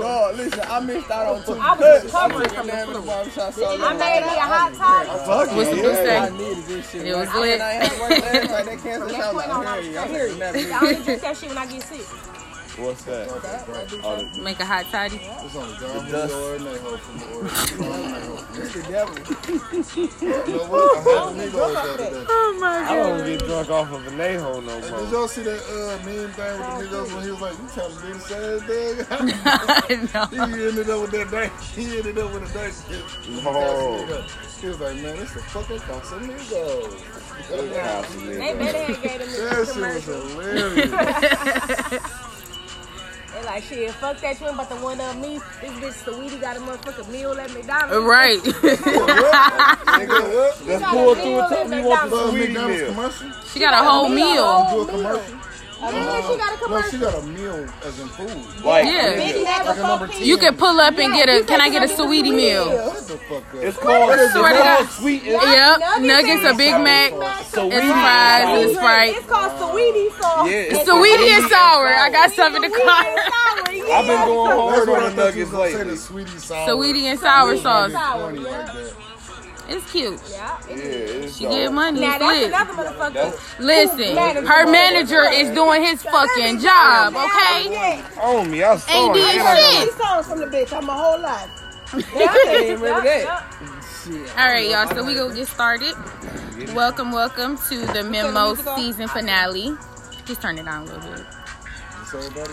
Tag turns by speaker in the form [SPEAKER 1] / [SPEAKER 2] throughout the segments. [SPEAKER 1] Listen, I missed out on two
[SPEAKER 2] I was
[SPEAKER 1] cuts.
[SPEAKER 2] recovering
[SPEAKER 1] went
[SPEAKER 2] from the
[SPEAKER 1] down to
[SPEAKER 2] flu.
[SPEAKER 1] barbershop, so
[SPEAKER 2] I made me a hot toddy.
[SPEAKER 3] Fuck
[SPEAKER 4] What's the
[SPEAKER 3] yeah.
[SPEAKER 4] blue say?
[SPEAKER 1] I needed this shit.
[SPEAKER 4] It was
[SPEAKER 1] Like, I went
[SPEAKER 4] lit.
[SPEAKER 1] out here working every day, they canceled the
[SPEAKER 2] That
[SPEAKER 1] show,
[SPEAKER 2] point
[SPEAKER 1] like,
[SPEAKER 2] on my
[SPEAKER 1] period. I
[SPEAKER 2] period.
[SPEAKER 1] should've never
[SPEAKER 2] I only drink that shit when I get sick.
[SPEAKER 3] What's that? Oh, the-
[SPEAKER 4] Make a hot toddy.
[SPEAKER 5] It's on the
[SPEAKER 3] The
[SPEAKER 5] ground.
[SPEAKER 3] dust.
[SPEAKER 5] Lord, may hope from the Lord.
[SPEAKER 1] It's the devil.
[SPEAKER 5] You know what? I had an Migos the other day.
[SPEAKER 4] Oh my
[SPEAKER 3] I don't get drunk off of an a-hole no
[SPEAKER 5] Hey, did
[SPEAKER 3] more.
[SPEAKER 5] y'all see that uh, meme thing with the Migos when he was like, you trying to do the same thing?
[SPEAKER 4] no.
[SPEAKER 5] he ended up with that night. He ended up with a night shit.
[SPEAKER 3] No.
[SPEAKER 5] He was like, man, it's the fucking Casa Migos.
[SPEAKER 2] They better have gave them
[SPEAKER 5] That
[SPEAKER 2] this
[SPEAKER 5] shit was
[SPEAKER 2] commercial.
[SPEAKER 5] hilarious.
[SPEAKER 2] They like, shit, fuck that. You ain't about to one up me. This bitch Saweetie got a motherfucking meal at McDonald's.
[SPEAKER 4] Right.
[SPEAKER 5] Nigga, what?
[SPEAKER 2] You
[SPEAKER 3] Let's
[SPEAKER 2] got
[SPEAKER 3] pull
[SPEAKER 2] a
[SPEAKER 3] through
[SPEAKER 2] meal
[SPEAKER 3] and tell
[SPEAKER 2] at
[SPEAKER 3] me you want the
[SPEAKER 5] Love
[SPEAKER 3] sweetie
[SPEAKER 5] McDonald's
[SPEAKER 3] meal.
[SPEAKER 5] commercial?
[SPEAKER 4] She got a whole meal.
[SPEAKER 5] Do a commercial?
[SPEAKER 2] Oh, Yeah, she got a
[SPEAKER 5] No, she
[SPEAKER 2] commercial.
[SPEAKER 5] got a meal as in food.
[SPEAKER 3] Like,
[SPEAKER 4] Yeah.
[SPEAKER 3] nigga,
[SPEAKER 2] Never fuck
[SPEAKER 5] number
[SPEAKER 2] people.
[SPEAKER 4] You can pull up and get a. Can I get a sweetie meal?
[SPEAKER 5] Shut the fuck up.
[SPEAKER 3] it's called, it's
[SPEAKER 4] Swear to God.
[SPEAKER 3] called sweet. It's
[SPEAKER 4] Yep.
[SPEAKER 2] Nuggets
[SPEAKER 4] Nuggets, a
[SPEAKER 2] and
[SPEAKER 4] Big Mac,
[SPEAKER 3] so
[SPEAKER 4] and fries, and Sprite.
[SPEAKER 2] It's called Saweetie sauce.
[SPEAKER 3] Yeah, it's
[SPEAKER 4] Sweetie and sour. I got stuff in the car.
[SPEAKER 3] I've been going hard
[SPEAKER 5] That's what I
[SPEAKER 3] on the
[SPEAKER 5] thought you
[SPEAKER 3] nuggets
[SPEAKER 5] was gonna say,
[SPEAKER 3] lately.
[SPEAKER 5] the sweetie sour.
[SPEAKER 4] Sweetie and sour sauce.
[SPEAKER 2] Sour,
[SPEAKER 5] Funny like
[SPEAKER 2] yeah.
[SPEAKER 5] that.
[SPEAKER 4] It's cute.
[SPEAKER 2] Yeah.
[SPEAKER 3] Yeah, it's
[SPEAKER 4] She get money.
[SPEAKER 2] Now
[SPEAKER 4] It's
[SPEAKER 2] that's another
[SPEAKER 4] lit.
[SPEAKER 2] motherfucker.
[SPEAKER 4] Listen, her manager is doing his fucking job, okay?
[SPEAKER 3] on me. I saw
[SPEAKER 4] Ain't
[SPEAKER 3] it.
[SPEAKER 4] did
[SPEAKER 3] Get out of
[SPEAKER 4] shit.
[SPEAKER 6] songs from the bitch. I'm a whole lot.
[SPEAKER 1] remember that.
[SPEAKER 4] All right, y'all. So we gonna get started. Welcome, welcome to the Memo season finale. Just turn it down a little bit.
[SPEAKER 5] So, everybody,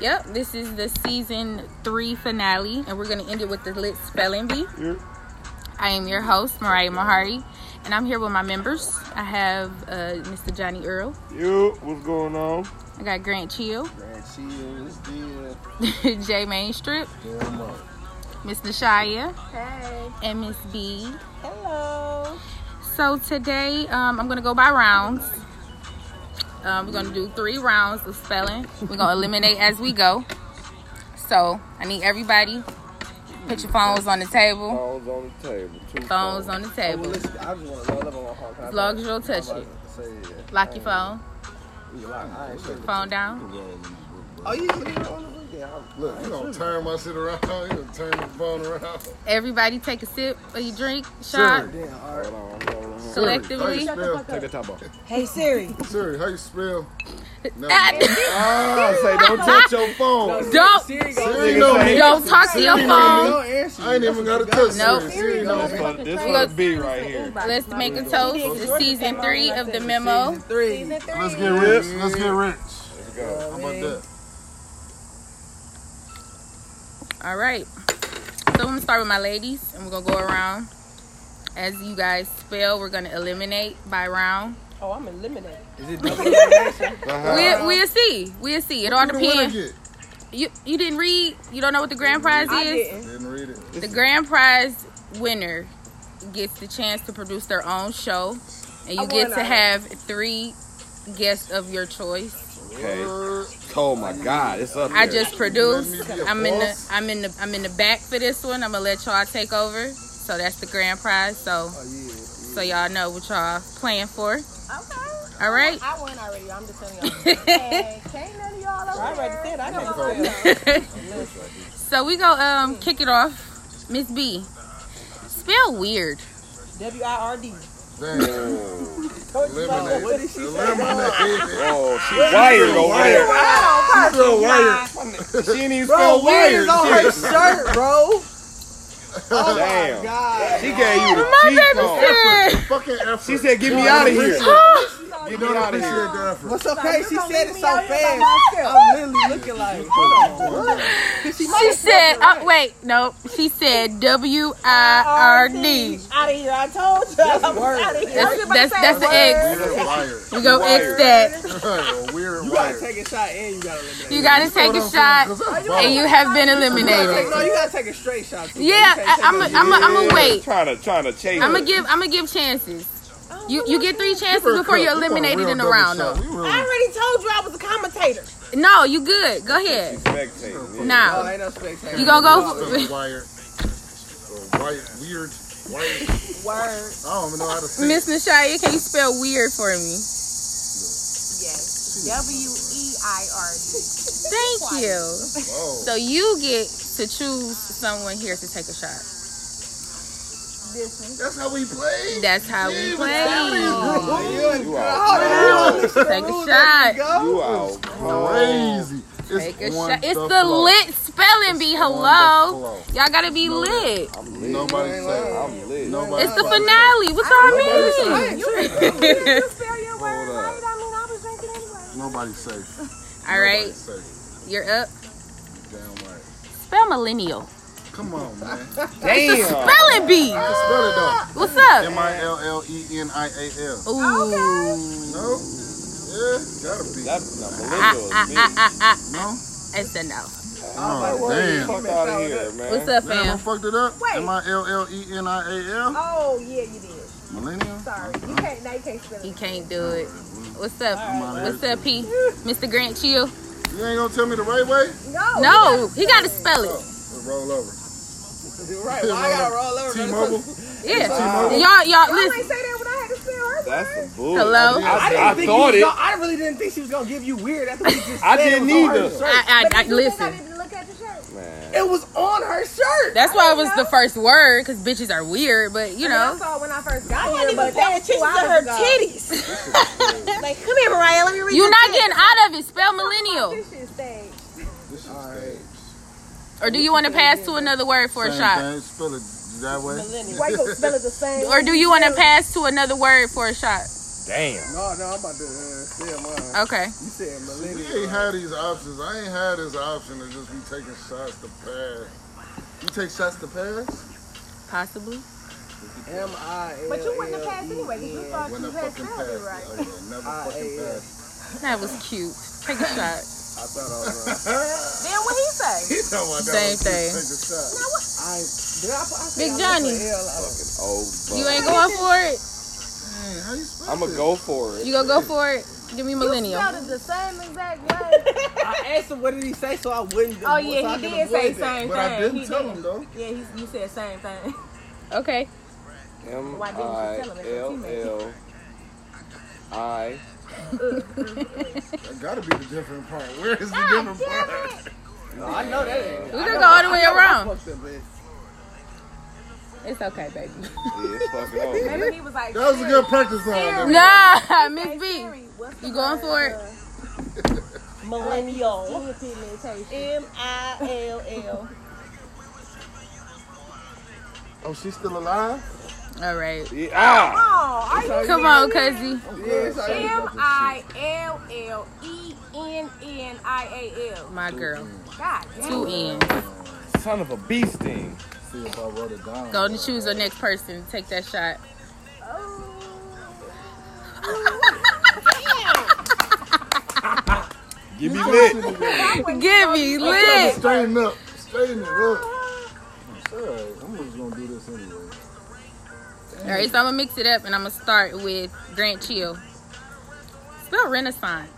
[SPEAKER 4] Yep, this is the season three finale, and we're gonna end it with the lit spelling bee.
[SPEAKER 3] here.
[SPEAKER 4] I am your host, Mariah Mahari, and I'm here with my members. I have uh, Mr. Johnny Earl.
[SPEAKER 3] You, what's going on?
[SPEAKER 4] I got Grant Chill,
[SPEAKER 5] man, she is the
[SPEAKER 4] Jay Mainstrip,
[SPEAKER 5] damn right.
[SPEAKER 4] Miss Nashaya,
[SPEAKER 2] Hey.
[SPEAKER 4] and Miss B.
[SPEAKER 2] Hello.
[SPEAKER 4] So today, um, I'm gonna go by rounds. Um, we're gonna do three rounds of spelling. We're gonna eliminate as we go. So I need everybody. Put your phones on the table.
[SPEAKER 3] Phones on the table. Two
[SPEAKER 4] Phones on the table.
[SPEAKER 1] Listen, I just want to roll up on my phone.
[SPEAKER 4] As long as you don't touch it. Lock your phone. Phone down.
[SPEAKER 1] Oh, you can do it on the weekend.
[SPEAKER 5] Look, you gonna turn my shit around. You gonna turn the phone around.
[SPEAKER 4] Everybody take a sip of your drink. Shot
[SPEAKER 1] Damn, all right.
[SPEAKER 3] Hold on, hold on, hold
[SPEAKER 5] How you
[SPEAKER 4] collectively.
[SPEAKER 5] spell?
[SPEAKER 3] on. Take the top off.
[SPEAKER 6] Hey Siri,
[SPEAKER 5] Siri, how you spell? No.
[SPEAKER 3] Ah, say don't touch your phone.
[SPEAKER 4] Don't
[SPEAKER 1] Siri
[SPEAKER 5] Siri,
[SPEAKER 1] gonna
[SPEAKER 5] no.
[SPEAKER 4] don't talk to your phone.
[SPEAKER 1] Don't answer.
[SPEAKER 5] I ain't even gotta touch
[SPEAKER 4] Nope.
[SPEAKER 5] Siri. Siri,
[SPEAKER 3] No,
[SPEAKER 5] no.
[SPEAKER 3] this one- this one B right here.
[SPEAKER 4] Let's make a toast to season three of the memo.
[SPEAKER 1] Season three.
[SPEAKER 5] Let's get rich. Let's get rich.
[SPEAKER 3] Let's go.
[SPEAKER 5] How about that?
[SPEAKER 4] All right. So I'm gonna start with my ladies, and we're gonna go around. As you guys spell, we're gonna eliminate by round.
[SPEAKER 2] Oh, I'm eliminated.
[SPEAKER 1] Is it double
[SPEAKER 4] We'll, we'll see. We'll see. It all
[SPEAKER 5] What did the winner
[SPEAKER 4] depends.
[SPEAKER 5] get?
[SPEAKER 4] You you didn't read. You don't know what the grand prize
[SPEAKER 2] I
[SPEAKER 4] is.
[SPEAKER 2] didn't.
[SPEAKER 5] Didn't read it.
[SPEAKER 4] The grand prize winner gets the chance to produce their own show, and
[SPEAKER 2] I
[SPEAKER 4] you
[SPEAKER 2] won
[SPEAKER 4] get to
[SPEAKER 2] already.
[SPEAKER 4] have three guests of your choice.
[SPEAKER 3] Okay. Oh my God, it's up.
[SPEAKER 4] I
[SPEAKER 3] there.
[SPEAKER 4] just produced. I'm in the I'm in the I'm in the back for this one. I'm gonna let y'all take over. So that's the grand prize. So so y'all know what y'all playing for.
[SPEAKER 2] Okay.
[SPEAKER 4] All right.
[SPEAKER 2] I won already. I'm just telling y'all. Hey, can't none of y'all over
[SPEAKER 1] I already
[SPEAKER 2] there.
[SPEAKER 1] said I
[SPEAKER 2] Come
[SPEAKER 1] never
[SPEAKER 2] on.
[SPEAKER 4] so we go um kick it off. Miss B. Spell weird.
[SPEAKER 1] W I R D.
[SPEAKER 5] Damn. Eliminate.
[SPEAKER 1] What did she say?
[SPEAKER 5] Eliminate.
[SPEAKER 3] Oh, she wired over there.
[SPEAKER 5] Throw wire.
[SPEAKER 3] She didn't even
[SPEAKER 1] Bro,
[SPEAKER 3] spell
[SPEAKER 1] wires
[SPEAKER 3] wired.
[SPEAKER 1] on her
[SPEAKER 3] She-
[SPEAKER 1] shirt, bro.
[SPEAKER 3] Damn.
[SPEAKER 1] God.
[SPEAKER 3] She gave you the
[SPEAKER 4] My
[SPEAKER 3] cheat
[SPEAKER 4] baby
[SPEAKER 3] code.
[SPEAKER 4] said.
[SPEAKER 5] Fucking effort.
[SPEAKER 3] She said, "Get me out of here."
[SPEAKER 5] You
[SPEAKER 3] Get
[SPEAKER 5] don't
[SPEAKER 3] out of
[SPEAKER 5] appreciate
[SPEAKER 3] here.
[SPEAKER 5] the effort.
[SPEAKER 1] What's okay? She said it so
[SPEAKER 2] out here by
[SPEAKER 1] fast. I'm literally looking like, hold on.
[SPEAKER 4] She said. Uh, wait. No. She said W I R D.
[SPEAKER 6] out of here. I told you. I'm
[SPEAKER 1] word.
[SPEAKER 6] out of here.
[SPEAKER 4] That's that's that's the X.
[SPEAKER 5] Weird wire.
[SPEAKER 4] We go X that.
[SPEAKER 5] A weird
[SPEAKER 1] You
[SPEAKER 5] wire.
[SPEAKER 1] gotta take a shot and you gotta eliminate.
[SPEAKER 4] You gotta take a shot, and you have been eliminated.
[SPEAKER 1] No, you gotta take a straight shot. too.
[SPEAKER 4] Yeah,
[SPEAKER 1] You
[SPEAKER 4] I,
[SPEAKER 1] can't take
[SPEAKER 4] I'm. A, I'm. A, I'm a wait.
[SPEAKER 3] Trying to, trying to chase.
[SPEAKER 4] I'm
[SPEAKER 3] her.
[SPEAKER 4] gonna give. I'm gonna give chances. You you get three chances before you're eliminated in a round,
[SPEAKER 6] I
[SPEAKER 4] though.
[SPEAKER 6] already told you I was a commentator.
[SPEAKER 4] No, you good. Go ahead.
[SPEAKER 3] Spectating. yeah.
[SPEAKER 1] Oh,
[SPEAKER 4] Now
[SPEAKER 1] ain't no spectator.
[SPEAKER 4] you gonna go.
[SPEAKER 5] Wire. Wire. Weird. Wire.
[SPEAKER 2] Word.
[SPEAKER 5] I don't even know how to say
[SPEAKER 4] Miss Nashaya, can you spell weird for me?
[SPEAKER 2] Yes. W E I R D.
[SPEAKER 4] Thank you.
[SPEAKER 5] it. Whoa.
[SPEAKER 4] So you get to choose someone here to take a shot.
[SPEAKER 5] That's how we play.
[SPEAKER 4] That's how we play.
[SPEAKER 3] You
[SPEAKER 5] Oh,
[SPEAKER 3] out.
[SPEAKER 4] Take a shot.
[SPEAKER 1] Go.
[SPEAKER 3] You out.
[SPEAKER 5] Crazy.
[SPEAKER 4] Take a shot. It's the lit spelling bee. Hello. Y'all gotta be lit.
[SPEAKER 5] Nobody said.
[SPEAKER 3] I'm lit.
[SPEAKER 5] Nobody
[SPEAKER 4] It's the
[SPEAKER 5] said-
[SPEAKER 4] finale. What y'all mean?
[SPEAKER 2] Spell your
[SPEAKER 5] Hold
[SPEAKER 2] words
[SPEAKER 5] up.
[SPEAKER 2] right. I mean, I was drinking anyway.
[SPEAKER 5] Nobody safe.
[SPEAKER 4] All right,
[SPEAKER 5] Nobody safe.
[SPEAKER 4] you're up.
[SPEAKER 5] Damn right.
[SPEAKER 4] Spell millennial.
[SPEAKER 5] Come on, man.
[SPEAKER 1] Damn.
[SPEAKER 4] Spelling bee.
[SPEAKER 5] I spell it though.
[SPEAKER 4] What's up?
[SPEAKER 5] M I L L E N I A L.
[SPEAKER 4] Ooh.
[SPEAKER 5] No? Yeah, gotta be.
[SPEAKER 3] That's not
[SPEAKER 4] Ah,
[SPEAKER 3] millennial.
[SPEAKER 4] ah, ah, ah, ah.
[SPEAKER 5] No?
[SPEAKER 4] It's a no.
[SPEAKER 3] Damn.
[SPEAKER 5] Oh, damn.
[SPEAKER 3] Fuck out of here, man.
[SPEAKER 4] What's up,
[SPEAKER 5] Damn, I
[SPEAKER 4] fam?
[SPEAKER 5] fucked it up.
[SPEAKER 2] Wait.
[SPEAKER 5] M I L L E N I A L.
[SPEAKER 2] Oh yeah, you did.
[SPEAKER 5] Millennium.
[SPEAKER 2] Sorry, you can't. Now you can't spell
[SPEAKER 4] He
[SPEAKER 2] it.
[SPEAKER 4] can't do it. What's up?
[SPEAKER 5] right.
[SPEAKER 4] What's up, P? Mr. Grant Chill?
[SPEAKER 5] You ain't gonna tell me the right way?
[SPEAKER 2] No.
[SPEAKER 4] No, he got to spell it.
[SPEAKER 5] Oh, roll over.
[SPEAKER 1] Right. Why I gotta roll over?
[SPEAKER 5] T Mobile.
[SPEAKER 4] Yeah. Y'all, y'all,
[SPEAKER 2] Y'all ain't
[SPEAKER 4] listen.
[SPEAKER 2] say that when I had to spell her.
[SPEAKER 3] That's some bull.
[SPEAKER 4] Hello?
[SPEAKER 3] I,
[SPEAKER 1] I didn't
[SPEAKER 3] I
[SPEAKER 1] think he
[SPEAKER 3] thought
[SPEAKER 1] was
[SPEAKER 3] it.
[SPEAKER 1] Gonna, I really didn't think she was gonna give you weird. That's what you just
[SPEAKER 3] I
[SPEAKER 1] said. It
[SPEAKER 3] didn't
[SPEAKER 1] was on her
[SPEAKER 3] either.
[SPEAKER 1] shirt.
[SPEAKER 4] I,
[SPEAKER 2] But
[SPEAKER 4] I, I,
[SPEAKER 2] you think I
[SPEAKER 4] listen.
[SPEAKER 2] didn't look at the shirt.
[SPEAKER 3] Man.
[SPEAKER 1] It was on her shirt.
[SPEAKER 4] That's why it was the first word, because bitches are weird, but you
[SPEAKER 2] I, mean, I
[SPEAKER 4] know.
[SPEAKER 2] saw it when I first got
[SPEAKER 6] I
[SPEAKER 2] here,
[SPEAKER 6] wasn't even
[SPEAKER 2] but that
[SPEAKER 6] paying
[SPEAKER 2] was two
[SPEAKER 6] attention to
[SPEAKER 2] hours
[SPEAKER 6] her
[SPEAKER 2] ago.
[SPEAKER 6] titties. like, come here, Mariah. Let me read.
[SPEAKER 4] You're
[SPEAKER 6] your
[SPEAKER 4] not
[SPEAKER 6] titties.
[SPEAKER 4] getting out of it. Spell millennial.
[SPEAKER 2] This shit stayed.
[SPEAKER 5] This is right.
[SPEAKER 4] Or do you want to pass to another word for a shot?
[SPEAKER 5] Thing. Spell it that way.
[SPEAKER 2] Why you gonna spell it the same?
[SPEAKER 4] Or do you want to pass to another word for a shot?
[SPEAKER 3] Damn.
[SPEAKER 1] No, no, I'm about to uh, say mine.
[SPEAKER 4] Okay.
[SPEAKER 1] You said
[SPEAKER 5] We
[SPEAKER 1] millennial.
[SPEAKER 5] ain't had these options. I ain't had this option of just be taking shots to pass. You take shots to pass?
[SPEAKER 4] Possibly.
[SPEAKER 1] M I L.
[SPEAKER 2] But you wouldn't have passed anyway because you thought
[SPEAKER 5] When
[SPEAKER 2] you
[SPEAKER 5] I
[SPEAKER 2] had
[SPEAKER 5] fucking
[SPEAKER 2] spelled
[SPEAKER 5] pass.
[SPEAKER 2] it right.
[SPEAKER 5] Oh, yeah, never
[SPEAKER 1] I-
[SPEAKER 5] fucking pass.
[SPEAKER 4] That was cute. Take a shot.
[SPEAKER 1] I thought I was right.
[SPEAKER 4] Then what he say?
[SPEAKER 5] You know I
[SPEAKER 4] Same thing.
[SPEAKER 1] I did I, I
[SPEAKER 4] Big
[SPEAKER 1] think
[SPEAKER 4] Johnny.
[SPEAKER 1] I left an L out.
[SPEAKER 3] Fucking old.
[SPEAKER 4] You
[SPEAKER 3] buck.
[SPEAKER 4] ain't going for it.
[SPEAKER 5] Man, how you spell
[SPEAKER 3] I'ma
[SPEAKER 5] it?
[SPEAKER 3] go for it.
[SPEAKER 4] You gonna go for it? Give me millennial.
[SPEAKER 2] Spelled it the same exact way.
[SPEAKER 1] I asked him what did he say, so I wouldn't.
[SPEAKER 2] Oh
[SPEAKER 1] so I
[SPEAKER 2] yeah, he
[SPEAKER 1] could
[SPEAKER 2] did
[SPEAKER 1] avoid
[SPEAKER 2] say same
[SPEAKER 1] that.
[SPEAKER 2] thing.
[SPEAKER 5] But I
[SPEAKER 2] He
[SPEAKER 5] didn't tell
[SPEAKER 2] did.
[SPEAKER 5] him though.
[SPEAKER 2] Yeah, he, you said same thing.
[SPEAKER 4] Okay.
[SPEAKER 3] M
[SPEAKER 2] Why
[SPEAKER 3] I
[SPEAKER 2] didn't you tell him
[SPEAKER 3] L
[SPEAKER 2] it's a
[SPEAKER 3] L I.
[SPEAKER 5] That gotta be the different part. Where is the different part?
[SPEAKER 1] No, I know that. Ain't.
[SPEAKER 4] We
[SPEAKER 1] I
[SPEAKER 4] could
[SPEAKER 1] know-
[SPEAKER 4] go all the
[SPEAKER 1] I
[SPEAKER 4] way
[SPEAKER 1] know I
[SPEAKER 4] around.
[SPEAKER 1] fucked up, but
[SPEAKER 4] It's okay, baby.
[SPEAKER 3] Yeah, it's fucking old. man.
[SPEAKER 2] Remember he was like,
[SPEAKER 5] That was a good practice round.
[SPEAKER 4] Nah,
[SPEAKER 2] Hey,
[SPEAKER 4] Miss B.
[SPEAKER 2] Siri, what's the
[SPEAKER 4] You going
[SPEAKER 2] word
[SPEAKER 4] for it?
[SPEAKER 6] millennial.
[SPEAKER 2] for pigmentation?
[SPEAKER 6] M I L L.
[SPEAKER 5] Oh, she's still alive?
[SPEAKER 4] All right.
[SPEAKER 3] Yeah, ah.
[SPEAKER 2] Oh, are you
[SPEAKER 4] Come on, cousin.
[SPEAKER 1] Yeah, so I-
[SPEAKER 2] M I L L E N N I A L.
[SPEAKER 4] My girl.
[SPEAKER 2] God damn.
[SPEAKER 4] Two N's.
[SPEAKER 3] Son of a bee sting.
[SPEAKER 5] See if I wrote it down.
[SPEAKER 4] Go and choose the next person. Take that shot.
[SPEAKER 2] Oh.
[SPEAKER 3] Give me lit.
[SPEAKER 4] Give me
[SPEAKER 5] Gotta
[SPEAKER 4] lit.
[SPEAKER 5] Straighten up. Straighten it up. It's alright. I'm just gonna do this anyway.
[SPEAKER 4] All right, so I'm gonna mix it up and I'm gonna start with Grant Chill. Spell Renaissance.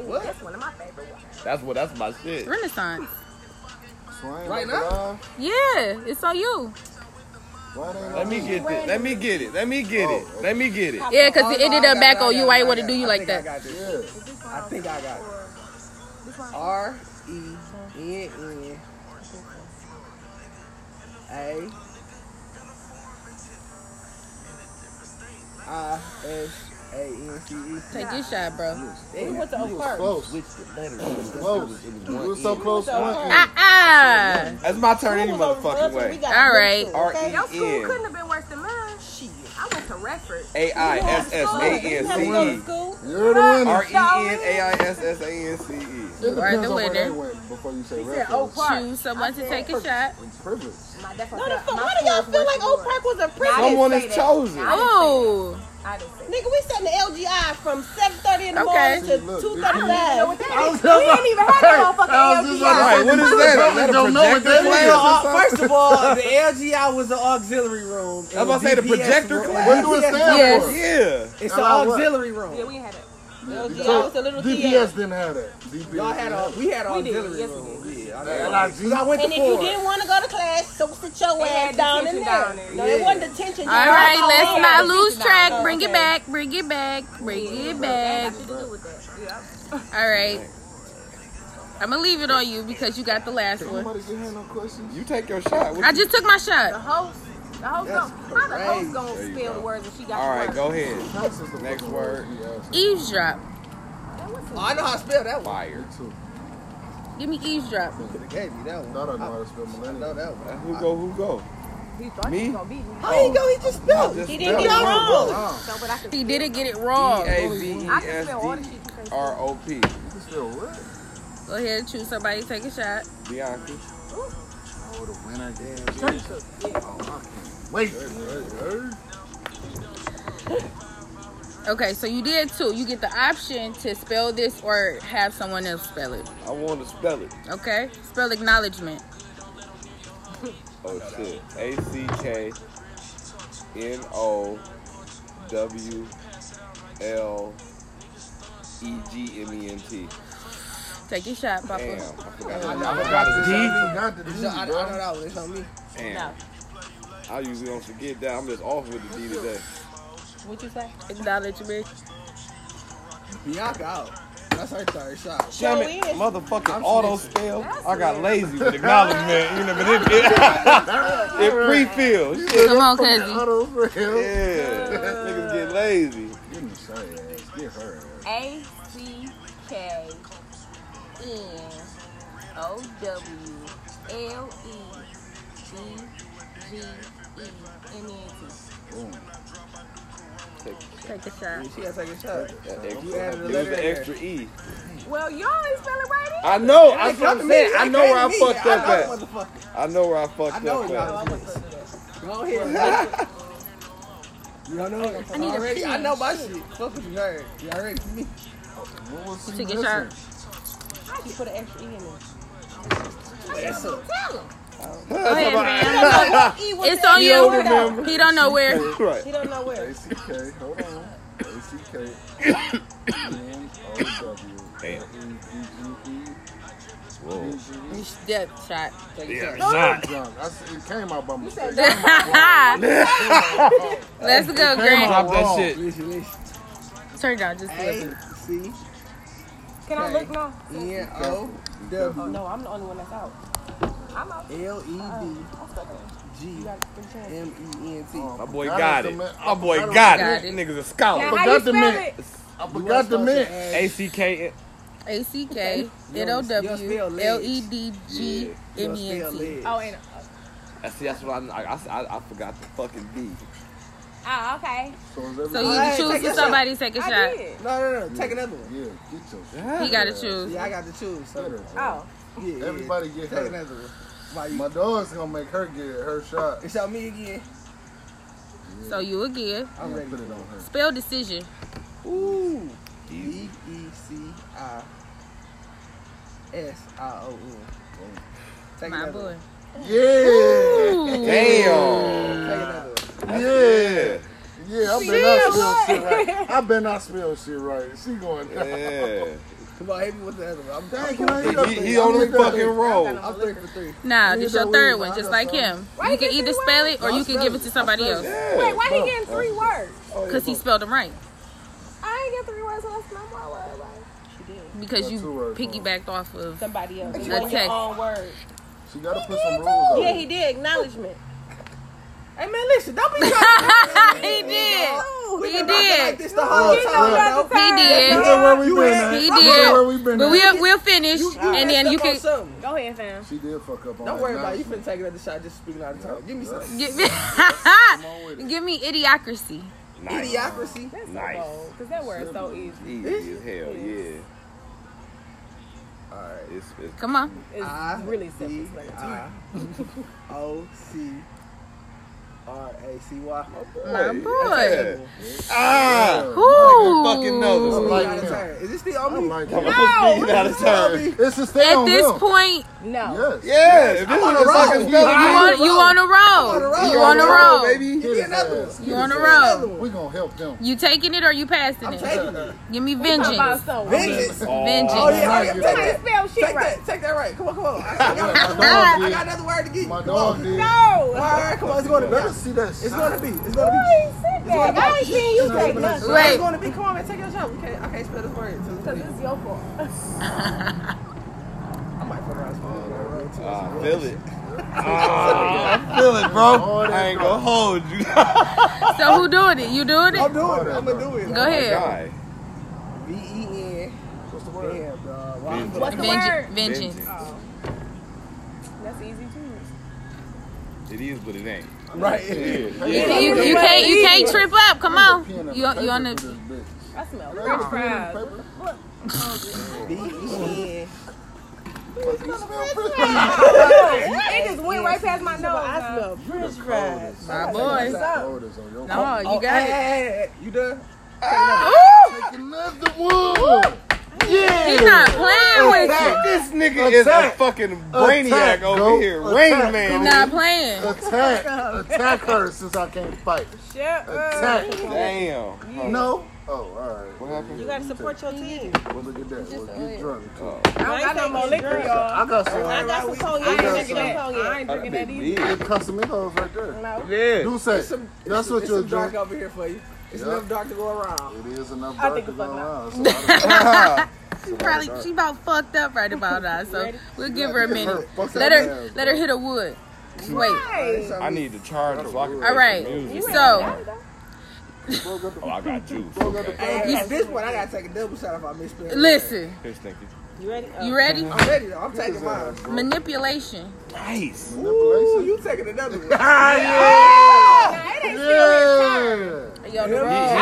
[SPEAKER 2] Ooh, that's one of my favorite ones.
[SPEAKER 3] That's what. That's my shit.
[SPEAKER 4] Renaissance.
[SPEAKER 5] So I ain't
[SPEAKER 1] Right
[SPEAKER 5] left
[SPEAKER 1] now?
[SPEAKER 5] alive.
[SPEAKER 4] Yeah, it's on you.
[SPEAKER 5] Why they
[SPEAKER 3] Let me get this. Let me get it. Let me get it. Let me get it.
[SPEAKER 4] Yeah, cause it
[SPEAKER 1] Oh, no,
[SPEAKER 4] ended
[SPEAKER 1] I
[SPEAKER 4] up
[SPEAKER 1] got
[SPEAKER 4] back
[SPEAKER 1] it, I
[SPEAKER 4] on you.
[SPEAKER 1] got
[SPEAKER 4] Why you
[SPEAKER 1] it,
[SPEAKER 4] want
[SPEAKER 1] I
[SPEAKER 4] to do you
[SPEAKER 1] got
[SPEAKER 4] like
[SPEAKER 1] it. I think I
[SPEAKER 4] that?
[SPEAKER 1] got this. I
[SPEAKER 5] Yeah.
[SPEAKER 1] think I got it. R E N N A I S A N C E.
[SPEAKER 4] Take your shot, bro.
[SPEAKER 1] Damn,
[SPEAKER 6] What's the first?
[SPEAKER 5] Close. Close. You were so close. One
[SPEAKER 4] Ah ah.
[SPEAKER 3] That's my turn any
[SPEAKER 6] We was over
[SPEAKER 3] motherfucking
[SPEAKER 6] Brunswick, we
[SPEAKER 3] way.
[SPEAKER 6] got
[SPEAKER 4] All right.
[SPEAKER 6] Brunswick,
[SPEAKER 3] R
[SPEAKER 6] okay?
[SPEAKER 3] E
[SPEAKER 2] Your school
[SPEAKER 3] N
[SPEAKER 2] couldn't have been worse than mine.
[SPEAKER 6] Shit.
[SPEAKER 2] I went to Redford.
[SPEAKER 3] A I S S A N
[SPEAKER 6] Have
[SPEAKER 3] C
[SPEAKER 6] to go to
[SPEAKER 3] E.
[SPEAKER 6] school.
[SPEAKER 5] You're the winner.
[SPEAKER 3] R E N A I S S A N C E.
[SPEAKER 5] It
[SPEAKER 4] You are
[SPEAKER 5] depends
[SPEAKER 4] the
[SPEAKER 5] on where they
[SPEAKER 4] winner.
[SPEAKER 5] went before you say
[SPEAKER 2] said Oak
[SPEAKER 5] reference.
[SPEAKER 2] Park.
[SPEAKER 4] Choose someone to take a shot.
[SPEAKER 5] Privilege.
[SPEAKER 2] My, that's
[SPEAKER 6] No, the fuck.
[SPEAKER 2] my
[SPEAKER 6] Why do y'all
[SPEAKER 2] school's
[SPEAKER 6] feel
[SPEAKER 2] worse
[SPEAKER 6] like
[SPEAKER 2] than
[SPEAKER 6] Oak
[SPEAKER 2] yours.
[SPEAKER 6] Park was a prison?
[SPEAKER 3] Someone
[SPEAKER 2] say
[SPEAKER 3] is
[SPEAKER 2] that.
[SPEAKER 3] chosen.
[SPEAKER 2] I didn't
[SPEAKER 4] Oh,
[SPEAKER 2] I didn't say
[SPEAKER 6] Nigga, we sat in the LGI from 7.30 in the
[SPEAKER 4] Okay.
[SPEAKER 6] morning to
[SPEAKER 5] See, look,
[SPEAKER 6] two
[SPEAKER 5] this-
[SPEAKER 6] thirty five.
[SPEAKER 2] that. We didn't even have that
[SPEAKER 5] I was
[SPEAKER 2] motherfucking
[SPEAKER 5] just
[SPEAKER 2] LGI.
[SPEAKER 5] about
[SPEAKER 3] Right, what is that? Is that a
[SPEAKER 5] Don't know what that
[SPEAKER 3] projector
[SPEAKER 5] is.
[SPEAKER 3] class?
[SPEAKER 1] Uh, first of all, the LGI was an auxiliary room.
[SPEAKER 3] I was about to say the
[SPEAKER 1] DPS
[SPEAKER 3] projector
[SPEAKER 1] room-
[SPEAKER 3] class.
[SPEAKER 5] What do it stand
[SPEAKER 4] Yes.
[SPEAKER 5] for?
[SPEAKER 3] Yeah.
[SPEAKER 1] It's an
[SPEAKER 5] Allow what?
[SPEAKER 1] auxiliary room.
[SPEAKER 2] Yeah, we had it.
[SPEAKER 6] LGI was a little
[SPEAKER 5] DPS
[SPEAKER 6] DPS.
[SPEAKER 5] didn't have that. DPS
[SPEAKER 1] Y'all had a, we had an
[SPEAKER 2] We did,
[SPEAKER 1] auxiliary
[SPEAKER 2] yes, we
[SPEAKER 1] room. Yeah, I know.
[SPEAKER 5] And I-
[SPEAKER 1] Cause I went
[SPEAKER 6] And
[SPEAKER 1] to
[SPEAKER 6] if you
[SPEAKER 1] four.
[SPEAKER 6] didn't want to go to class, so sit your
[SPEAKER 2] They
[SPEAKER 6] ass
[SPEAKER 2] had
[SPEAKER 6] down in
[SPEAKER 2] detention
[SPEAKER 6] there.
[SPEAKER 2] down there.
[SPEAKER 6] No, it
[SPEAKER 1] Yeah.
[SPEAKER 6] wasn't detention.
[SPEAKER 4] all right. Let's not lose track.
[SPEAKER 6] Oh,
[SPEAKER 4] Bring it
[SPEAKER 6] okay.
[SPEAKER 4] back. Bring it back. Bring it back.
[SPEAKER 2] Nothing to do with that. Yeah.
[SPEAKER 4] All right. I'm gonna leave it on you because you got the last one.
[SPEAKER 5] Nobody can handle no questions.
[SPEAKER 3] You take your shot. What
[SPEAKER 4] I
[SPEAKER 3] you-
[SPEAKER 4] just took my
[SPEAKER 2] The
[SPEAKER 4] shot.
[SPEAKER 2] host. The host
[SPEAKER 3] That's
[SPEAKER 2] gonna, how the host
[SPEAKER 3] crazy.
[SPEAKER 2] gonna
[SPEAKER 3] There you
[SPEAKER 2] spell
[SPEAKER 3] go.
[SPEAKER 2] the words if she got
[SPEAKER 3] All
[SPEAKER 2] the
[SPEAKER 3] right,
[SPEAKER 2] words?
[SPEAKER 3] go ahead.
[SPEAKER 5] That's just the
[SPEAKER 3] Next
[SPEAKER 5] fucking
[SPEAKER 3] word.
[SPEAKER 5] words he asked.
[SPEAKER 4] Eavesdrop.
[SPEAKER 1] Oh, I know how to spell that one.
[SPEAKER 3] Fire.
[SPEAKER 4] Give me eavesdrop.
[SPEAKER 1] You could have gave me that one.
[SPEAKER 5] Thought I know how to spell
[SPEAKER 1] I know
[SPEAKER 5] millennium.
[SPEAKER 1] that one.
[SPEAKER 3] Who go? Who go?
[SPEAKER 2] He thought
[SPEAKER 3] Me?
[SPEAKER 2] he was gonna beat me.
[SPEAKER 1] How you go? He just spelled. it.
[SPEAKER 3] Just
[SPEAKER 6] He didn't
[SPEAKER 3] spell
[SPEAKER 6] get
[SPEAKER 3] it.
[SPEAKER 6] it wrong.
[SPEAKER 5] Wow.
[SPEAKER 2] No, but I can.
[SPEAKER 4] He didn't get it
[SPEAKER 3] E
[SPEAKER 4] wrong.
[SPEAKER 3] A V E
[SPEAKER 2] I can spell all the
[SPEAKER 3] S
[SPEAKER 2] shit
[SPEAKER 3] D
[SPEAKER 2] you can
[SPEAKER 3] R O P.
[SPEAKER 5] You can spell what?
[SPEAKER 4] Go ahead, choose somebody, take a shot.
[SPEAKER 3] Bianca.
[SPEAKER 5] Oh, the winner. Damn. Yeah. Oh, I can't wait. Hey,
[SPEAKER 4] Okay, so you did two. You get the option to spell this or have someone else spell it.
[SPEAKER 3] I want to spell it.
[SPEAKER 4] Okay? Spell acknowledgement.
[SPEAKER 3] Oh shit. A C K N O W L E G M E N T.
[SPEAKER 4] Take your shot,
[SPEAKER 3] Damn.
[SPEAKER 4] Papa.
[SPEAKER 3] I
[SPEAKER 1] I
[SPEAKER 3] forgot.
[SPEAKER 1] know- I
[SPEAKER 5] I
[SPEAKER 1] know that
[SPEAKER 5] forgot
[SPEAKER 1] one.
[SPEAKER 5] to- I forgot to do
[SPEAKER 1] It's your- I I
[SPEAKER 5] bro.
[SPEAKER 1] know that one. It's on me.
[SPEAKER 3] Damn. I usually don't forget that. I'm just off with the D today.
[SPEAKER 4] What you say? Acknowledgement.
[SPEAKER 1] Bianca out. That's her third shot.
[SPEAKER 3] Damn
[SPEAKER 6] Sure
[SPEAKER 3] it,
[SPEAKER 6] is.
[SPEAKER 3] motherfucking
[SPEAKER 5] I'm
[SPEAKER 3] auto
[SPEAKER 5] snitching.
[SPEAKER 3] spell. I got lazy with acknowledgement, you know, but it, it, it pre-fills. Shit.
[SPEAKER 4] Come on,
[SPEAKER 5] Fucking
[SPEAKER 4] cousin.
[SPEAKER 5] auto for him.
[SPEAKER 3] Yeah, niggas get lazy.
[SPEAKER 5] Give me shot ass. Get her ass.
[SPEAKER 2] A C K N O W L E G G E M E N T.
[SPEAKER 5] Boom.
[SPEAKER 4] Take a shot.
[SPEAKER 1] She gotta take a shot.
[SPEAKER 3] That
[SPEAKER 1] You added a
[SPEAKER 3] extra, it
[SPEAKER 1] letter
[SPEAKER 3] was an
[SPEAKER 1] in there.
[SPEAKER 3] extra E.
[SPEAKER 2] Well, y'all ain't spelling right
[SPEAKER 3] I know. That's
[SPEAKER 1] It came to
[SPEAKER 3] what I'm
[SPEAKER 1] me.
[SPEAKER 3] saying. I
[SPEAKER 1] It
[SPEAKER 3] know
[SPEAKER 1] came
[SPEAKER 3] where I
[SPEAKER 1] to me.
[SPEAKER 3] fucked
[SPEAKER 1] I
[SPEAKER 3] up
[SPEAKER 1] know,
[SPEAKER 3] at.
[SPEAKER 1] motherfucker.
[SPEAKER 3] I know where I
[SPEAKER 1] I
[SPEAKER 3] fucked
[SPEAKER 1] know
[SPEAKER 3] up
[SPEAKER 1] it.
[SPEAKER 3] at.
[SPEAKER 1] Go ahead. You don't know it. I
[SPEAKER 4] need a
[SPEAKER 1] already. I
[SPEAKER 4] finish.
[SPEAKER 1] know my shit. Fuck what you heard. You already me.
[SPEAKER 5] What was he
[SPEAKER 4] Take a
[SPEAKER 5] missing?
[SPEAKER 4] shot.
[SPEAKER 6] How'd you put an extra E in there?
[SPEAKER 1] That's a-
[SPEAKER 4] Go ahead, man.
[SPEAKER 6] E was
[SPEAKER 4] It's
[SPEAKER 6] there.
[SPEAKER 4] on
[SPEAKER 6] He don't know.
[SPEAKER 4] you. He don't know where.
[SPEAKER 3] Right.
[SPEAKER 6] He don't know where.
[SPEAKER 5] ACK, hold on. ACK.
[SPEAKER 3] Damn.
[SPEAKER 4] You sh- yeah, shot. Take a shot.
[SPEAKER 5] Damn. Drunk. I s- it came out by mistake.
[SPEAKER 4] Let's go, Grant.
[SPEAKER 3] Drop that shit.
[SPEAKER 1] Listen, listen.
[SPEAKER 4] Turn it down just a little
[SPEAKER 1] A
[SPEAKER 4] bit.
[SPEAKER 1] C
[SPEAKER 2] Can I look now?
[SPEAKER 1] N O W
[SPEAKER 6] No, I'm the only one that's out.
[SPEAKER 2] I'm out.
[SPEAKER 1] L E D
[SPEAKER 6] I'm stuck in.
[SPEAKER 1] G
[SPEAKER 6] You got three chances.
[SPEAKER 1] M E N T.
[SPEAKER 3] My boy
[SPEAKER 5] Got
[SPEAKER 3] got
[SPEAKER 5] us
[SPEAKER 3] it.
[SPEAKER 5] a man.
[SPEAKER 3] My boy
[SPEAKER 5] Got
[SPEAKER 3] got
[SPEAKER 4] us.
[SPEAKER 3] it. Niggas a scholar.
[SPEAKER 2] Now, how you
[SPEAKER 5] forgot the
[SPEAKER 2] spell
[SPEAKER 5] mint.
[SPEAKER 2] it?
[SPEAKER 5] I forgot the mint.
[SPEAKER 3] A C K.
[SPEAKER 4] A C K N O
[SPEAKER 1] You'll
[SPEAKER 4] W
[SPEAKER 1] spell legs.
[SPEAKER 4] L E D G M E N T.
[SPEAKER 2] Oh, and
[SPEAKER 3] See, that's what I, I, I, I forgot the fucking D.
[SPEAKER 2] oh, okay.
[SPEAKER 5] So is everybody?
[SPEAKER 4] So you
[SPEAKER 1] Alright,
[SPEAKER 4] can choose
[SPEAKER 1] take
[SPEAKER 4] for
[SPEAKER 1] a
[SPEAKER 4] somebody, take a
[SPEAKER 2] I
[SPEAKER 4] shot.
[SPEAKER 2] did.
[SPEAKER 1] No, no, no. Take another one.
[SPEAKER 5] Yeah, get your shit.
[SPEAKER 4] He gotta
[SPEAKER 1] See,
[SPEAKER 4] choose.
[SPEAKER 1] I got to choose. So,
[SPEAKER 5] Get her,
[SPEAKER 2] Oh,
[SPEAKER 1] yeah, yeah.
[SPEAKER 5] Everybody get
[SPEAKER 1] Take
[SPEAKER 5] her.
[SPEAKER 1] another one. Why you?
[SPEAKER 5] My dog's gonna make her get her shot.
[SPEAKER 1] It's on me again.
[SPEAKER 4] So you again.
[SPEAKER 1] I'm
[SPEAKER 5] I'm
[SPEAKER 1] ready.
[SPEAKER 5] put it on her.
[SPEAKER 4] Spell decision.
[SPEAKER 1] Ooh. D E C I S I O N. Take
[SPEAKER 4] My
[SPEAKER 1] another
[SPEAKER 4] boy.
[SPEAKER 1] one.
[SPEAKER 5] Yeah,
[SPEAKER 1] Take
[SPEAKER 4] Ooh.
[SPEAKER 3] Damn.
[SPEAKER 1] another one.
[SPEAKER 5] yeah, yeah. I been not spell shit right. I been not spell shit right. She going.
[SPEAKER 3] Yeah.
[SPEAKER 1] Come on, hit me with the other one. I'm
[SPEAKER 5] Dang,
[SPEAKER 1] thinking.
[SPEAKER 5] can I hit
[SPEAKER 3] He, he, he on his fucking roll.
[SPEAKER 1] I'm three for three.
[SPEAKER 4] Nah, this your
[SPEAKER 5] Either
[SPEAKER 4] third
[SPEAKER 5] way,
[SPEAKER 4] one,
[SPEAKER 5] I
[SPEAKER 4] just
[SPEAKER 5] got
[SPEAKER 4] like
[SPEAKER 5] some.
[SPEAKER 4] him.
[SPEAKER 2] Why
[SPEAKER 4] You
[SPEAKER 2] you
[SPEAKER 4] can
[SPEAKER 2] get
[SPEAKER 4] either
[SPEAKER 2] three
[SPEAKER 4] spell it or
[SPEAKER 5] I
[SPEAKER 4] you can
[SPEAKER 5] spell
[SPEAKER 4] give
[SPEAKER 5] it.
[SPEAKER 4] it to somebody else.
[SPEAKER 2] wait,
[SPEAKER 3] Yeah.
[SPEAKER 2] why he getting three words?
[SPEAKER 4] Because he spelled them right.
[SPEAKER 2] I ain't get three words, so that's no more words.
[SPEAKER 4] Because
[SPEAKER 5] Got
[SPEAKER 4] you
[SPEAKER 5] two words wrong.
[SPEAKER 4] piggybacked off of.
[SPEAKER 6] Somebody else. You
[SPEAKER 4] A
[SPEAKER 6] want your
[SPEAKER 4] text.
[SPEAKER 6] own words.
[SPEAKER 5] She gotta put some rules on.
[SPEAKER 6] Yeah,
[SPEAKER 5] it.
[SPEAKER 6] he did. Acknowledgement.
[SPEAKER 1] Hey man, listen, don't be trying
[SPEAKER 4] he did.
[SPEAKER 1] to
[SPEAKER 4] He
[SPEAKER 1] like
[SPEAKER 4] did.
[SPEAKER 1] this the whole
[SPEAKER 5] He
[SPEAKER 1] time.
[SPEAKER 2] know
[SPEAKER 1] though.
[SPEAKER 4] He
[SPEAKER 5] Look
[SPEAKER 4] did.
[SPEAKER 5] at where we
[SPEAKER 1] You
[SPEAKER 5] been
[SPEAKER 1] had-
[SPEAKER 5] at.
[SPEAKER 4] He
[SPEAKER 5] Look
[SPEAKER 4] did.
[SPEAKER 5] at where we been
[SPEAKER 4] But
[SPEAKER 5] at.
[SPEAKER 4] we'll, we'll finish
[SPEAKER 1] You- you
[SPEAKER 4] and then
[SPEAKER 1] messed
[SPEAKER 4] you
[SPEAKER 1] up on
[SPEAKER 4] can.
[SPEAKER 1] something.
[SPEAKER 2] Go ahead, fam.
[SPEAKER 5] She did fuck up
[SPEAKER 1] Don't
[SPEAKER 5] on that
[SPEAKER 1] worry about it. You
[SPEAKER 5] announcement.
[SPEAKER 1] finna take another shot just speaking out of time. Give me some
[SPEAKER 4] Give me,
[SPEAKER 5] with it.
[SPEAKER 4] give me idiocracy.
[SPEAKER 3] Nice.
[SPEAKER 1] idiocracy.
[SPEAKER 2] That's
[SPEAKER 3] Nice.
[SPEAKER 2] so bold, cause that word is so easy.
[SPEAKER 3] Easy as hell, yeah.
[SPEAKER 1] All right.
[SPEAKER 3] It's, it's
[SPEAKER 4] Come on.
[SPEAKER 2] It's
[SPEAKER 1] I
[SPEAKER 2] really
[SPEAKER 1] D
[SPEAKER 2] simple. Like,
[SPEAKER 1] I O C R A C Y.
[SPEAKER 4] My boy.
[SPEAKER 3] Yeah. Ah!
[SPEAKER 4] Ooh.
[SPEAKER 3] Fucking know
[SPEAKER 5] I
[SPEAKER 3] this
[SPEAKER 5] like
[SPEAKER 1] Out of
[SPEAKER 5] him.
[SPEAKER 1] turn. Is this still
[SPEAKER 5] I
[SPEAKER 1] on me?
[SPEAKER 5] like
[SPEAKER 3] I'm
[SPEAKER 5] him.
[SPEAKER 3] supposed to be out of turn.
[SPEAKER 5] It's a stay
[SPEAKER 4] At
[SPEAKER 5] on
[SPEAKER 4] this
[SPEAKER 5] him.
[SPEAKER 4] point,
[SPEAKER 2] no.
[SPEAKER 5] Yes.
[SPEAKER 3] Yeah, if this
[SPEAKER 1] I'm on
[SPEAKER 3] is
[SPEAKER 1] a roll.
[SPEAKER 3] fucking
[SPEAKER 1] You
[SPEAKER 3] spelling,
[SPEAKER 4] you on, you on a roll. You on a roll.
[SPEAKER 3] baby.
[SPEAKER 5] Get
[SPEAKER 1] me
[SPEAKER 5] his
[SPEAKER 1] another
[SPEAKER 5] ass.
[SPEAKER 4] You on a roll.
[SPEAKER 5] We gonna help him.
[SPEAKER 4] You taking it or you passing
[SPEAKER 1] I'm
[SPEAKER 4] it?
[SPEAKER 1] taking it.
[SPEAKER 4] Give me
[SPEAKER 2] Talk about
[SPEAKER 4] vengeance.
[SPEAKER 2] so.
[SPEAKER 1] Vengeance. Oh
[SPEAKER 4] Vengeance.
[SPEAKER 1] yeah, hurry up. take
[SPEAKER 2] How you
[SPEAKER 1] that.
[SPEAKER 2] spell shit
[SPEAKER 1] Take
[SPEAKER 2] right?
[SPEAKER 1] that. Take that right. Come on, come on. I got another
[SPEAKER 5] My
[SPEAKER 1] word.
[SPEAKER 5] dog
[SPEAKER 1] I
[SPEAKER 5] did.
[SPEAKER 1] got another word to get you.
[SPEAKER 5] My
[SPEAKER 1] Come on.
[SPEAKER 5] dog did.
[SPEAKER 1] All
[SPEAKER 2] No.
[SPEAKER 1] right, come on. It's going to
[SPEAKER 5] Let us
[SPEAKER 1] be.
[SPEAKER 5] see that.
[SPEAKER 1] It's
[SPEAKER 5] shot.
[SPEAKER 1] going to be. It's going to be.
[SPEAKER 2] I ain't said that. I ain't seen you take nothing.
[SPEAKER 1] Wait.
[SPEAKER 4] Wait.
[SPEAKER 1] It's going to be. Come on, man. Take your shot. We can't. I can't spell this word.
[SPEAKER 2] Cause it's your fault.
[SPEAKER 5] into his
[SPEAKER 3] I
[SPEAKER 5] room.
[SPEAKER 3] feel it. I feel it, bro.
[SPEAKER 5] that
[SPEAKER 3] I ain't gonna hold you.
[SPEAKER 4] So who doing it? You doing
[SPEAKER 1] I'm
[SPEAKER 4] it?
[SPEAKER 1] doing it. I'm gonna do it.
[SPEAKER 4] Go ahead.
[SPEAKER 3] God.
[SPEAKER 1] V E N.
[SPEAKER 5] What's the word?
[SPEAKER 1] Damn, dog.
[SPEAKER 3] Vengeance.
[SPEAKER 1] Why-
[SPEAKER 2] What's the word?
[SPEAKER 4] Vengeance. Vengeance.
[SPEAKER 6] That's easy too.
[SPEAKER 3] It is, but it ain't.
[SPEAKER 1] Right.
[SPEAKER 3] It is.
[SPEAKER 4] You,
[SPEAKER 3] Yeah.
[SPEAKER 4] you, you can't you can't trip up. Come on. You you on
[SPEAKER 5] This
[SPEAKER 4] the
[SPEAKER 5] bitch.
[SPEAKER 6] I smell
[SPEAKER 5] Look,
[SPEAKER 6] french
[SPEAKER 5] it's pen and
[SPEAKER 6] fries.
[SPEAKER 5] paper.
[SPEAKER 1] V E N.
[SPEAKER 2] Niggas went right past my nose.
[SPEAKER 6] I
[SPEAKER 2] dog.
[SPEAKER 6] smell french fries.
[SPEAKER 4] my boys.
[SPEAKER 5] Oh, this on your
[SPEAKER 4] No,
[SPEAKER 1] Oh,
[SPEAKER 4] you
[SPEAKER 1] hey,
[SPEAKER 4] got it.
[SPEAKER 1] hey, hey, hey. You done?
[SPEAKER 5] Take another one.
[SPEAKER 4] He not playing with you.
[SPEAKER 3] This nigga is a
[SPEAKER 5] Attack.
[SPEAKER 3] fucking brainiac
[SPEAKER 5] Attack,
[SPEAKER 3] over
[SPEAKER 5] go.
[SPEAKER 3] here.
[SPEAKER 5] Attack,
[SPEAKER 3] Rain
[SPEAKER 5] go.
[SPEAKER 4] He
[SPEAKER 3] man.
[SPEAKER 4] not playing.
[SPEAKER 5] Attack. Attack her since I can't fight.
[SPEAKER 6] Shut up.
[SPEAKER 5] Attack.
[SPEAKER 3] Damn.
[SPEAKER 5] No. Oh, all right.
[SPEAKER 3] What happened?
[SPEAKER 6] You gotta support your team.
[SPEAKER 2] Mm-hmm.
[SPEAKER 5] Well, look at that. Well, you drunk. too.
[SPEAKER 6] I don't got no more liquor, y'all.
[SPEAKER 5] I got some.
[SPEAKER 6] I
[SPEAKER 5] I
[SPEAKER 6] got some cognac. I
[SPEAKER 5] I
[SPEAKER 6] ain't
[SPEAKER 5] got
[SPEAKER 6] drinking
[SPEAKER 5] some.
[SPEAKER 6] no cognac.
[SPEAKER 2] I ain't drinking that either.
[SPEAKER 5] got custom hoes right there.
[SPEAKER 6] No.
[SPEAKER 3] Yeah.
[SPEAKER 5] Do say.
[SPEAKER 1] Some-
[SPEAKER 5] That's
[SPEAKER 1] it's-
[SPEAKER 5] what
[SPEAKER 1] it's
[SPEAKER 5] you're
[SPEAKER 1] some dark
[SPEAKER 5] drinking.
[SPEAKER 1] over here for you. It's
[SPEAKER 5] Yeah.
[SPEAKER 1] enough dark to go around.
[SPEAKER 5] It is enough
[SPEAKER 6] I
[SPEAKER 5] dark
[SPEAKER 6] think
[SPEAKER 5] to
[SPEAKER 6] it's
[SPEAKER 5] go
[SPEAKER 6] like that.
[SPEAKER 5] around. So I don't-
[SPEAKER 4] She probably she about fucked up right about now. So we'll give her a minute.
[SPEAKER 5] Fuck
[SPEAKER 4] Let
[SPEAKER 5] that
[SPEAKER 4] her
[SPEAKER 5] ass,
[SPEAKER 4] let her hit a wood. Wait.
[SPEAKER 3] I need the charger so I can
[SPEAKER 4] All right. So
[SPEAKER 5] Broke up the-
[SPEAKER 3] Oh, I got juice.
[SPEAKER 5] broke up the-
[SPEAKER 3] Okay.
[SPEAKER 1] Hey,
[SPEAKER 4] You-
[SPEAKER 1] at this point, I gotta take a double shot if I misspell. it.
[SPEAKER 4] listen,
[SPEAKER 3] Here's thinking.
[SPEAKER 6] You ready?
[SPEAKER 4] you ready?
[SPEAKER 1] I'm ready though. I'm
[SPEAKER 5] His
[SPEAKER 1] taking mine.
[SPEAKER 5] ass, bro.
[SPEAKER 4] Manipulation.
[SPEAKER 3] Nice.
[SPEAKER 1] Ooh,
[SPEAKER 5] Manipulation.
[SPEAKER 1] you taking another one.
[SPEAKER 3] Ah,
[SPEAKER 2] Ah.
[SPEAKER 5] Yeah.
[SPEAKER 4] Yo, the
[SPEAKER 1] Yeah.
[SPEAKER 4] road.
[SPEAKER 2] I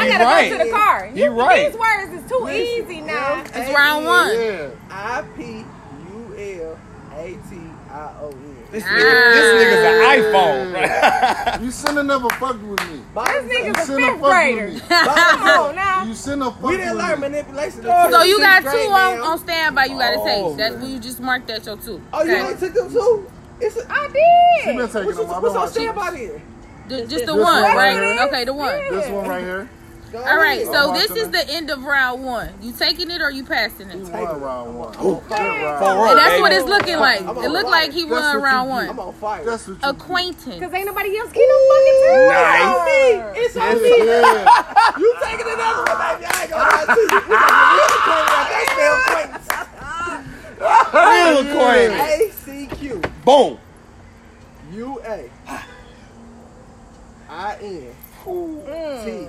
[SPEAKER 3] He
[SPEAKER 2] gotta
[SPEAKER 3] right.
[SPEAKER 2] go to the car.
[SPEAKER 3] He right.
[SPEAKER 2] These words is too easy now.
[SPEAKER 4] It's round one.
[SPEAKER 5] Yeah.
[SPEAKER 1] I P U L A T I O N.
[SPEAKER 3] This, nigga, this nigga's an iPhone. Right?
[SPEAKER 5] You shouldn't have never fucked with me.
[SPEAKER 2] This
[SPEAKER 5] You
[SPEAKER 2] nigga's a
[SPEAKER 5] shouldn't have
[SPEAKER 2] fifth
[SPEAKER 5] fucked
[SPEAKER 2] grader.
[SPEAKER 5] with me.
[SPEAKER 2] Come on now.
[SPEAKER 5] You shouldn't have fucked
[SPEAKER 1] We
[SPEAKER 5] with
[SPEAKER 1] didn't learn
[SPEAKER 5] me.
[SPEAKER 1] manipulation.
[SPEAKER 4] So
[SPEAKER 1] until
[SPEAKER 4] you got
[SPEAKER 1] sixth
[SPEAKER 4] two
[SPEAKER 1] grade,
[SPEAKER 4] on,
[SPEAKER 1] ma'am.
[SPEAKER 4] on standby. You gotta
[SPEAKER 3] Oh,
[SPEAKER 4] take that. We just marked that your two.
[SPEAKER 1] Oh, you
[SPEAKER 4] Okay.
[SPEAKER 1] only took them two? It's a,
[SPEAKER 2] I did.
[SPEAKER 5] You been taking
[SPEAKER 1] what's,
[SPEAKER 5] them. I've
[SPEAKER 1] what's
[SPEAKER 5] been
[SPEAKER 1] on
[SPEAKER 5] watching
[SPEAKER 1] standby here?
[SPEAKER 4] Ju- Just the
[SPEAKER 5] This
[SPEAKER 4] one,
[SPEAKER 5] one Oh, right
[SPEAKER 4] right?
[SPEAKER 5] here.
[SPEAKER 4] Okay, the one.
[SPEAKER 5] This one right here.
[SPEAKER 1] Go
[SPEAKER 4] All right.
[SPEAKER 1] ahead.
[SPEAKER 4] So
[SPEAKER 5] I'm
[SPEAKER 4] this
[SPEAKER 5] watching
[SPEAKER 4] is the end of round one. You taking it or you passing
[SPEAKER 5] He
[SPEAKER 4] it?
[SPEAKER 5] won round one. Oh, good round.
[SPEAKER 3] Four
[SPEAKER 4] And that's
[SPEAKER 3] baby.
[SPEAKER 4] what it's looking like.
[SPEAKER 1] I'm on
[SPEAKER 4] It looked
[SPEAKER 1] fire.
[SPEAKER 4] like he
[SPEAKER 5] That's what
[SPEAKER 4] won
[SPEAKER 5] you
[SPEAKER 4] round
[SPEAKER 5] do.
[SPEAKER 1] I'm
[SPEAKER 4] one.
[SPEAKER 1] on fire.
[SPEAKER 5] That's what you
[SPEAKER 4] Acquaintance.
[SPEAKER 2] Cause ain't nobody else get no fucking
[SPEAKER 3] Nice.
[SPEAKER 2] time.
[SPEAKER 1] It's on me.
[SPEAKER 5] Yeah.
[SPEAKER 1] You taking another one, baby. I ain't gonna lie to you. We taking another point like that spell
[SPEAKER 3] Real acquaintance.
[SPEAKER 1] acquaintance. A C Q
[SPEAKER 3] Boom.
[SPEAKER 1] U A I N
[SPEAKER 4] Hmm.
[SPEAKER 1] T.
[SPEAKER 6] This-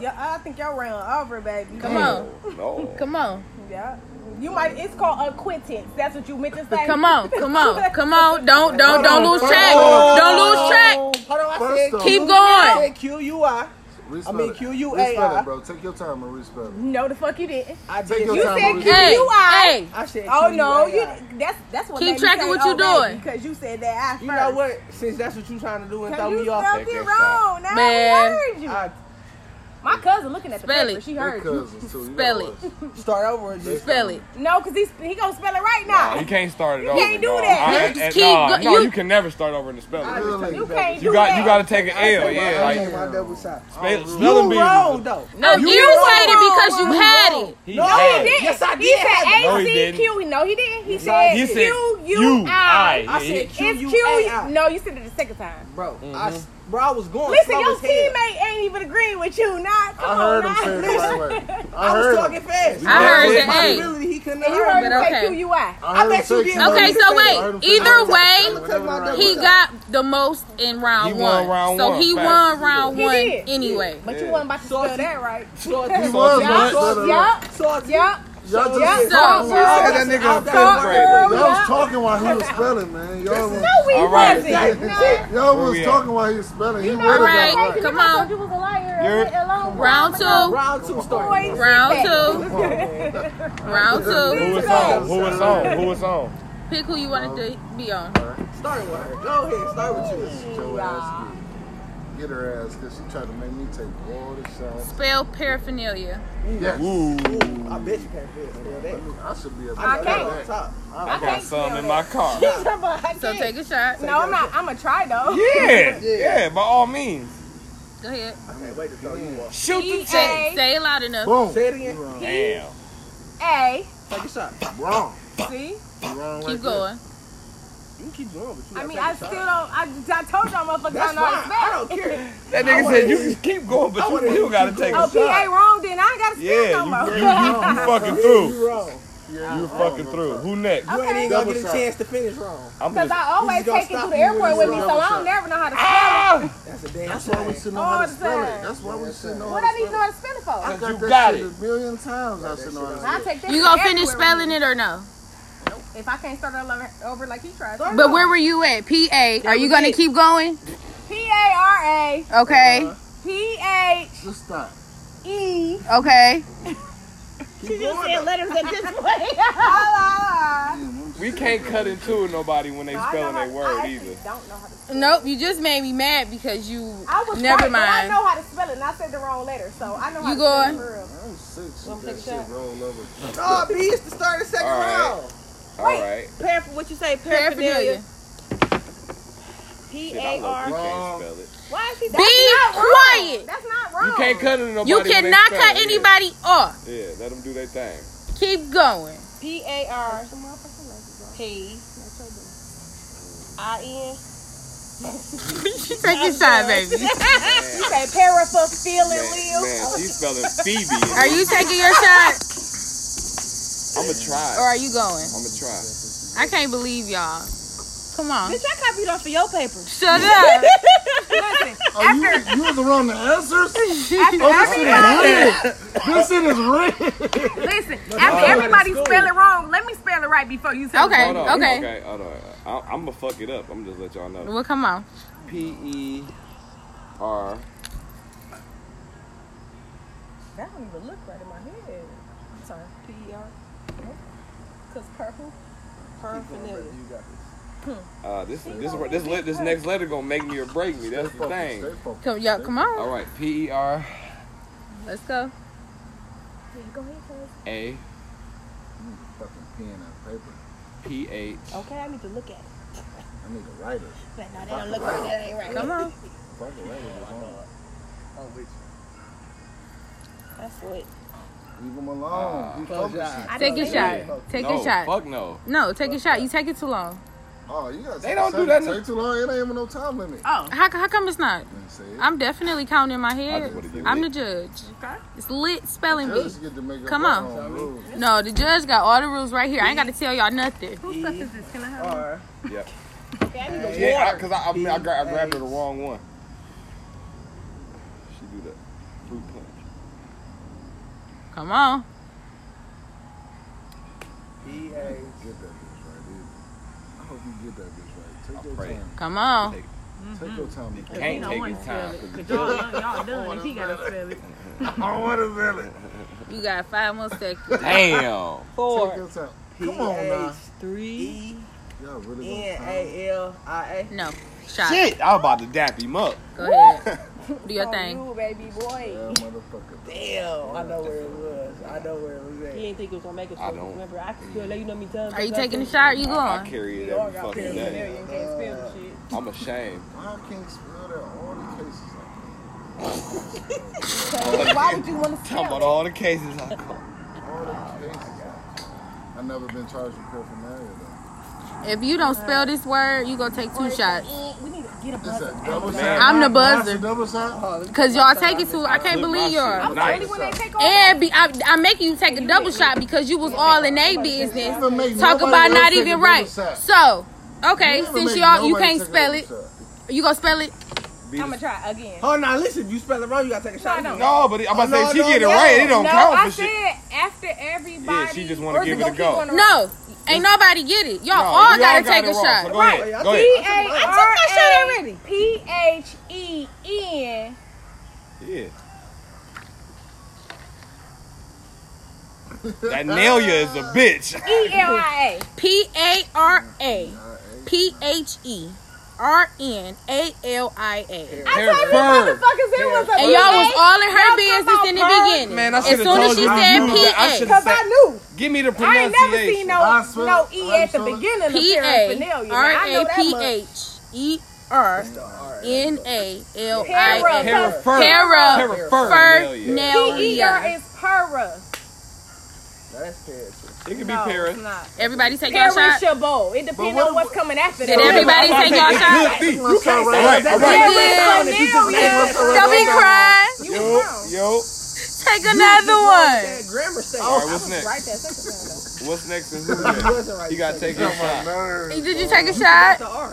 [SPEAKER 6] Yeah, I think y'all round over, baby.
[SPEAKER 4] Come on.
[SPEAKER 3] No.
[SPEAKER 4] Come on.
[SPEAKER 6] Yeah. You might. It's called acquittance. That's what you meant to say.
[SPEAKER 4] Come on. Come on. Come on. Don't don't don't lose track. Don't lose track.
[SPEAKER 1] Hold on, I
[SPEAKER 5] First
[SPEAKER 1] said
[SPEAKER 5] off-
[SPEAKER 4] Keep
[SPEAKER 1] I
[SPEAKER 4] going.
[SPEAKER 1] said Q U I.
[SPEAKER 5] Respell
[SPEAKER 1] I mean,
[SPEAKER 5] it.
[SPEAKER 1] Q-U-A-I.
[SPEAKER 5] Respell it, bro. Take your time and respell it.
[SPEAKER 6] No, the fuck you didn't.
[SPEAKER 1] I
[SPEAKER 5] Take
[SPEAKER 1] did.
[SPEAKER 5] your
[SPEAKER 1] You
[SPEAKER 5] time.
[SPEAKER 1] said
[SPEAKER 5] with it.
[SPEAKER 4] Hey,
[SPEAKER 6] QUI.
[SPEAKER 4] hey.
[SPEAKER 1] I said.
[SPEAKER 6] Oh no,
[SPEAKER 1] Q U
[SPEAKER 6] you.
[SPEAKER 1] I I.
[SPEAKER 6] That's that's what.
[SPEAKER 4] Keep
[SPEAKER 6] made me
[SPEAKER 4] track of
[SPEAKER 6] say
[SPEAKER 4] what you
[SPEAKER 6] already,
[SPEAKER 4] doing.
[SPEAKER 6] because you said that. I
[SPEAKER 1] You know what? Since that's what you trying to do and throw
[SPEAKER 6] you
[SPEAKER 1] me off,
[SPEAKER 6] spelled it
[SPEAKER 3] Take that
[SPEAKER 6] wrong. Now
[SPEAKER 4] Man.
[SPEAKER 6] I heard you.
[SPEAKER 1] I
[SPEAKER 6] My cousin looking at the
[SPEAKER 4] Spell
[SPEAKER 6] paper.
[SPEAKER 4] it.
[SPEAKER 6] She
[SPEAKER 5] Your
[SPEAKER 6] heard you.
[SPEAKER 5] cousins, too. You
[SPEAKER 4] Spell
[SPEAKER 5] know
[SPEAKER 4] it.
[SPEAKER 5] what?
[SPEAKER 1] start over and just.
[SPEAKER 4] Spell it.
[SPEAKER 6] No, cause he's he gonna spell it right
[SPEAKER 3] Nah,
[SPEAKER 6] now.
[SPEAKER 3] you can't start it over.
[SPEAKER 6] can't do
[SPEAKER 3] dog.
[SPEAKER 6] that.
[SPEAKER 3] I-
[SPEAKER 4] You
[SPEAKER 3] I-
[SPEAKER 4] just keep
[SPEAKER 3] nah,
[SPEAKER 4] go-
[SPEAKER 3] nah,
[SPEAKER 4] you-
[SPEAKER 3] you can never start over in the spelling.
[SPEAKER 5] Really?
[SPEAKER 6] You can't
[SPEAKER 3] You
[SPEAKER 6] do
[SPEAKER 3] got
[SPEAKER 6] that.
[SPEAKER 3] you got to take an L. Yeah,
[SPEAKER 1] I
[SPEAKER 3] like
[SPEAKER 1] take my double shot.
[SPEAKER 3] spell, spelling
[SPEAKER 1] You
[SPEAKER 3] bees.
[SPEAKER 1] wrong though.
[SPEAKER 4] No, Oh, you waited because you had it.
[SPEAKER 3] He
[SPEAKER 1] No,
[SPEAKER 3] had
[SPEAKER 1] he
[SPEAKER 3] it.
[SPEAKER 1] didn't. Yes, I
[SPEAKER 2] He
[SPEAKER 1] did.
[SPEAKER 2] said
[SPEAKER 3] No,
[SPEAKER 2] A
[SPEAKER 3] he
[SPEAKER 2] C
[SPEAKER 3] didn't.
[SPEAKER 2] Q. No, he didn't. He said
[SPEAKER 3] He said
[SPEAKER 2] Q U I.
[SPEAKER 3] I.
[SPEAKER 1] I
[SPEAKER 3] Yeah,
[SPEAKER 1] said
[SPEAKER 3] he-
[SPEAKER 1] Q
[SPEAKER 2] It's
[SPEAKER 1] U
[SPEAKER 2] Q.
[SPEAKER 1] A I.
[SPEAKER 2] No, you said it the second time.
[SPEAKER 1] Bro,
[SPEAKER 3] Mm-hmm.
[SPEAKER 1] I s- bro, I was going.
[SPEAKER 2] Listen,
[SPEAKER 1] slow
[SPEAKER 2] your
[SPEAKER 1] as hell.
[SPEAKER 2] teammate ain't even agreeing with you. Not
[SPEAKER 5] I
[SPEAKER 2] come on
[SPEAKER 5] heard him
[SPEAKER 2] now.
[SPEAKER 5] say it the right way. I
[SPEAKER 1] I was
[SPEAKER 5] heard
[SPEAKER 1] talking
[SPEAKER 5] him.
[SPEAKER 1] fast.
[SPEAKER 4] I heard the A.
[SPEAKER 1] Possibility he couldn't
[SPEAKER 2] And you
[SPEAKER 1] have heard
[SPEAKER 2] heard
[SPEAKER 4] but
[SPEAKER 1] me.
[SPEAKER 2] him
[SPEAKER 4] okay.
[SPEAKER 2] say Q U I.
[SPEAKER 1] I
[SPEAKER 5] heard him
[SPEAKER 1] bet you
[SPEAKER 5] say
[SPEAKER 1] didn't.
[SPEAKER 5] something.
[SPEAKER 4] Okay, so
[SPEAKER 5] I heard
[SPEAKER 4] wait.
[SPEAKER 5] him say
[SPEAKER 4] Either
[SPEAKER 5] something.
[SPEAKER 4] way,
[SPEAKER 1] Take my double
[SPEAKER 4] he
[SPEAKER 1] shot.
[SPEAKER 4] got the most in round
[SPEAKER 3] He
[SPEAKER 4] one.
[SPEAKER 3] won round
[SPEAKER 4] so
[SPEAKER 3] one,
[SPEAKER 4] he
[SPEAKER 3] facts.
[SPEAKER 4] won round
[SPEAKER 2] He
[SPEAKER 4] one
[SPEAKER 2] did.
[SPEAKER 4] anyway.
[SPEAKER 2] But you wasn't about to
[SPEAKER 1] So
[SPEAKER 2] spell
[SPEAKER 1] she-
[SPEAKER 2] that right.
[SPEAKER 1] Salty.
[SPEAKER 5] He was,
[SPEAKER 2] Yup,
[SPEAKER 5] but- but-
[SPEAKER 2] yup,
[SPEAKER 1] Salty.
[SPEAKER 2] yup.
[SPEAKER 5] Y'all
[SPEAKER 1] Yeah,
[SPEAKER 5] just
[SPEAKER 4] so-
[SPEAKER 5] talking
[SPEAKER 4] so-
[SPEAKER 3] Look
[SPEAKER 5] while-
[SPEAKER 3] at that nigga
[SPEAKER 1] Y'all
[SPEAKER 3] in fifth grade.
[SPEAKER 5] Y'all
[SPEAKER 2] Girl,
[SPEAKER 5] was
[SPEAKER 2] yup.
[SPEAKER 5] talking while he was spelling, man. Y'all was,
[SPEAKER 2] No, we
[SPEAKER 3] All right.
[SPEAKER 2] wasn't. No.
[SPEAKER 5] y'all
[SPEAKER 3] Where
[SPEAKER 5] was
[SPEAKER 3] we at?
[SPEAKER 5] talking while he was spelling. He
[SPEAKER 4] All
[SPEAKER 5] waited
[SPEAKER 4] right,
[SPEAKER 5] y'all right.
[SPEAKER 4] come
[SPEAKER 2] I
[SPEAKER 4] on.
[SPEAKER 2] thought you was a liar.
[SPEAKER 3] You're-
[SPEAKER 2] Leave it alone.
[SPEAKER 4] Round two.
[SPEAKER 1] Round two start.
[SPEAKER 2] Boy,
[SPEAKER 4] Round two. Round
[SPEAKER 3] Who
[SPEAKER 4] two.
[SPEAKER 3] it's on? Who it's on? Who it's on?
[SPEAKER 4] Pick who you wanted to be on.
[SPEAKER 1] Start with her. Go ahead. Start with you.
[SPEAKER 5] Your ass good. Get her ass, cause she tried to make me take all the shots.
[SPEAKER 4] Spell paraphernalia.
[SPEAKER 5] Yes.
[SPEAKER 1] Ooh, I bet you can't feel that.
[SPEAKER 5] I should be a
[SPEAKER 1] I
[SPEAKER 5] better
[SPEAKER 1] know that.
[SPEAKER 5] at that.
[SPEAKER 1] Top.
[SPEAKER 3] I got some in my car.
[SPEAKER 4] So take a shot.
[SPEAKER 2] No, I'm not. I'm gonna try though.
[SPEAKER 3] Yeah, yeah, by all means.
[SPEAKER 4] Go ahead.
[SPEAKER 1] I can't wait to throw you off.
[SPEAKER 3] Shoot the
[SPEAKER 4] Say,
[SPEAKER 2] A
[SPEAKER 4] say it loud enough.
[SPEAKER 5] Boom.
[SPEAKER 1] Say it again.
[SPEAKER 3] Damn.
[SPEAKER 2] A
[SPEAKER 1] Take a shot.
[SPEAKER 5] Wrong.
[SPEAKER 2] C.
[SPEAKER 5] You Wrong right
[SPEAKER 4] Keep going.
[SPEAKER 1] You can keep going, but you
[SPEAKER 2] I mean,
[SPEAKER 1] gotta
[SPEAKER 2] I
[SPEAKER 1] take a
[SPEAKER 2] still
[SPEAKER 1] shot.
[SPEAKER 2] don't. I, I told y'all, motherfuckers, I
[SPEAKER 1] That's
[SPEAKER 2] know how
[SPEAKER 1] fine. I don't
[SPEAKER 2] to spell.
[SPEAKER 1] care.
[SPEAKER 3] That nigga said you can keep going, but you still gotta take
[SPEAKER 2] Oh,
[SPEAKER 3] a
[SPEAKER 2] P A
[SPEAKER 3] shot.
[SPEAKER 2] wrong, then I ain't gotta spell
[SPEAKER 3] Yeah,
[SPEAKER 2] no more.
[SPEAKER 3] you, you, you, you fucking through.
[SPEAKER 1] You wrong.
[SPEAKER 5] Yeah,
[SPEAKER 3] You fucking through. Who next?
[SPEAKER 1] You ain't even gonna
[SPEAKER 5] Double
[SPEAKER 1] get a
[SPEAKER 5] shot.
[SPEAKER 1] chance to finish wrong.
[SPEAKER 3] I'm
[SPEAKER 2] Cause
[SPEAKER 3] just.
[SPEAKER 2] I always
[SPEAKER 1] He's gonna
[SPEAKER 2] take it to
[SPEAKER 1] stop
[SPEAKER 2] the
[SPEAKER 1] you when
[SPEAKER 2] airport
[SPEAKER 1] it's
[SPEAKER 2] with me,
[SPEAKER 5] wrong.
[SPEAKER 2] so I don't never know how to spell
[SPEAKER 3] Ah!
[SPEAKER 1] That's a damn
[SPEAKER 5] That's why we
[SPEAKER 1] shame.
[SPEAKER 5] shouldn't know how to
[SPEAKER 2] All the
[SPEAKER 5] spell it.
[SPEAKER 2] time.
[SPEAKER 5] That's why we shouldn't know
[SPEAKER 2] it. What I
[SPEAKER 5] how to
[SPEAKER 2] need to know
[SPEAKER 5] spell
[SPEAKER 2] how
[SPEAKER 5] it.
[SPEAKER 2] to spell it for?
[SPEAKER 5] I
[SPEAKER 2] I,
[SPEAKER 5] got
[SPEAKER 3] You
[SPEAKER 5] that
[SPEAKER 3] got
[SPEAKER 5] shit
[SPEAKER 3] it.
[SPEAKER 5] a million times. I should know
[SPEAKER 2] I
[SPEAKER 5] how to spell it.
[SPEAKER 2] take that.
[SPEAKER 4] You
[SPEAKER 2] shit
[SPEAKER 4] gonna
[SPEAKER 2] everywhere
[SPEAKER 4] finish
[SPEAKER 2] with
[SPEAKER 4] spelling
[SPEAKER 2] me.
[SPEAKER 4] it or no?
[SPEAKER 2] If I can't start all over- over like he tried.
[SPEAKER 4] But where were you at? PA. Are you gonna keep going?
[SPEAKER 2] P A R A
[SPEAKER 4] Okay.
[SPEAKER 2] Uh-huh. P H
[SPEAKER 5] Just stop.
[SPEAKER 2] E.
[SPEAKER 4] Okay.
[SPEAKER 7] She just said letters at this point.
[SPEAKER 3] We can't cut into nobody when they spelling their word
[SPEAKER 2] I
[SPEAKER 3] either.
[SPEAKER 2] actually don't know how to spell
[SPEAKER 4] Nope. You just made me mad because you.
[SPEAKER 2] it. I was
[SPEAKER 4] Never
[SPEAKER 2] right, but I
[SPEAKER 4] mind.
[SPEAKER 2] know how to spell it, and I said the wrong letter, so I know how
[SPEAKER 4] You
[SPEAKER 2] to spell
[SPEAKER 4] going?
[SPEAKER 2] it for real.
[SPEAKER 5] I'm six.
[SPEAKER 7] Wanna
[SPEAKER 5] That
[SPEAKER 7] take a
[SPEAKER 5] shit
[SPEAKER 7] shot?
[SPEAKER 5] roll over.
[SPEAKER 1] Oh, B used to start the second
[SPEAKER 3] All right.
[SPEAKER 1] round.
[SPEAKER 3] All right.
[SPEAKER 7] Parapher- what you say? Paraphernalia.
[SPEAKER 4] Paraphernalia.
[SPEAKER 7] P
[SPEAKER 3] Shit, I
[SPEAKER 7] A
[SPEAKER 3] love you
[SPEAKER 7] R.
[SPEAKER 3] can't spell it.
[SPEAKER 2] Why is he?
[SPEAKER 4] Be quiet.
[SPEAKER 2] That's not wrong.
[SPEAKER 3] You can't cut into nobody.
[SPEAKER 4] You
[SPEAKER 3] when they
[SPEAKER 4] cannot
[SPEAKER 3] spelling
[SPEAKER 4] cut
[SPEAKER 3] it.
[SPEAKER 4] anybody off.
[SPEAKER 3] Yeah, let them do their thing.
[SPEAKER 4] Keep going.
[SPEAKER 7] P A R P I N.
[SPEAKER 4] Take your time, baby.
[SPEAKER 2] You say parapher, feeling,
[SPEAKER 3] Man,
[SPEAKER 2] Leo.
[SPEAKER 3] man she's spelling Phoebe.
[SPEAKER 4] Are you taking your shot
[SPEAKER 3] I'ma
[SPEAKER 4] or
[SPEAKER 3] try.
[SPEAKER 4] are you going?
[SPEAKER 3] I'ma try.
[SPEAKER 4] I can't believe y'all. Come on.
[SPEAKER 7] Bitch, I copied off of your paper.
[SPEAKER 4] Shut up.
[SPEAKER 5] Oh, you, you was the Oh, wrong to answer? This shit is red.
[SPEAKER 2] Listen, after everybody spell it wrong, let me spell it right before you tell
[SPEAKER 4] Okay.
[SPEAKER 3] Hold on.
[SPEAKER 4] Okay.
[SPEAKER 3] Okay. Hold on. I, I'm gonna fuck it up. I'm just let y'all know.
[SPEAKER 4] Well, come on.
[SPEAKER 3] P E
[SPEAKER 4] Mm.
[SPEAKER 3] R.
[SPEAKER 2] That don't even look right in my head. I'm sorry. P E R. Cause purple.
[SPEAKER 7] Paraphernalia.
[SPEAKER 3] Uh, this this this le- this next letter gonna make me or break me. That's the thing.
[SPEAKER 5] Stay focused.
[SPEAKER 4] Come, y'all, come on.
[SPEAKER 3] All right. P E R
[SPEAKER 4] Let's go.
[SPEAKER 3] A
[SPEAKER 5] Fucking pen and paper.
[SPEAKER 3] P H.
[SPEAKER 4] Oh,
[SPEAKER 7] Okay, I need to look at it.
[SPEAKER 5] I need a writer.
[SPEAKER 7] But no, they don't look right. That ain't right.
[SPEAKER 4] Come on.
[SPEAKER 5] Fuck a writer is on.
[SPEAKER 7] That's what.
[SPEAKER 5] Leave him alone. Be focused.
[SPEAKER 4] Take your shot. Take
[SPEAKER 3] No.
[SPEAKER 4] your shot.
[SPEAKER 3] Fuck no.
[SPEAKER 4] No, take your shot. You take it too long.
[SPEAKER 5] Oh, you gotta
[SPEAKER 3] They don't do that no-
[SPEAKER 5] Take too long. It ain't even no time limit.
[SPEAKER 4] How, how come it's not?
[SPEAKER 5] Let me say it.
[SPEAKER 4] I'm definitely counting in my head.
[SPEAKER 3] wanna get
[SPEAKER 4] I'm the
[SPEAKER 3] lit.
[SPEAKER 4] judge. It's lit spelling bee.
[SPEAKER 5] Judge get to make up
[SPEAKER 4] Come
[SPEAKER 5] her
[SPEAKER 4] on.
[SPEAKER 5] own rules.
[SPEAKER 4] No, the judge got all the rules right here. I ain't got to tell y'all nothing.
[SPEAKER 2] Who stuff is this? Can I have it?
[SPEAKER 1] Or
[SPEAKER 3] Yeah.
[SPEAKER 2] Okay, I need a
[SPEAKER 3] Yeah. I, Cause I I, mean, I, gra- I grabbed her the wrong one. She do the boot punch.
[SPEAKER 4] Come on.
[SPEAKER 1] P A.
[SPEAKER 5] Get that bitch right dude. I hope you get that bitch right. Take
[SPEAKER 3] I
[SPEAKER 5] your
[SPEAKER 3] pray.
[SPEAKER 5] time.
[SPEAKER 4] Come on.
[SPEAKER 5] Take your time. to get
[SPEAKER 3] Mm-hmm. Can't take his time.
[SPEAKER 7] Cause y'all, y'all, y'all done. if he gotta spell it.
[SPEAKER 5] it. I want to feel it.
[SPEAKER 4] You got five more seconds.
[SPEAKER 3] Damn.
[SPEAKER 5] Take
[SPEAKER 7] Four,
[SPEAKER 5] your time.
[SPEAKER 1] P
[SPEAKER 5] Come on
[SPEAKER 1] H
[SPEAKER 5] now.
[SPEAKER 7] three.
[SPEAKER 1] E
[SPEAKER 5] Y'all really gonna
[SPEAKER 1] N
[SPEAKER 5] time.
[SPEAKER 1] A L I
[SPEAKER 4] No. Shot.
[SPEAKER 3] Shit. I'm about to dap him up.
[SPEAKER 4] Go ahead. Do your thing.
[SPEAKER 2] You, baby boy.
[SPEAKER 5] Yeah, motherfucker.
[SPEAKER 1] A. Damn, I know where it was. I know where it was at.
[SPEAKER 7] He didn't think it was gonna make it.
[SPEAKER 3] I
[SPEAKER 7] so
[SPEAKER 3] don't.
[SPEAKER 7] Remember, I could still let you know me done.
[SPEAKER 4] Are you taking the shot? Or you
[SPEAKER 3] I, I
[SPEAKER 4] going?
[SPEAKER 3] carry it
[SPEAKER 2] You all
[SPEAKER 3] every
[SPEAKER 2] got
[SPEAKER 3] fucking
[SPEAKER 2] paraphernalia.
[SPEAKER 3] day.
[SPEAKER 2] You can't spell the shit.
[SPEAKER 3] I'm ashamed.
[SPEAKER 5] Why I can't spell that all the cases like
[SPEAKER 2] Why would you want to
[SPEAKER 3] Talking
[SPEAKER 2] spell
[SPEAKER 3] about all the cases I caught.
[SPEAKER 5] that? All the cases. I never been charged with paraphernalia though.
[SPEAKER 4] If you don't spell this word, you gonna take two shots.
[SPEAKER 2] it? We need to get a
[SPEAKER 5] Is
[SPEAKER 2] buzzer.
[SPEAKER 5] that double shot?
[SPEAKER 3] Man.
[SPEAKER 4] I'm the
[SPEAKER 5] That's
[SPEAKER 4] buzzer.
[SPEAKER 5] a double shot?
[SPEAKER 4] Cause y'all take it too. I can't
[SPEAKER 3] Look, my shit
[SPEAKER 4] believe y'all.
[SPEAKER 3] nice.
[SPEAKER 2] When they take off,
[SPEAKER 4] And be, I, I'm making you take a double shot because you was all in a business.
[SPEAKER 5] Never make
[SPEAKER 4] Talk
[SPEAKER 5] nobody
[SPEAKER 4] about
[SPEAKER 5] else
[SPEAKER 4] not
[SPEAKER 5] take a
[SPEAKER 4] even
[SPEAKER 5] double
[SPEAKER 4] right.
[SPEAKER 5] shot.
[SPEAKER 4] So, okay,
[SPEAKER 5] Never
[SPEAKER 4] since
[SPEAKER 5] make
[SPEAKER 4] y'all you
[SPEAKER 5] nobody
[SPEAKER 4] can't
[SPEAKER 5] take a
[SPEAKER 4] spell
[SPEAKER 5] double
[SPEAKER 4] it,
[SPEAKER 5] shot.
[SPEAKER 4] you gonna spell it?
[SPEAKER 3] Be
[SPEAKER 2] I'm
[SPEAKER 3] the-
[SPEAKER 2] gonna try again.
[SPEAKER 1] Oh, now listen, if you spell it wrong, you gotta take a shot.
[SPEAKER 2] No, I don't.
[SPEAKER 3] No, but I'm about to
[SPEAKER 1] Oh,
[SPEAKER 3] say
[SPEAKER 1] no,
[SPEAKER 3] she
[SPEAKER 1] no,
[SPEAKER 3] get it
[SPEAKER 1] no.
[SPEAKER 3] right. It don't
[SPEAKER 2] no, I
[SPEAKER 3] count for
[SPEAKER 2] said
[SPEAKER 3] shit.
[SPEAKER 2] after everybody.
[SPEAKER 3] Yeah, she just wanna
[SPEAKER 2] or is it
[SPEAKER 3] give it a
[SPEAKER 2] gonna keep
[SPEAKER 3] go.
[SPEAKER 2] going around?
[SPEAKER 4] No, ain't nobody get it. Y'all
[SPEAKER 3] No,
[SPEAKER 4] all
[SPEAKER 3] you
[SPEAKER 4] gotta
[SPEAKER 3] got
[SPEAKER 4] take
[SPEAKER 3] it
[SPEAKER 4] a
[SPEAKER 3] wrong,
[SPEAKER 4] shot.
[SPEAKER 3] So go ahead.
[SPEAKER 1] Right.
[SPEAKER 3] Go
[SPEAKER 1] I
[SPEAKER 3] ahead.
[SPEAKER 2] P A
[SPEAKER 1] I took
[SPEAKER 2] R
[SPEAKER 4] that shot
[SPEAKER 2] A
[SPEAKER 4] already.
[SPEAKER 2] P H E N.
[SPEAKER 3] Yeah. That nail you is a bitch.
[SPEAKER 2] E L I
[SPEAKER 4] P A R A P H E R N A L I A.
[SPEAKER 2] A. I told you
[SPEAKER 3] Hereford.
[SPEAKER 2] motherfuckers it was a
[SPEAKER 4] And y'all was
[SPEAKER 2] mistake,
[SPEAKER 4] all in her
[SPEAKER 2] Y'all
[SPEAKER 4] business
[SPEAKER 2] talking
[SPEAKER 4] in the
[SPEAKER 2] about birds?
[SPEAKER 4] beginning.
[SPEAKER 3] Man, I
[SPEAKER 4] as
[SPEAKER 3] shoulda
[SPEAKER 4] soon as
[SPEAKER 3] told
[SPEAKER 4] she
[SPEAKER 3] you. I
[SPEAKER 4] said
[SPEAKER 3] knew that. I
[SPEAKER 4] P
[SPEAKER 3] shoulda-
[SPEAKER 4] A.
[SPEAKER 2] Cause I knew.
[SPEAKER 3] Give me
[SPEAKER 2] I
[SPEAKER 3] the
[SPEAKER 2] ain't
[SPEAKER 3] pronunciation.
[SPEAKER 2] never seen no
[SPEAKER 5] I
[SPEAKER 2] no
[SPEAKER 5] smell-
[SPEAKER 2] E
[SPEAKER 5] I
[SPEAKER 2] at the
[SPEAKER 5] smell it.
[SPEAKER 2] beginning of
[SPEAKER 4] P
[SPEAKER 2] the
[SPEAKER 4] A
[SPEAKER 2] paraphernalia.
[SPEAKER 4] R
[SPEAKER 2] I know
[SPEAKER 4] A
[SPEAKER 2] that
[SPEAKER 4] P
[SPEAKER 2] much.
[SPEAKER 4] H E R N A L E
[SPEAKER 2] Para.
[SPEAKER 4] I A.
[SPEAKER 3] Para fur.
[SPEAKER 4] Para-
[SPEAKER 3] Para fur
[SPEAKER 4] Fur
[SPEAKER 3] nail you.
[SPEAKER 2] P E R
[SPEAKER 4] nail.
[SPEAKER 2] is para.
[SPEAKER 1] That's terrible.
[SPEAKER 3] It could be
[SPEAKER 2] No,
[SPEAKER 3] para.
[SPEAKER 2] it's not.
[SPEAKER 4] Everybody take your shot.
[SPEAKER 2] Perishable. It
[SPEAKER 5] But
[SPEAKER 2] depends
[SPEAKER 5] what
[SPEAKER 2] on what's coming after
[SPEAKER 4] Did
[SPEAKER 2] that.
[SPEAKER 4] everybody
[SPEAKER 3] That's
[SPEAKER 4] take
[SPEAKER 3] what I'm
[SPEAKER 4] your
[SPEAKER 3] saying. It
[SPEAKER 4] shot?
[SPEAKER 3] could be.
[SPEAKER 5] You can't say
[SPEAKER 1] All
[SPEAKER 3] right, all right.
[SPEAKER 2] Perishable.
[SPEAKER 4] Don't be crying.
[SPEAKER 2] You
[SPEAKER 3] Yo,
[SPEAKER 2] was wrong.
[SPEAKER 3] yo.
[SPEAKER 4] Take another one.
[SPEAKER 1] That grammar state. Oh,
[SPEAKER 3] All right, what's next?
[SPEAKER 2] Right there. second round,
[SPEAKER 3] What's next and who's next?
[SPEAKER 6] wasn't right.
[SPEAKER 3] You gotta take your
[SPEAKER 5] My
[SPEAKER 3] shot.
[SPEAKER 5] nerves.
[SPEAKER 4] Did you take a
[SPEAKER 6] That's
[SPEAKER 4] shot?
[SPEAKER 6] the R.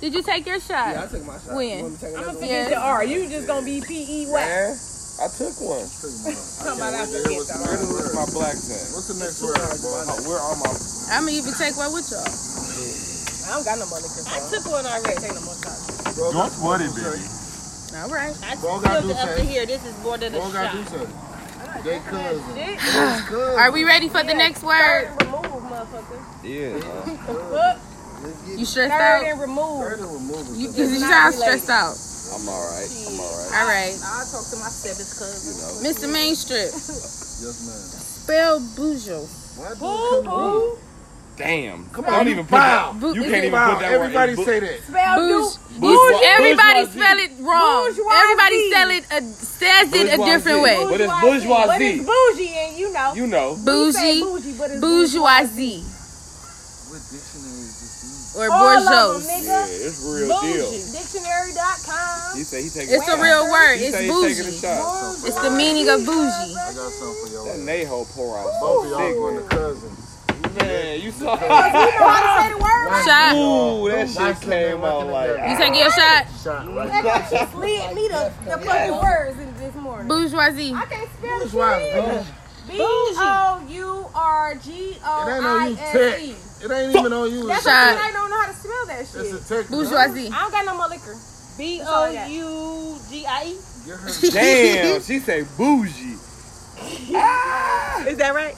[SPEAKER 4] Did you take your
[SPEAKER 6] Yeah, I
[SPEAKER 4] shot?
[SPEAKER 6] took my shot.
[SPEAKER 4] When?
[SPEAKER 6] You want me to take another one?
[SPEAKER 4] Yes.
[SPEAKER 2] The R. You just gonna be P E whack.
[SPEAKER 3] Man, I took one.
[SPEAKER 6] Somebody I
[SPEAKER 5] It
[SPEAKER 6] forget
[SPEAKER 5] was
[SPEAKER 6] the
[SPEAKER 5] my
[SPEAKER 6] R.
[SPEAKER 3] Riddle is
[SPEAKER 5] nerves.
[SPEAKER 3] my black man.
[SPEAKER 5] What's the next word, boy?
[SPEAKER 3] Uh, Where are my
[SPEAKER 4] I'm gonna even take one with y'all.
[SPEAKER 6] I don't got no money. Chris.
[SPEAKER 2] I took one already. Take no more shots.
[SPEAKER 5] Bro, got-
[SPEAKER 4] All right.
[SPEAKER 2] I
[SPEAKER 5] Bro,
[SPEAKER 2] took
[SPEAKER 5] gotta
[SPEAKER 2] it
[SPEAKER 5] do
[SPEAKER 2] up to
[SPEAKER 5] something.
[SPEAKER 2] here. This is more than a
[SPEAKER 5] Bro, got
[SPEAKER 2] shot.
[SPEAKER 5] do something. They cousin.
[SPEAKER 2] Shit.
[SPEAKER 5] It's cousin.
[SPEAKER 4] Are we ready for the next word?
[SPEAKER 2] Third and remove, motherfucker.
[SPEAKER 3] Yeah. uh,
[SPEAKER 2] Fuck.
[SPEAKER 4] You
[SPEAKER 2] Third
[SPEAKER 4] stressed out?
[SPEAKER 2] and remove.
[SPEAKER 5] Heard it was moving.
[SPEAKER 4] You, you sound stressed out.
[SPEAKER 3] I'm alright. I'm alright.
[SPEAKER 4] All right.
[SPEAKER 2] I'll talk to my stepdad's cousin.
[SPEAKER 4] Mr. Mainstrip,
[SPEAKER 5] Yes,
[SPEAKER 4] spell Bujo.
[SPEAKER 5] ma'am. Why do
[SPEAKER 2] Who?
[SPEAKER 5] it come
[SPEAKER 2] Who?
[SPEAKER 3] Damn. Come
[SPEAKER 5] on,
[SPEAKER 3] Don't
[SPEAKER 5] you
[SPEAKER 3] even put
[SPEAKER 5] foul.
[SPEAKER 3] that.
[SPEAKER 4] Boo-
[SPEAKER 3] You
[SPEAKER 4] is
[SPEAKER 3] can't
[SPEAKER 4] it
[SPEAKER 3] even
[SPEAKER 5] Wow,
[SPEAKER 3] put that word.
[SPEAKER 5] everybody
[SPEAKER 3] in bu-
[SPEAKER 5] say that.
[SPEAKER 2] Spell
[SPEAKER 4] Bouge.
[SPEAKER 2] you.
[SPEAKER 3] Bourgeois-
[SPEAKER 4] Everybody
[SPEAKER 3] bourgeoisie.
[SPEAKER 4] spell it wrong.
[SPEAKER 2] Bourgeoisie.
[SPEAKER 4] Everybody spell it a, says it a different
[SPEAKER 3] Bourgeoisie.
[SPEAKER 4] way.
[SPEAKER 3] But it's
[SPEAKER 2] But
[SPEAKER 3] bourgeoisie.
[SPEAKER 2] it's bougie, and you know.
[SPEAKER 3] You know.
[SPEAKER 2] We say
[SPEAKER 4] Bougie,
[SPEAKER 2] bougie, but it's
[SPEAKER 4] bourgeoisie,
[SPEAKER 5] What dictionary is
[SPEAKER 4] or
[SPEAKER 2] All of
[SPEAKER 4] bourgeois.
[SPEAKER 2] them,
[SPEAKER 3] Yeah,
[SPEAKER 2] nigga.
[SPEAKER 3] it's real deal.
[SPEAKER 2] Bougie. Dictionary.com.
[SPEAKER 3] He said he taking.
[SPEAKER 4] It's a real word.
[SPEAKER 3] He
[SPEAKER 4] It's
[SPEAKER 3] said he taking a
[SPEAKER 4] bougie.
[SPEAKER 3] shot.
[SPEAKER 5] this?
[SPEAKER 4] It's the meaning of bougie.
[SPEAKER 5] I got something for y'all.
[SPEAKER 3] That Naho pour out.
[SPEAKER 5] Both
[SPEAKER 3] so
[SPEAKER 5] of y'all
[SPEAKER 3] thick.
[SPEAKER 5] going to cousins.
[SPEAKER 3] Oh, Man, you saw.
[SPEAKER 4] Shot.
[SPEAKER 3] Ooh, that shit
[SPEAKER 5] Nice
[SPEAKER 3] came
[SPEAKER 5] looking
[SPEAKER 3] out
[SPEAKER 5] looking
[SPEAKER 3] like.
[SPEAKER 5] at
[SPEAKER 4] You taking your shot?
[SPEAKER 5] Shot right there.
[SPEAKER 2] That just slid me the, the fucking words in this morning.
[SPEAKER 4] Bourgeoisie.
[SPEAKER 2] I can't spell
[SPEAKER 5] That's
[SPEAKER 2] it.
[SPEAKER 5] why I-
[SPEAKER 2] B O U R G
[SPEAKER 5] It ain't
[SPEAKER 2] O
[SPEAKER 5] on
[SPEAKER 2] I
[SPEAKER 5] you,
[SPEAKER 2] S E.
[SPEAKER 5] tech. It ain't even on you.
[SPEAKER 2] That's
[SPEAKER 5] It's
[SPEAKER 4] Shut-
[SPEAKER 2] why
[SPEAKER 4] Shot.
[SPEAKER 2] I don't know how to spell that shit.
[SPEAKER 5] it's a tech.
[SPEAKER 4] Bourgeoisie.
[SPEAKER 2] I don't got no more liquor. B O U G I E.
[SPEAKER 5] Get her
[SPEAKER 3] Damn, she say bougie.
[SPEAKER 6] Is that right?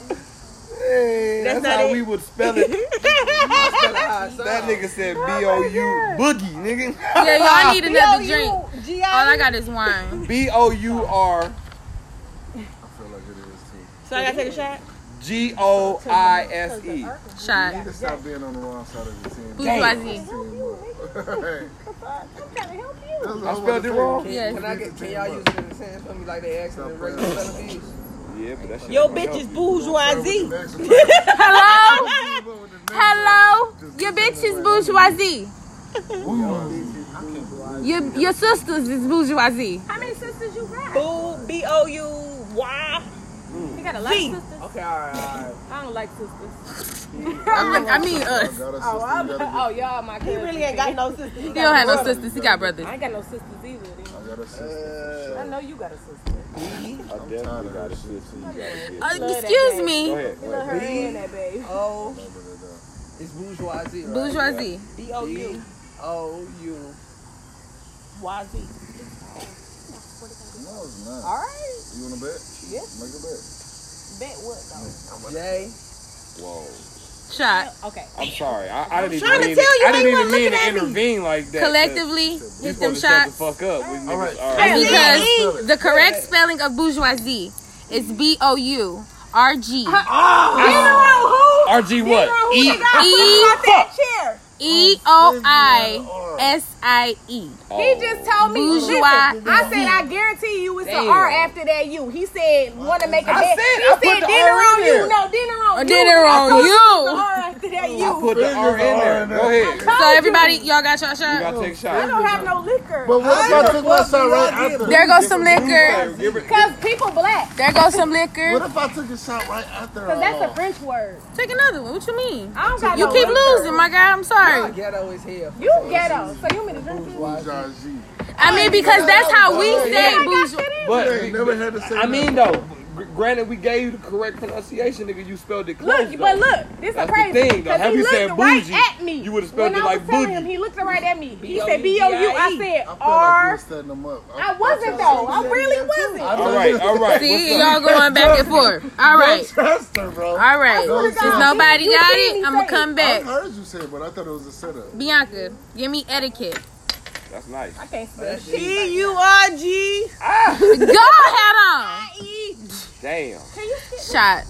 [SPEAKER 3] Hey, that's
[SPEAKER 6] That's not
[SPEAKER 3] how
[SPEAKER 6] it.
[SPEAKER 3] we would spell it. That nigga said B O U boogie, nigga.
[SPEAKER 4] Yeah,
[SPEAKER 2] Ah.
[SPEAKER 4] y'all need another drink. All
[SPEAKER 2] E.
[SPEAKER 4] I got is wine.
[SPEAKER 3] B O U R
[SPEAKER 5] I feel like it is
[SPEAKER 6] So I gotta take a shot.
[SPEAKER 3] G O I S E.
[SPEAKER 5] too. You
[SPEAKER 4] Shot.
[SPEAKER 5] can stop being on the wrong side of the team.
[SPEAKER 4] Bourgeoisie.
[SPEAKER 2] I'm
[SPEAKER 5] Hey,
[SPEAKER 2] trying to help you.
[SPEAKER 3] I
[SPEAKER 5] that's what wanna
[SPEAKER 3] spelled it
[SPEAKER 5] say.
[SPEAKER 3] wrong.
[SPEAKER 4] Yes.
[SPEAKER 6] Can I get? Can y'all use it in the sentence for me like they asked in the regular television?
[SPEAKER 3] Yeah, but that shit.
[SPEAKER 2] Your
[SPEAKER 3] ain't
[SPEAKER 2] bitch is
[SPEAKER 3] healthy.
[SPEAKER 2] bourgeoisie.
[SPEAKER 5] Next one. Keep
[SPEAKER 4] Hello?
[SPEAKER 5] up with the next
[SPEAKER 4] Hello? Your bitch is bourgeoisie. Your, your sisters is bourgeoisie.
[SPEAKER 2] How many sisters you got?
[SPEAKER 6] Boo, B O U Y.
[SPEAKER 2] You got a lot of sisters.
[SPEAKER 6] Okay, all right, all right.
[SPEAKER 2] I don't like sisters.
[SPEAKER 4] I I mean us.
[SPEAKER 5] one. Got a
[SPEAKER 2] Oh, I'm,
[SPEAKER 5] sister, you gotta
[SPEAKER 2] oh y'all my
[SPEAKER 6] He
[SPEAKER 2] cousin.
[SPEAKER 6] really ain't got no sisters. He
[SPEAKER 4] He don't have no
[SPEAKER 6] brothers.
[SPEAKER 4] sisters. He got brothers.
[SPEAKER 2] I ain't got no sisters either. then.
[SPEAKER 5] get- I got a sister.
[SPEAKER 2] I know you got a sister.
[SPEAKER 3] I definitely got a sister. You gotta get.
[SPEAKER 4] Uh, excuse
[SPEAKER 3] Go
[SPEAKER 4] me.
[SPEAKER 3] ahead.
[SPEAKER 2] You know
[SPEAKER 3] wait.
[SPEAKER 2] her and that babe.
[SPEAKER 6] O
[SPEAKER 5] for sure.
[SPEAKER 6] is bourgeoisie. right?
[SPEAKER 4] Bourgeoisie.
[SPEAKER 6] B O U O U Y Z.
[SPEAKER 5] No, it's not.
[SPEAKER 2] All right.
[SPEAKER 5] You want to bet?
[SPEAKER 2] uh, Yeah.
[SPEAKER 5] Make a bet.
[SPEAKER 2] Bet what though?
[SPEAKER 6] J.
[SPEAKER 3] Whoa.
[SPEAKER 4] Shot.
[SPEAKER 2] Oh, Okay.
[SPEAKER 3] I'm sorry. I, I didn't even
[SPEAKER 2] trying to
[SPEAKER 3] mean.
[SPEAKER 2] tell you,
[SPEAKER 3] I didn't
[SPEAKER 2] ain't
[SPEAKER 3] even
[SPEAKER 2] one
[SPEAKER 3] mean to
[SPEAKER 2] looking at me.
[SPEAKER 3] intervene like that.
[SPEAKER 4] Collectively,
[SPEAKER 3] You
[SPEAKER 4] hit
[SPEAKER 3] supposed
[SPEAKER 4] them
[SPEAKER 3] to shut the
[SPEAKER 4] shoot.
[SPEAKER 3] fuck up. We niggas. All
[SPEAKER 5] All
[SPEAKER 3] right.
[SPEAKER 5] right.
[SPEAKER 4] Because the correct spelling of bourgeoisie is B O U R G
[SPEAKER 3] R G what? E.
[SPEAKER 4] E
[SPEAKER 3] Fuck.
[SPEAKER 2] Chair.
[SPEAKER 4] E O I S I
[SPEAKER 2] He
[SPEAKER 4] E.
[SPEAKER 3] Oh.
[SPEAKER 2] just told me.
[SPEAKER 4] Bourgeois.
[SPEAKER 2] Listen, I said I guarantee you it's the
[SPEAKER 3] Damn.
[SPEAKER 2] R after that U. He said want to make a
[SPEAKER 3] I
[SPEAKER 2] bet.
[SPEAKER 3] said-
[SPEAKER 2] he
[SPEAKER 3] I put
[SPEAKER 2] said
[SPEAKER 3] the
[SPEAKER 2] dinner
[SPEAKER 3] R in
[SPEAKER 2] on
[SPEAKER 3] there.
[SPEAKER 2] you. No dinner on
[SPEAKER 4] Or
[SPEAKER 2] you.
[SPEAKER 4] dinner
[SPEAKER 2] I
[SPEAKER 4] on
[SPEAKER 2] told
[SPEAKER 4] you.
[SPEAKER 2] it's the R after that
[SPEAKER 3] I
[SPEAKER 2] U.
[SPEAKER 3] put the R in there. Go ahead.
[SPEAKER 4] So everybody, y'all got your
[SPEAKER 3] You
[SPEAKER 4] shot.
[SPEAKER 3] gotta take
[SPEAKER 2] I
[SPEAKER 3] shots.
[SPEAKER 2] don't have no liquor.
[SPEAKER 5] But what if I took my shot right after?
[SPEAKER 4] There goes some liquor.
[SPEAKER 3] Give it.
[SPEAKER 2] Cause people black.
[SPEAKER 4] There goes some
[SPEAKER 5] What
[SPEAKER 4] liquor.
[SPEAKER 5] if I took a shot right after?
[SPEAKER 2] Cause that's
[SPEAKER 3] uh,
[SPEAKER 5] all?
[SPEAKER 2] a French word.
[SPEAKER 4] Take another one. What you mean?
[SPEAKER 2] I don't got
[SPEAKER 4] You
[SPEAKER 2] no
[SPEAKER 4] keep
[SPEAKER 2] liquor.
[SPEAKER 4] losing, my guy. I'm
[SPEAKER 6] Ah,
[SPEAKER 4] sorry.
[SPEAKER 6] Ghetto is here.
[SPEAKER 2] You ghetto. So you mean to drink this?
[SPEAKER 5] Bourgeoisie.
[SPEAKER 4] I mean because that's how we say bourgeois.
[SPEAKER 5] You
[SPEAKER 3] But
[SPEAKER 5] ain't never had to say
[SPEAKER 3] I mean
[SPEAKER 5] nothing.
[SPEAKER 3] though, gr- granted we gave you the correct pronunciation, nigga. You spelled it close.
[SPEAKER 2] Look, but
[SPEAKER 3] though.
[SPEAKER 2] look, this is
[SPEAKER 3] That's the
[SPEAKER 2] crazy.
[SPEAKER 3] thing, though.
[SPEAKER 2] Cause
[SPEAKER 3] Have
[SPEAKER 2] he
[SPEAKER 3] you
[SPEAKER 2] looked
[SPEAKER 3] said
[SPEAKER 2] right
[SPEAKER 3] bougie,
[SPEAKER 2] at me.
[SPEAKER 3] you would've spelled
[SPEAKER 2] when
[SPEAKER 3] it
[SPEAKER 2] I was
[SPEAKER 3] like
[SPEAKER 2] telling
[SPEAKER 3] bougie.
[SPEAKER 2] Him, he looked right at me. He
[SPEAKER 6] B O U
[SPEAKER 2] said B O U. I
[SPEAKER 6] G I
[SPEAKER 2] said
[SPEAKER 5] I feel like you
[SPEAKER 2] R.
[SPEAKER 5] was setting them up.
[SPEAKER 2] I wasn't though. I really wasn't.
[SPEAKER 5] I
[SPEAKER 3] All right, all right.
[SPEAKER 4] See,
[SPEAKER 3] what's
[SPEAKER 4] y'all
[SPEAKER 3] up?
[SPEAKER 4] going back and forth. All right.
[SPEAKER 5] Trust her, bro.
[SPEAKER 4] All right.
[SPEAKER 5] swear to
[SPEAKER 4] Since
[SPEAKER 5] God,
[SPEAKER 4] nobody
[SPEAKER 2] you see
[SPEAKER 4] got it,
[SPEAKER 2] me
[SPEAKER 4] I'm going
[SPEAKER 2] say Uh-huh.
[SPEAKER 4] to come
[SPEAKER 5] I
[SPEAKER 4] back.
[SPEAKER 5] heard you say it, but I thought it was a setup.
[SPEAKER 4] Bianca, give me etiquette.
[SPEAKER 3] That's nice.
[SPEAKER 2] I can't spell shit.
[SPEAKER 6] P U R G.
[SPEAKER 4] Go hat on.
[SPEAKER 3] Damn.
[SPEAKER 4] Shot.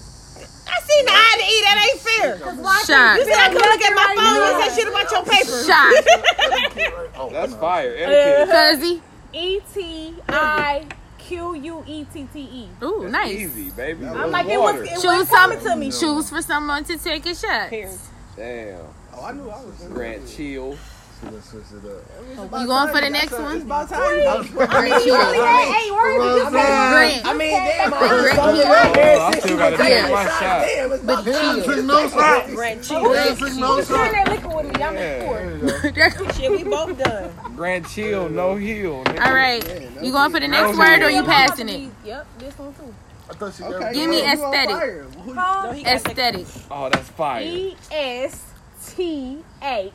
[SPEAKER 6] I seen the eye to E. That ain't fair. You
[SPEAKER 4] Shot.
[SPEAKER 6] said I could look at my phone. You said shit about your paper.
[SPEAKER 4] Shot.
[SPEAKER 5] Oh,
[SPEAKER 3] That's
[SPEAKER 5] no.
[SPEAKER 3] fire.
[SPEAKER 2] Uh,
[SPEAKER 3] Etiquette.
[SPEAKER 4] Cuzzy.
[SPEAKER 2] E T I Q U E T T E.
[SPEAKER 4] Ooh,
[SPEAKER 3] That's
[SPEAKER 4] nice.
[SPEAKER 3] Easy, baby.
[SPEAKER 2] I'm like it was. It was
[SPEAKER 4] Choose
[SPEAKER 2] coming
[SPEAKER 4] some-
[SPEAKER 2] to me.
[SPEAKER 4] Choose for someone to take a shot.
[SPEAKER 2] Here.
[SPEAKER 3] Damn.
[SPEAKER 6] Oh, I knew I was.
[SPEAKER 3] Grant chill.
[SPEAKER 5] See, let's switch it up.
[SPEAKER 4] You going for the next
[SPEAKER 1] It's
[SPEAKER 4] one?
[SPEAKER 1] about time. you got-
[SPEAKER 4] I mean, she
[SPEAKER 6] Only had eight words.
[SPEAKER 5] Well,
[SPEAKER 6] You just-
[SPEAKER 4] Grant.
[SPEAKER 1] I mean, damn, I was
[SPEAKER 4] Grant,
[SPEAKER 1] fucking
[SPEAKER 4] yeah.
[SPEAKER 1] right
[SPEAKER 3] Oh,
[SPEAKER 1] there.
[SPEAKER 3] I
[SPEAKER 1] Shit,
[SPEAKER 3] still
[SPEAKER 1] you
[SPEAKER 3] gotta
[SPEAKER 1] been
[SPEAKER 3] take
[SPEAKER 1] taking
[SPEAKER 3] one
[SPEAKER 1] shots.
[SPEAKER 3] shot.
[SPEAKER 1] Damn, it's about
[SPEAKER 5] He didn't drink no shots. He didn't drink no
[SPEAKER 6] Turn
[SPEAKER 5] shots.
[SPEAKER 6] that liquor with me. I'm in court. Shit, we both done.
[SPEAKER 3] Grand chill, no heel. nigga.
[SPEAKER 4] All right. You going for the next word or you passing it?
[SPEAKER 6] Yep, this one too.
[SPEAKER 5] I thought she
[SPEAKER 1] Okay,
[SPEAKER 5] got
[SPEAKER 4] Give me
[SPEAKER 1] you on
[SPEAKER 4] aesthetic.
[SPEAKER 1] fire. Who-
[SPEAKER 6] No, he gotta take-
[SPEAKER 4] Aesthetic.
[SPEAKER 3] Oh, that's fire.
[SPEAKER 2] E S T H.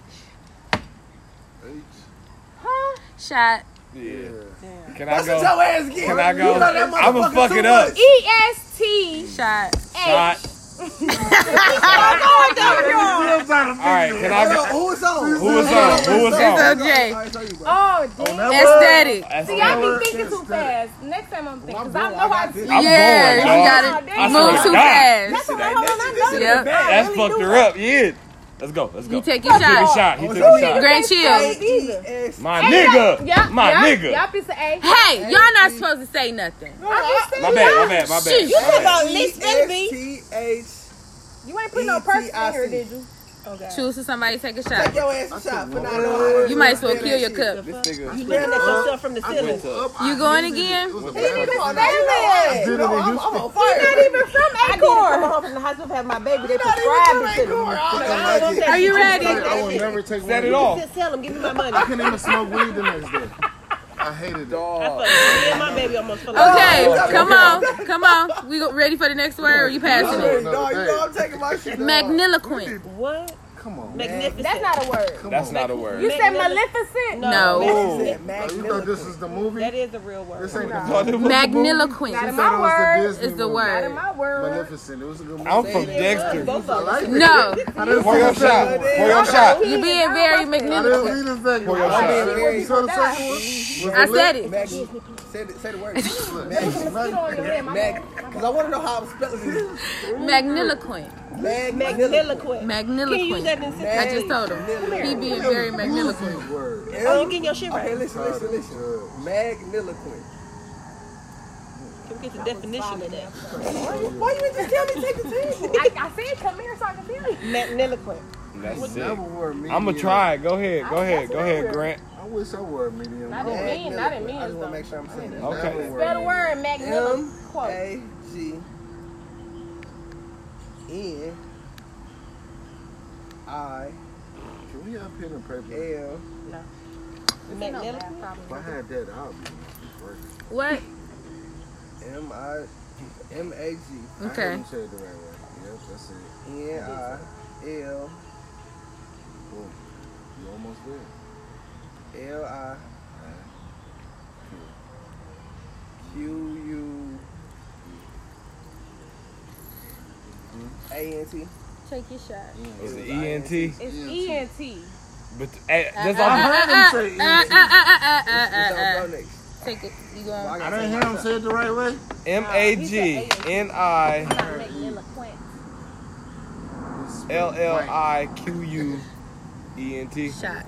[SPEAKER 4] Shot.
[SPEAKER 3] Yeah.
[SPEAKER 6] Damn.
[SPEAKER 3] Can I
[SPEAKER 1] That's what
[SPEAKER 3] go?
[SPEAKER 1] your ass get.
[SPEAKER 3] Can I go?
[SPEAKER 1] You know that
[SPEAKER 3] I'ma
[SPEAKER 1] motherfucker
[SPEAKER 3] fuck
[SPEAKER 1] too
[SPEAKER 3] it up.
[SPEAKER 1] much.
[SPEAKER 2] E S T
[SPEAKER 4] Shot.
[SPEAKER 2] H.
[SPEAKER 3] Shot.
[SPEAKER 6] Oh, no, no.
[SPEAKER 1] Real trying to
[SPEAKER 3] All right. Can I
[SPEAKER 1] Hold on,
[SPEAKER 3] go?
[SPEAKER 1] Who was on?
[SPEAKER 3] Who was on? Who was on?
[SPEAKER 4] It's okay.
[SPEAKER 1] I tell you, bro.
[SPEAKER 2] Oh, damn.
[SPEAKER 4] Aesthetic.
[SPEAKER 3] That's
[SPEAKER 2] See, I
[SPEAKER 3] it.
[SPEAKER 2] be thinking too fast. Next time I'm thinking, 'cause I know I.
[SPEAKER 4] Yeah, you
[SPEAKER 2] dog.
[SPEAKER 4] gotta move too fast.
[SPEAKER 1] That- that- this is
[SPEAKER 4] Yep.
[SPEAKER 1] the best.
[SPEAKER 3] That's fucked her up. Yeah. Let's go. Let's go.
[SPEAKER 4] You
[SPEAKER 3] He took
[SPEAKER 4] take your
[SPEAKER 3] a
[SPEAKER 4] shot.
[SPEAKER 3] shot. He took a shot.
[SPEAKER 4] Grand chill.
[SPEAKER 1] It's-
[SPEAKER 3] My nigga.
[SPEAKER 2] Yup,
[SPEAKER 3] My
[SPEAKER 2] yup,
[SPEAKER 3] nigga.
[SPEAKER 2] Yup, it's an A.
[SPEAKER 4] Hey, y'all not supposed to say nothing.
[SPEAKER 2] I just
[SPEAKER 3] My
[SPEAKER 2] said
[SPEAKER 3] bad. My bad. My
[SPEAKER 4] Shit,
[SPEAKER 3] bad.
[SPEAKER 4] you
[SPEAKER 6] What about Miss Envy?
[SPEAKER 1] T-H.
[SPEAKER 6] You ain't put no person in here, did you? Okay.
[SPEAKER 4] choose to somebody take a
[SPEAKER 1] Take
[SPEAKER 4] shot.
[SPEAKER 1] your ass a shot for not knowing how to
[SPEAKER 4] You might as well
[SPEAKER 1] do
[SPEAKER 4] kill
[SPEAKER 1] that
[SPEAKER 4] your
[SPEAKER 1] shit.
[SPEAKER 4] cup.
[SPEAKER 3] This nigga.
[SPEAKER 6] You looking at yourself from the ceiling.
[SPEAKER 4] You going again?
[SPEAKER 1] Hey,
[SPEAKER 5] did it
[SPEAKER 1] no,
[SPEAKER 5] in
[SPEAKER 1] I'm,
[SPEAKER 5] Houston.
[SPEAKER 1] I'm on fire.
[SPEAKER 6] Not even from
[SPEAKER 2] I need to
[SPEAKER 6] Acorn.
[SPEAKER 2] come home from the hospital have my baby. They
[SPEAKER 6] They
[SPEAKER 2] put
[SPEAKER 6] prescribed it to them.
[SPEAKER 1] I don't
[SPEAKER 4] Are you ready?
[SPEAKER 5] I will never take one.
[SPEAKER 3] Set
[SPEAKER 5] of
[SPEAKER 3] it
[SPEAKER 5] these.
[SPEAKER 3] off.
[SPEAKER 6] Just tell them, give me my money.
[SPEAKER 5] I couldn't even smoke weed the next day. I hated it.
[SPEAKER 6] I
[SPEAKER 3] Dog.
[SPEAKER 6] fucked me and my baby almost fell out.
[SPEAKER 4] Okay, come on, come on. We go, ready for the next word? Or you
[SPEAKER 1] I'm
[SPEAKER 4] passing it?
[SPEAKER 1] ready, dog. You know I'm taking my shit.
[SPEAKER 4] Magniloquent.
[SPEAKER 6] What?
[SPEAKER 5] Come on, man.
[SPEAKER 6] Magnificent.
[SPEAKER 2] That's not a word.
[SPEAKER 5] Come
[SPEAKER 3] That's
[SPEAKER 5] on.
[SPEAKER 3] not a word.
[SPEAKER 2] You said maleficent?
[SPEAKER 4] No.
[SPEAKER 6] magnificent.
[SPEAKER 5] Oh, you thought this is the movie?
[SPEAKER 6] That is a real word.
[SPEAKER 5] This ain't the
[SPEAKER 3] Thought it was-
[SPEAKER 4] Magniloquent
[SPEAKER 5] Thought it was
[SPEAKER 2] word
[SPEAKER 5] the Disney
[SPEAKER 4] is the
[SPEAKER 5] movie.
[SPEAKER 4] word.
[SPEAKER 2] My word.
[SPEAKER 5] Magnificent. It was a good movie.
[SPEAKER 3] I'm from
[SPEAKER 6] It was,
[SPEAKER 3] Dexter.
[SPEAKER 6] Both of
[SPEAKER 5] I
[SPEAKER 6] us.
[SPEAKER 5] like
[SPEAKER 4] No,
[SPEAKER 5] I didn't
[SPEAKER 3] Pour your
[SPEAKER 5] see the
[SPEAKER 3] shot.
[SPEAKER 5] second one.
[SPEAKER 3] Pour your shot.
[SPEAKER 4] you're being very
[SPEAKER 5] I
[SPEAKER 4] magniloquent.
[SPEAKER 5] didn't see the second one.
[SPEAKER 3] your shot.
[SPEAKER 5] I didn't see the second one. Was
[SPEAKER 4] I
[SPEAKER 5] lit?
[SPEAKER 4] said it.
[SPEAKER 1] Mag- say, the, say the word.
[SPEAKER 5] Magnificent.
[SPEAKER 1] Mag. Because I want to know how I'm spelling this.
[SPEAKER 4] Magniloquent.
[SPEAKER 1] Mag.
[SPEAKER 6] Magniloquent. Can you use that
[SPEAKER 4] Magniloquent.
[SPEAKER 6] in sentence?
[SPEAKER 4] I just told him. He being very magniloquent.
[SPEAKER 1] Word.
[SPEAKER 6] Oh, you getting your shit
[SPEAKER 1] Okay,
[SPEAKER 6] right.
[SPEAKER 1] listen, listen, listen. Magniloquent.
[SPEAKER 6] Can we get the definition of that?
[SPEAKER 2] Why you just tell me to take the table? I, I said come here so I can tell you.
[SPEAKER 6] Magniloquent.
[SPEAKER 3] That's sick.
[SPEAKER 5] Never wore medium.
[SPEAKER 3] I'ma try. it. Go ahead. Go ahead. Go ahead, Grant.
[SPEAKER 5] I wish I wore a medium.
[SPEAKER 6] Oh,
[SPEAKER 2] I didn't mean, I didn't mean
[SPEAKER 1] I just want to
[SPEAKER 2] it.
[SPEAKER 1] make sure I'm saying it.
[SPEAKER 3] Okay.
[SPEAKER 5] Never wore
[SPEAKER 2] Spell the
[SPEAKER 5] medium.
[SPEAKER 2] word magnificent.
[SPEAKER 1] M
[SPEAKER 2] Quote.
[SPEAKER 1] A G N I
[SPEAKER 5] Can we have pen and paper?
[SPEAKER 1] L.
[SPEAKER 6] Magniloquent.
[SPEAKER 5] If I had that, I'd be working.
[SPEAKER 4] What?
[SPEAKER 1] M I M A G
[SPEAKER 5] I had
[SPEAKER 4] Okay.
[SPEAKER 5] you say it the right way. Yep, that's it.
[SPEAKER 1] N I L
[SPEAKER 5] Boom. You almost there.
[SPEAKER 1] L I Q U A N T.
[SPEAKER 2] Take your shot.
[SPEAKER 3] It's an ENT.
[SPEAKER 2] It's E N T.
[SPEAKER 3] But eh, that's all.
[SPEAKER 5] I heard him say
[SPEAKER 4] Uh, uh, uh, uh, uh,
[SPEAKER 1] It's
[SPEAKER 4] uh,
[SPEAKER 1] on
[SPEAKER 4] uh.
[SPEAKER 1] go next.
[SPEAKER 4] Take it. You going?
[SPEAKER 5] I didn't hear him say it the right way.
[SPEAKER 3] M A G N I
[SPEAKER 2] Magniloquent.
[SPEAKER 3] L L I Q U E N T.
[SPEAKER 4] Shot.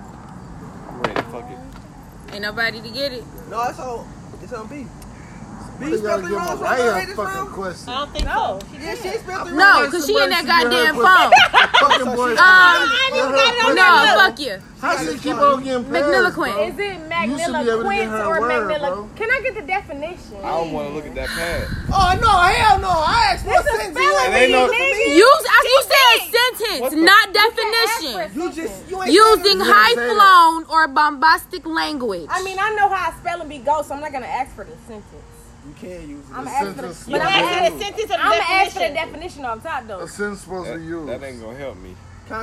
[SPEAKER 3] Ready? Fuck it.
[SPEAKER 4] Ain't nobody to get it.
[SPEAKER 1] No, it's on it's on B.
[SPEAKER 5] You
[SPEAKER 1] B spelled
[SPEAKER 5] gotta
[SPEAKER 1] the
[SPEAKER 5] give
[SPEAKER 1] wrong
[SPEAKER 5] Mariah a
[SPEAKER 1] right
[SPEAKER 5] fucking
[SPEAKER 1] wrong.
[SPEAKER 5] question.
[SPEAKER 6] I don't think so.
[SPEAKER 1] Yeah, she spelled the wrong
[SPEAKER 4] No, cause she in that goddamn phone.
[SPEAKER 5] fucking boy.
[SPEAKER 4] Uh, Um, no, fuck you.
[SPEAKER 5] How she keep on getting pairs,
[SPEAKER 4] Magniloquent.
[SPEAKER 2] Is it
[SPEAKER 5] You should be able to
[SPEAKER 2] magniloquent
[SPEAKER 5] get her a
[SPEAKER 2] or
[SPEAKER 5] word, bro.
[SPEAKER 2] magniloquent? Can I get the definition?
[SPEAKER 3] I don't want to look at that pad.
[SPEAKER 1] Oh no, hell no. I asked what sentence you
[SPEAKER 3] It ain't no-
[SPEAKER 4] Use. I you said
[SPEAKER 3] What
[SPEAKER 4] sentence,
[SPEAKER 3] the-
[SPEAKER 4] not
[SPEAKER 2] ask for
[SPEAKER 4] definition.
[SPEAKER 2] it.
[SPEAKER 1] You just you ain't
[SPEAKER 4] Using
[SPEAKER 5] You didn't
[SPEAKER 4] high
[SPEAKER 5] say that.
[SPEAKER 4] flown or bombastic language.
[SPEAKER 2] I mean, I know how I spell and be go, so I'm not gonna ask for the sentence.
[SPEAKER 1] You can't use it.
[SPEAKER 2] I'm
[SPEAKER 5] The
[SPEAKER 2] asking for
[SPEAKER 5] sentence-
[SPEAKER 2] the,
[SPEAKER 6] But
[SPEAKER 2] but
[SPEAKER 6] I'm
[SPEAKER 5] Yeah.
[SPEAKER 2] I'm, ask,
[SPEAKER 6] asking the sentence of
[SPEAKER 2] I'm gonna ask for the
[SPEAKER 6] definition.
[SPEAKER 2] definition off top though.
[SPEAKER 5] A sentence supposed to use.
[SPEAKER 3] That ain't gonna help me.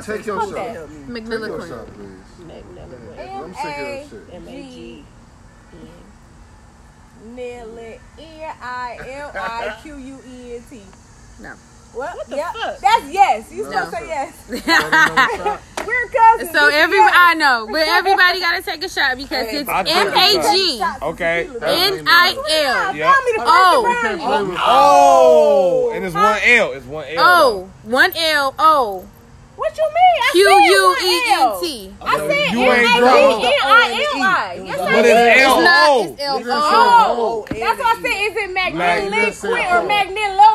[SPEAKER 5] Take your
[SPEAKER 2] Fuck
[SPEAKER 5] shot.
[SPEAKER 2] that.
[SPEAKER 5] Take your
[SPEAKER 4] Magniloquent.
[SPEAKER 5] shot, please.
[SPEAKER 6] Magniloquent.
[SPEAKER 5] I'm sick of that shit.
[SPEAKER 2] M A G.
[SPEAKER 6] M-A-G.
[SPEAKER 2] Nili- N-I-L-I-Q-U-E-N-T.
[SPEAKER 4] No.
[SPEAKER 2] E What, what
[SPEAKER 6] the
[SPEAKER 2] yep.
[SPEAKER 6] fuck?
[SPEAKER 2] That's yes. You supposed
[SPEAKER 4] No.
[SPEAKER 2] to say yes.
[SPEAKER 5] Shot.
[SPEAKER 2] We're cousins.
[SPEAKER 4] So
[SPEAKER 2] We can
[SPEAKER 4] every
[SPEAKER 2] go.
[SPEAKER 4] I know, but everybody gotta take a shot because it's
[SPEAKER 3] I
[SPEAKER 4] M A G
[SPEAKER 2] Shots is
[SPEAKER 3] Okay.
[SPEAKER 2] tequila.
[SPEAKER 4] N I L
[SPEAKER 3] Yep.
[SPEAKER 2] Tell me the
[SPEAKER 4] Oh.
[SPEAKER 2] first
[SPEAKER 5] Can't
[SPEAKER 2] round.
[SPEAKER 5] play with
[SPEAKER 4] Oh.
[SPEAKER 3] Oh, and it's one L. It's one L.
[SPEAKER 4] O one L O
[SPEAKER 2] What you mean? I
[SPEAKER 4] Q U
[SPEAKER 2] said
[SPEAKER 4] E
[SPEAKER 2] one
[SPEAKER 4] N
[SPEAKER 2] L.
[SPEAKER 4] T.
[SPEAKER 2] I said
[SPEAKER 3] You ain't drunk.
[SPEAKER 2] M-A-D-N-I-L-I. Yes, I
[SPEAKER 3] What is
[SPEAKER 2] did.
[SPEAKER 4] It's not.
[SPEAKER 3] L
[SPEAKER 4] It's
[SPEAKER 5] Nigga,
[SPEAKER 4] L
[SPEAKER 5] it's
[SPEAKER 4] O.
[SPEAKER 2] Oh, that's why I said, is it magniloquent or
[SPEAKER 1] I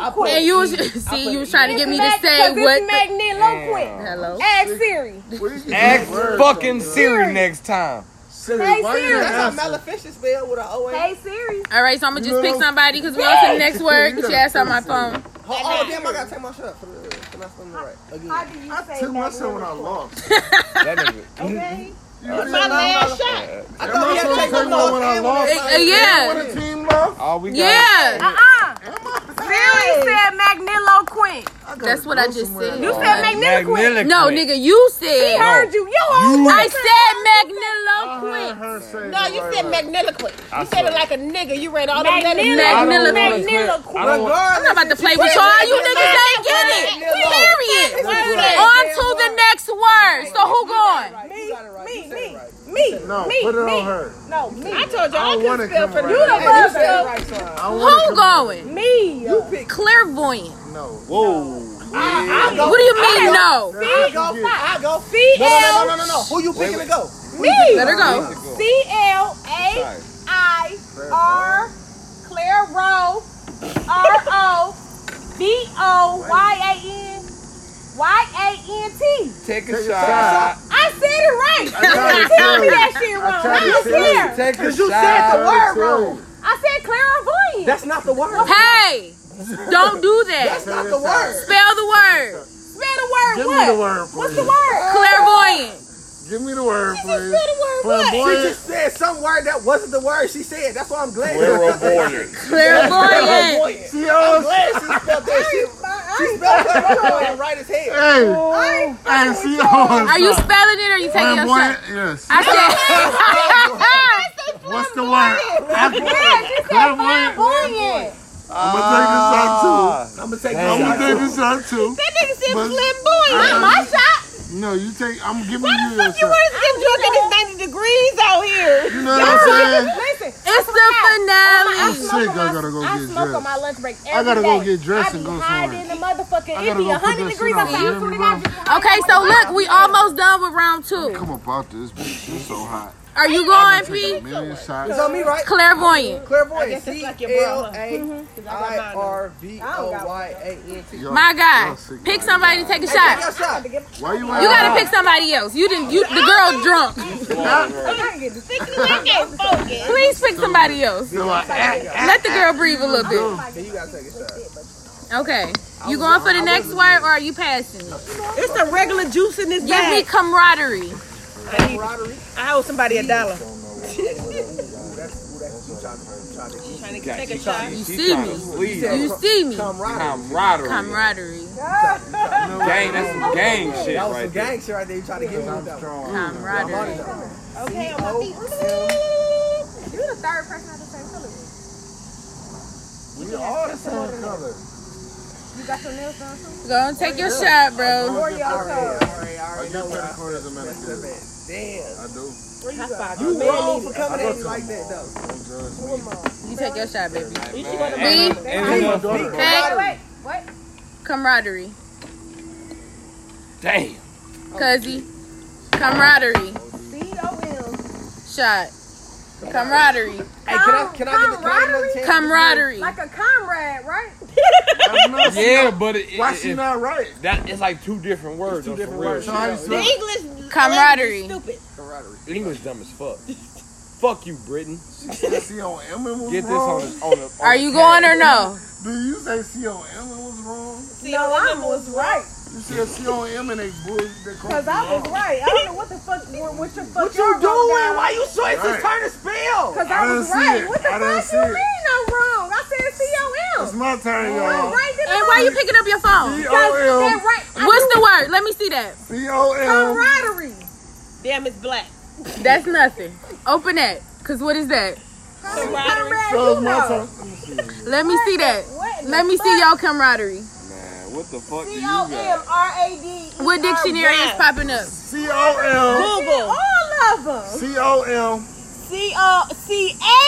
[SPEAKER 2] magniloquent?
[SPEAKER 1] put-
[SPEAKER 4] And you was
[SPEAKER 1] I
[SPEAKER 4] see
[SPEAKER 1] put
[SPEAKER 4] you was trying to
[SPEAKER 2] It's
[SPEAKER 4] get me
[SPEAKER 2] mag-
[SPEAKER 4] to
[SPEAKER 2] 'cause
[SPEAKER 4] say
[SPEAKER 2] it's
[SPEAKER 4] what. the-
[SPEAKER 2] magniloquent.
[SPEAKER 4] Hello.
[SPEAKER 2] Ask Siri.
[SPEAKER 5] Where you get
[SPEAKER 3] Ask
[SPEAKER 5] these words
[SPEAKER 3] fucking
[SPEAKER 5] from,
[SPEAKER 3] Siri next time.
[SPEAKER 5] bro? Siri,
[SPEAKER 2] Hey,
[SPEAKER 5] why you
[SPEAKER 2] Siri.
[SPEAKER 5] didn't
[SPEAKER 1] That's
[SPEAKER 5] answer?
[SPEAKER 1] how Maleficent is spelled with an O.
[SPEAKER 2] Hey Siri.
[SPEAKER 4] All right, so I'm gonna
[SPEAKER 5] You
[SPEAKER 4] just pick
[SPEAKER 5] know-
[SPEAKER 4] somebody because we on to the next word. Get your ass on my phone.
[SPEAKER 1] Oh, oh, damn, I gotta take my shot. up. Can I spell it right?
[SPEAKER 2] How
[SPEAKER 1] Again.
[SPEAKER 2] do you
[SPEAKER 5] I
[SPEAKER 2] say
[SPEAKER 5] took myself when I lost.
[SPEAKER 3] That nigga.
[SPEAKER 1] Okay.
[SPEAKER 5] You feel me?
[SPEAKER 1] My last shot. I
[SPEAKER 5] Am
[SPEAKER 1] thought we had
[SPEAKER 5] I
[SPEAKER 1] to
[SPEAKER 5] supposed
[SPEAKER 1] take
[SPEAKER 5] to take
[SPEAKER 1] them
[SPEAKER 5] one when I
[SPEAKER 1] off.
[SPEAKER 5] lost?
[SPEAKER 4] Uh, yeah,
[SPEAKER 5] When a team lost?
[SPEAKER 3] All we got.
[SPEAKER 4] yeah.
[SPEAKER 2] Uh-uh. Siri said magniloquent.
[SPEAKER 5] I gotta
[SPEAKER 4] That's what I
[SPEAKER 5] go
[SPEAKER 4] just
[SPEAKER 5] somewhere.
[SPEAKER 4] said.
[SPEAKER 2] You
[SPEAKER 3] uh,
[SPEAKER 2] said magniloquent.
[SPEAKER 4] No, nigga, you
[SPEAKER 2] He
[SPEAKER 4] said.
[SPEAKER 2] heard you. oh. You heard
[SPEAKER 1] Uh,
[SPEAKER 4] I
[SPEAKER 5] I
[SPEAKER 4] said
[SPEAKER 5] heard
[SPEAKER 4] magniloquent.
[SPEAKER 5] her say
[SPEAKER 7] No,
[SPEAKER 5] that
[SPEAKER 7] you
[SPEAKER 5] right
[SPEAKER 7] said
[SPEAKER 5] there.
[SPEAKER 7] magniloquent.
[SPEAKER 3] I
[SPEAKER 7] You said
[SPEAKER 3] swear.
[SPEAKER 7] it like a nigga. You read all the
[SPEAKER 2] Magniloquent.
[SPEAKER 7] letters.
[SPEAKER 4] I don't
[SPEAKER 2] Magniloquent.
[SPEAKER 3] I don't want-
[SPEAKER 4] I'm not about to play with y'all. You niggas ain't get it. Period. On to the next word. So who going?
[SPEAKER 1] You got it right.
[SPEAKER 2] Me,
[SPEAKER 1] You said it
[SPEAKER 2] me,
[SPEAKER 1] right.
[SPEAKER 2] me,
[SPEAKER 5] No,
[SPEAKER 2] me,
[SPEAKER 5] put it
[SPEAKER 2] me.
[SPEAKER 5] on her.
[SPEAKER 2] No, me.
[SPEAKER 7] I told y'all
[SPEAKER 5] I
[SPEAKER 7] I,
[SPEAKER 5] don't wanna
[SPEAKER 7] couldn't spell
[SPEAKER 5] come
[SPEAKER 7] for
[SPEAKER 5] right
[SPEAKER 7] you.
[SPEAKER 5] now.
[SPEAKER 7] the
[SPEAKER 2] Hey,
[SPEAKER 1] You
[SPEAKER 7] buzz
[SPEAKER 1] said it
[SPEAKER 7] though.
[SPEAKER 1] right, son.
[SPEAKER 5] I wanna
[SPEAKER 4] Who
[SPEAKER 5] come-
[SPEAKER 4] going?
[SPEAKER 2] Me.
[SPEAKER 1] You pick.
[SPEAKER 4] Clairvoyant.
[SPEAKER 5] No.
[SPEAKER 3] Whoa.
[SPEAKER 1] I, I go.
[SPEAKER 4] What do you mean no?
[SPEAKER 1] I go. I go.
[SPEAKER 2] C
[SPEAKER 1] No, no, no,
[SPEAKER 2] L
[SPEAKER 1] no, no, no. Who you picking to go?
[SPEAKER 2] me.
[SPEAKER 4] Let her go.
[SPEAKER 2] C L E. A I R Claire Row R O B O Y A N Y A N T.
[SPEAKER 3] Take
[SPEAKER 5] Take
[SPEAKER 3] a
[SPEAKER 5] a
[SPEAKER 3] shot.
[SPEAKER 2] I said it right.
[SPEAKER 5] I tried
[SPEAKER 2] You
[SPEAKER 5] to
[SPEAKER 2] tell
[SPEAKER 5] tell
[SPEAKER 2] me
[SPEAKER 5] you.
[SPEAKER 2] that shit wrong.
[SPEAKER 5] I tried to
[SPEAKER 2] I was
[SPEAKER 5] tell you.
[SPEAKER 2] here.
[SPEAKER 3] Take a
[SPEAKER 1] Cause you said the
[SPEAKER 3] shot.
[SPEAKER 1] word
[SPEAKER 5] Tell you.
[SPEAKER 1] wrong.
[SPEAKER 2] I said clairvoyant.
[SPEAKER 1] That's not the word.
[SPEAKER 4] Hey, don't do
[SPEAKER 1] That's
[SPEAKER 4] that.
[SPEAKER 1] not the word.
[SPEAKER 4] Spell the word.
[SPEAKER 2] Spell the word
[SPEAKER 5] Give
[SPEAKER 2] what?
[SPEAKER 5] me the word,
[SPEAKER 2] What's
[SPEAKER 5] please.
[SPEAKER 2] the word?
[SPEAKER 4] Clairvoyant.
[SPEAKER 5] Give me the word,
[SPEAKER 2] She
[SPEAKER 5] please.
[SPEAKER 2] just said the word what?
[SPEAKER 1] She
[SPEAKER 5] Flamboyant.
[SPEAKER 1] just said some word that wasn't the word she said. That's why I'm glad.
[SPEAKER 3] Clairvoyant.
[SPEAKER 4] Clairvoyant.
[SPEAKER 1] Clairvoyant.
[SPEAKER 5] She
[SPEAKER 1] I'm
[SPEAKER 5] always.
[SPEAKER 1] glad she spelled that shit. She spelled clairvoyant right as hell.
[SPEAKER 5] Hey. Hey, she always.
[SPEAKER 4] Are you spelling it or are you taking your
[SPEAKER 5] Flamboyant?
[SPEAKER 4] shot?
[SPEAKER 5] Yes.
[SPEAKER 4] I said.
[SPEAKER 5] What's the word? I-
[SPEAKER 2] Yeah, she said
[SPEAKER 5] Clairvoyant.
[SPEAKER 2] flamboyant.
[SPEAKER 5] I'm gonna take this out too.
[SPEAKER 1] I'm gonna take
[SPEAKER 5] I'm
[SPEAKER 1] this
[SPEAKER 5] gonna
[SPEAKER 1] shot.
[SPEAKER 5] take this out too.
[SPEAKER 7] That nigga said
[SPEAKER 5] But-
[SPEAKER 7] flamboyant.
[SPEAKER 5] Uh-uh.
[SPEAKER 7] Not my shot.
[SPEAKER 5] No, you take. I'm giving you
[SPEAKER 7] Fuck
[SPEAKER 5] your
[SPEAKER 7] you
[SPEAKER 5] shot.
[SPEAKER 7] want to get drunk and it's 90 degrees out here.
[SPEAKER 5] You know what I'm saying?
[SPEAKER 2] Listen,
[SPEAKER 4] It's
[SPEAKER 1] Oh
[SPEAKER 4] the finale.
[SPEAKER 5] Shit,
[SPEAKER 2] smoke
[SPEAKER 5] I
[SPEAKER 2] on my-
[SPEAKER 5] gotta go
[SPEAKER 2] I
[SPEAKER 5] get
[SPEAKER 2] smoke on
[SPEAKER 5] dressed.
[SPEAKER 2] my lunch break every
[SPEAKER 5] I gotta go
[SPEAKER 2] day.
[SPEAKER 5] get dressed
[SPEAKER 2] I
[SPEAKER 5] and
[SPEAKER 2] be
[SPEAKER 5] go
[SPEAKER 2] hide
[SPEAKER 5] somewhere.
[SPEAKER 2] in the motherfucking.
[SPEAKER 5] I
[SPEAKER 2] It be
[SPEAKER 5] gotta go put
[SPEAKER 2] 100
[SPEAKER 5] that
[SPEAKER 2] degrees
[SPEAKER 5] shit on.
[SPEAKER 2] outside.
[SPEAKER 5] You
[SPEAKER 2] I'm
[SPEAKER 5] hear me,
[SPEAKER 2] gonna
[SPEAKER 5] bro?
[SPEAKER 2] just hide
[SPEAKER 4] Okay,
[SPEAKER 2] in my
[SPEAKER 4] so look, we
[SPEAKER 2] motherfucking-
[SPEAKER 4] almost done with round two.
[SPEAKER 5] Come about this bitch. You so hot.
[SPEAKER 4] Are you
[SPEAKER 5] I'm
[SPEAKER 4] going,
[SPEAKER 5] gonna take a
[SPEAKER 4] P?
[SPEAKER 5] million shots.
[SPEAKER 1] It's on me, right?
[SPEAKER 4] Clairvoyant.
[SPEAKER 1] Clairvoyant.
[SPEAKER 7] guess it's
[SPEAKER 1] C
[SPEAKER 7] like your bra,
[SPEAKER 1] L
[SPEAKER 7] huh?
[SPEAKER 1] A I R V O Y A N T.
[SPEAKER 5] Y'all-
[SPEAKER 4] My
[SPEAKER 5] y'all
[SPEAKER 4] guy,
[SPEAKER 5] sick,
[SPEAKER 4] pick
[SPEAKER 5] man.
[SPEAKER 4] somebody to take a
[SPEAKER 1] Take
[SPEAKER 4] shot.
[SPEAKER 1] your shot.
[SPEAKER 5] Why you
[SPEAKER 4] You gotta pick somebody else. You didn't. You the girl drunk.
[SPEAKER 7] I can't focus.
[SPEAKER 4] Please pick somebody else. Let the girl breathe a little bit.
[SPEAKER 1] Then you gotta take a shot.
[SPEAKER 4] Okay. You going for the next word or are you passing it?
[SPEAKER 6] It's the regular juice in this
[SPEAKER 4] Give me camaraderie.
[SPEAKER 6] I owe somebody a dollar.
[SPEAKER 3] Take a shot. You
[SPEAKER 4] see me. You see me.
[SPEAKER 1] Camaraderie.
[SPEAKER 3] Camaraderie.
[SPEAKER 4] Camaraderie.
[SPEAKER 3] Gang, that's some gang shit
[SPEAKER 1] That was some
[SPEAKER 3] right there.
[SPEAKER 1] gang shit right there. You trying to get me with that one.
[SPEAKER 4] Camaraderie.
[SPEAKER 1] Okay, I'm on
[SPEAKER 2] You the third person I just say color.
[SPEAKER 5] We all the same color.
[SPEAKER 2] You got your nails done too?
[SPEAKER 4] Go and take your shot, bro.
[SPEAKER 5] I
[SPEAKER 1] I
[SPEAKER 5] get credit for as a manicure.
[SPEAKER 1] Damn.
[SPEAKER 5] I do.
[SPEAKER 1] You wrong for coming at me like that though.
[SPEAKER 5] Don't judge me.
[SPEAKER 4] You take your shot, baby.
[SPEAKER 3] And-
[SPEAKER 4] B,
[SPEAKER 3] and you know-
[SPEAKER 4] pick
[SPEAKER 2] Wait, wait.
[SPEAKER 4] camaraderie.
[SPEAKER 3] Damn.
[SPEAKER 4] Oh, Cuzzy. Camaraderie.
[SPEAKER 2] C O L.
[SPEAKER 4] Shot. Camaraderie.
[SPEAKER 1] Hey, can I can I get the can I get another chance?
[SPEAKER 4] Camaraderie.
[SPEAKER 2] Like a comrade, right?
[SPEAKER 5] I'm not-
[SPEAKER 3] Yeah, but it,
[SPEAKER 5] Why
[SPEAKER 3] it,
[SPEAKER 5] she
[SPEAKER 3] it,
[SPEAKER 5] not right?
[SPEAKER 3] that it's like two different words. Two different words.
[SPEAKER 5] So how you
[SPEAKER 7] The
[SPEAKER 5] spell it?
[SPEAKER 7] English
[SPEAKER 4] Camaraderie.
[SPEAKER 7] language is
[SPEAKER 3] English dumb as fuck. fuck you, Britain.
[SPEAKER 5] She said C-O-M and was
[SPEAKER 3] Get this on
[SPEAKER 5] wrong.
[SPEAKER 3] the on the. on
[SPEAKER 4] Are
[SPEAKER 3] the
[SPEAKER 4] you
[SPEAKER 3] tab.
[SPEAKER 4] going or no?
[SPEAKER 5] Do you say C-O-M and was wrong?
[SPEAKER 7] stupid.
[SPEAKER 6] No, I was right.
[SPEAKER 5] You said C-O-M and they bull. They call
[SPEAKER 6] Cause I was right. I don't know what the fuck, what, what your fuck
[SPEAKER 1] What you
[SPEAKER 6] y'all
[SPEAKER 1] doing?
[SPEAKER 6] wrote down.
[SPEAKER 1] Why you
[SPEAKER 5] Right.
[SPEAKER 1] choices turn to spell?
[SPEAKER 6] Cause I,
[SPEAKER 5] I
[SPEAKER 6] was
[SPEAKER 5] done see
[SPEAKER 6] right.
[SPEAKER 5] it.
[SPEAKER 6] What the
[SPEAKER 5] I done
[SPEAKER 6] fuck
[SPEAKER 5] see
[SPEAKER 6] you
[SPEAKER 5] it.
[SPEAKER 6] mean I'm wrong? I said C O
[SPEAKER 5] It's
[SPEAKER 6] M.
[SPEAKER 5] my turn, y'all.
[SPEAKER 6] Right there.
[SPEAKER 4] And why you picking up your phone?
[SPEAKER 5] C-O-M.
[SPEAKER 6] Right.
[SPEAKER 4] What's the word? Let me see that.
[SPEAKER 5] C-O-M.
[SPEAKER 6] Camaraderie.
[SPEAKER 7] Damn, it's black.
[SPEAKER 4] That's nothing. Open that. Cause what is that?
[SPEAKER 6] Comrade,
[SPEAKER 5] So
[SPEAKER 6] you
[SPEAKER 5] it's my
[SPEAKER 6] know.
[SPEAKER 5] turn. Let me
[SPEAKER 4] Let me see
[SPEAKER 5] see.
[SPEAKER 4] that.
[SPEAKER 2] What in
[SPEAKER 4] Let
[SPEAKER 2] the
[SPEAKER 4] me see y'all camaraderie.
[SPEAKER 3] Man, what the fuck do
[SPEAKER 2] C
[SPEAKER 3] you
[SPEAKER 2] O M
[SPEAKER 3] got?
[SPEAKER 2] R A D.
[SPEAKER 4] What dictionary is popping up?
[SPEAKER 5] C-O-M.
[SPEAKER 7] Google.
[SPEAKER 2] All of them.
[SPEAKER 5] C-O-M.
[SPEAKER 2] C O C A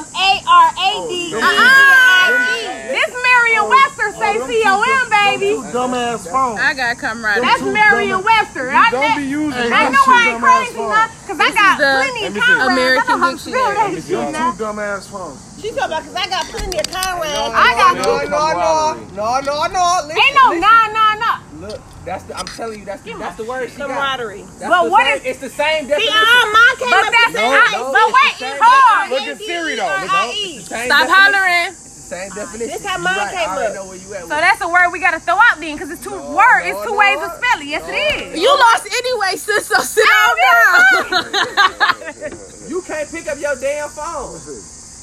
[SPEAKER 2] M A R A D.
[SPEAKER 5] Oh,
[SPEAKER 2] Uh-uh. This Merriam Webster Webster say COM, baby.
[SPEAKER 1] Dumbass phone.
[SPEAKER 4] I gotta come right.
[SPEAKER 2] That's Merriam Webster. I,
[SPEAKER 3] Don't be
[SPEAKER 2] ne-
[SPEAKER 3] using
[SPEAKER 5] Hey,
[SPEAKER 3] it.
[SPEAKER 2] I
[SPEAKER 5] them
[SPEAKER 2] know
[SPEAKER 5] two
[SPEAKER 2] I ain't
[SPEAKER 5] dumbass
[SPEAKER 2] crazy,
[SPEAKER 5] phones.
[SPEAKER 2] nah, because I
[SPEAKER 4] This
[SPEAKER 2] got
[SPEAKER 4] is the
[SPEAKER 2] plenty of
[SPEAKER 3] Let me see.
[SPEAKER 2] comrades. I
[SPEAKER 4] American
[SPEAKER 2] know how to spell
[SPEAKER 4] Dictionary.
[SPEAKER 2] that
[SPEAKER 3] Let me see.
[SPEAKER 2] shit,
[SPEAKER 5] Two
[SPEAKER 2] nah.
[SPEAKER 5] dumbass phones.
[SPEAKER 7] She talking about because I got plenty of Conrad.
[SPEAKER 2] I got
[SPEAKER 1] No,
[SPEAKER 2] you.
[SPEAKER 1] no, no, no, no, no. Listen,
[SPEAKER 2] Ain't no
[SPEAKER 1] listen.
[SPEAKER 2] nah, nah, nah.
[SPEAKER 1] Look, that's the. I'm telling you, that's the, that's the word she got.
[SPEAKER 7] Camaraderie.
[SPEAKER 1] That's
[SPEAKER 2] But
[SPEAKER 1] the
[SPEAKER 2] what
[SPEAKER 1] same,
[SPEAKER 2] is-
[SPEAKER 1] It's the same
[SPEAKER 7] See,
[SPEAKER 1] definition.
[SPEAKER 7] all mine came
[SPEAKER 2] But
[SPEAKER 7] up
[SPEAKER 2] that's
[SPEAKER 1] No,
[SPEAKER 2] I,
[SPEAKER 1] no,
[SPEAKER 2] But
[SPEAKER 1] it's
[SPEAKER 2] wait,
[SPEAKER 1] the
[SPEAKER 2] it's
[SPEAKER 1] same
[SPEAKER 2] hard.
[SPEAKER 3] Look at Siri though.
[SPEAKER 1] No,
[SPEAKER 7] I-E.
[SPEAKER 1] it's the same
[SPEAKER 4] Stop
[SPEAKER 1] definition.
[SPEAKER 4] hollering.
[SPEAKER 1] It's the same definition.
[SPEAKER 7] This how
[SPEAKER 1] You
[SPEAKER 7] mine
[SPEAKER 1] right.
[SPEAKER 7] came
[SPEAKER 1] I already
[SPEAKER 7] up.
[SPEAKER 1] know where you at.
[SPEAKER 2] So that's a word we gotta throw out then, because it's two
[SPEAKER 1] No,
[SPEAKER 2] words. It's
[SPEAKER 1] no,
[SPEAKER 2] two
[SPEAKER 1] no.
[SPEAKER 2] ways to spell it. Yes, it is.
[SPEAKER 4] You lost anyway, sis. So
[SPEAKER 2] I
[SPEAKER 4] sit down now.
[SPEAKER 1] you can't pick up your damn phone.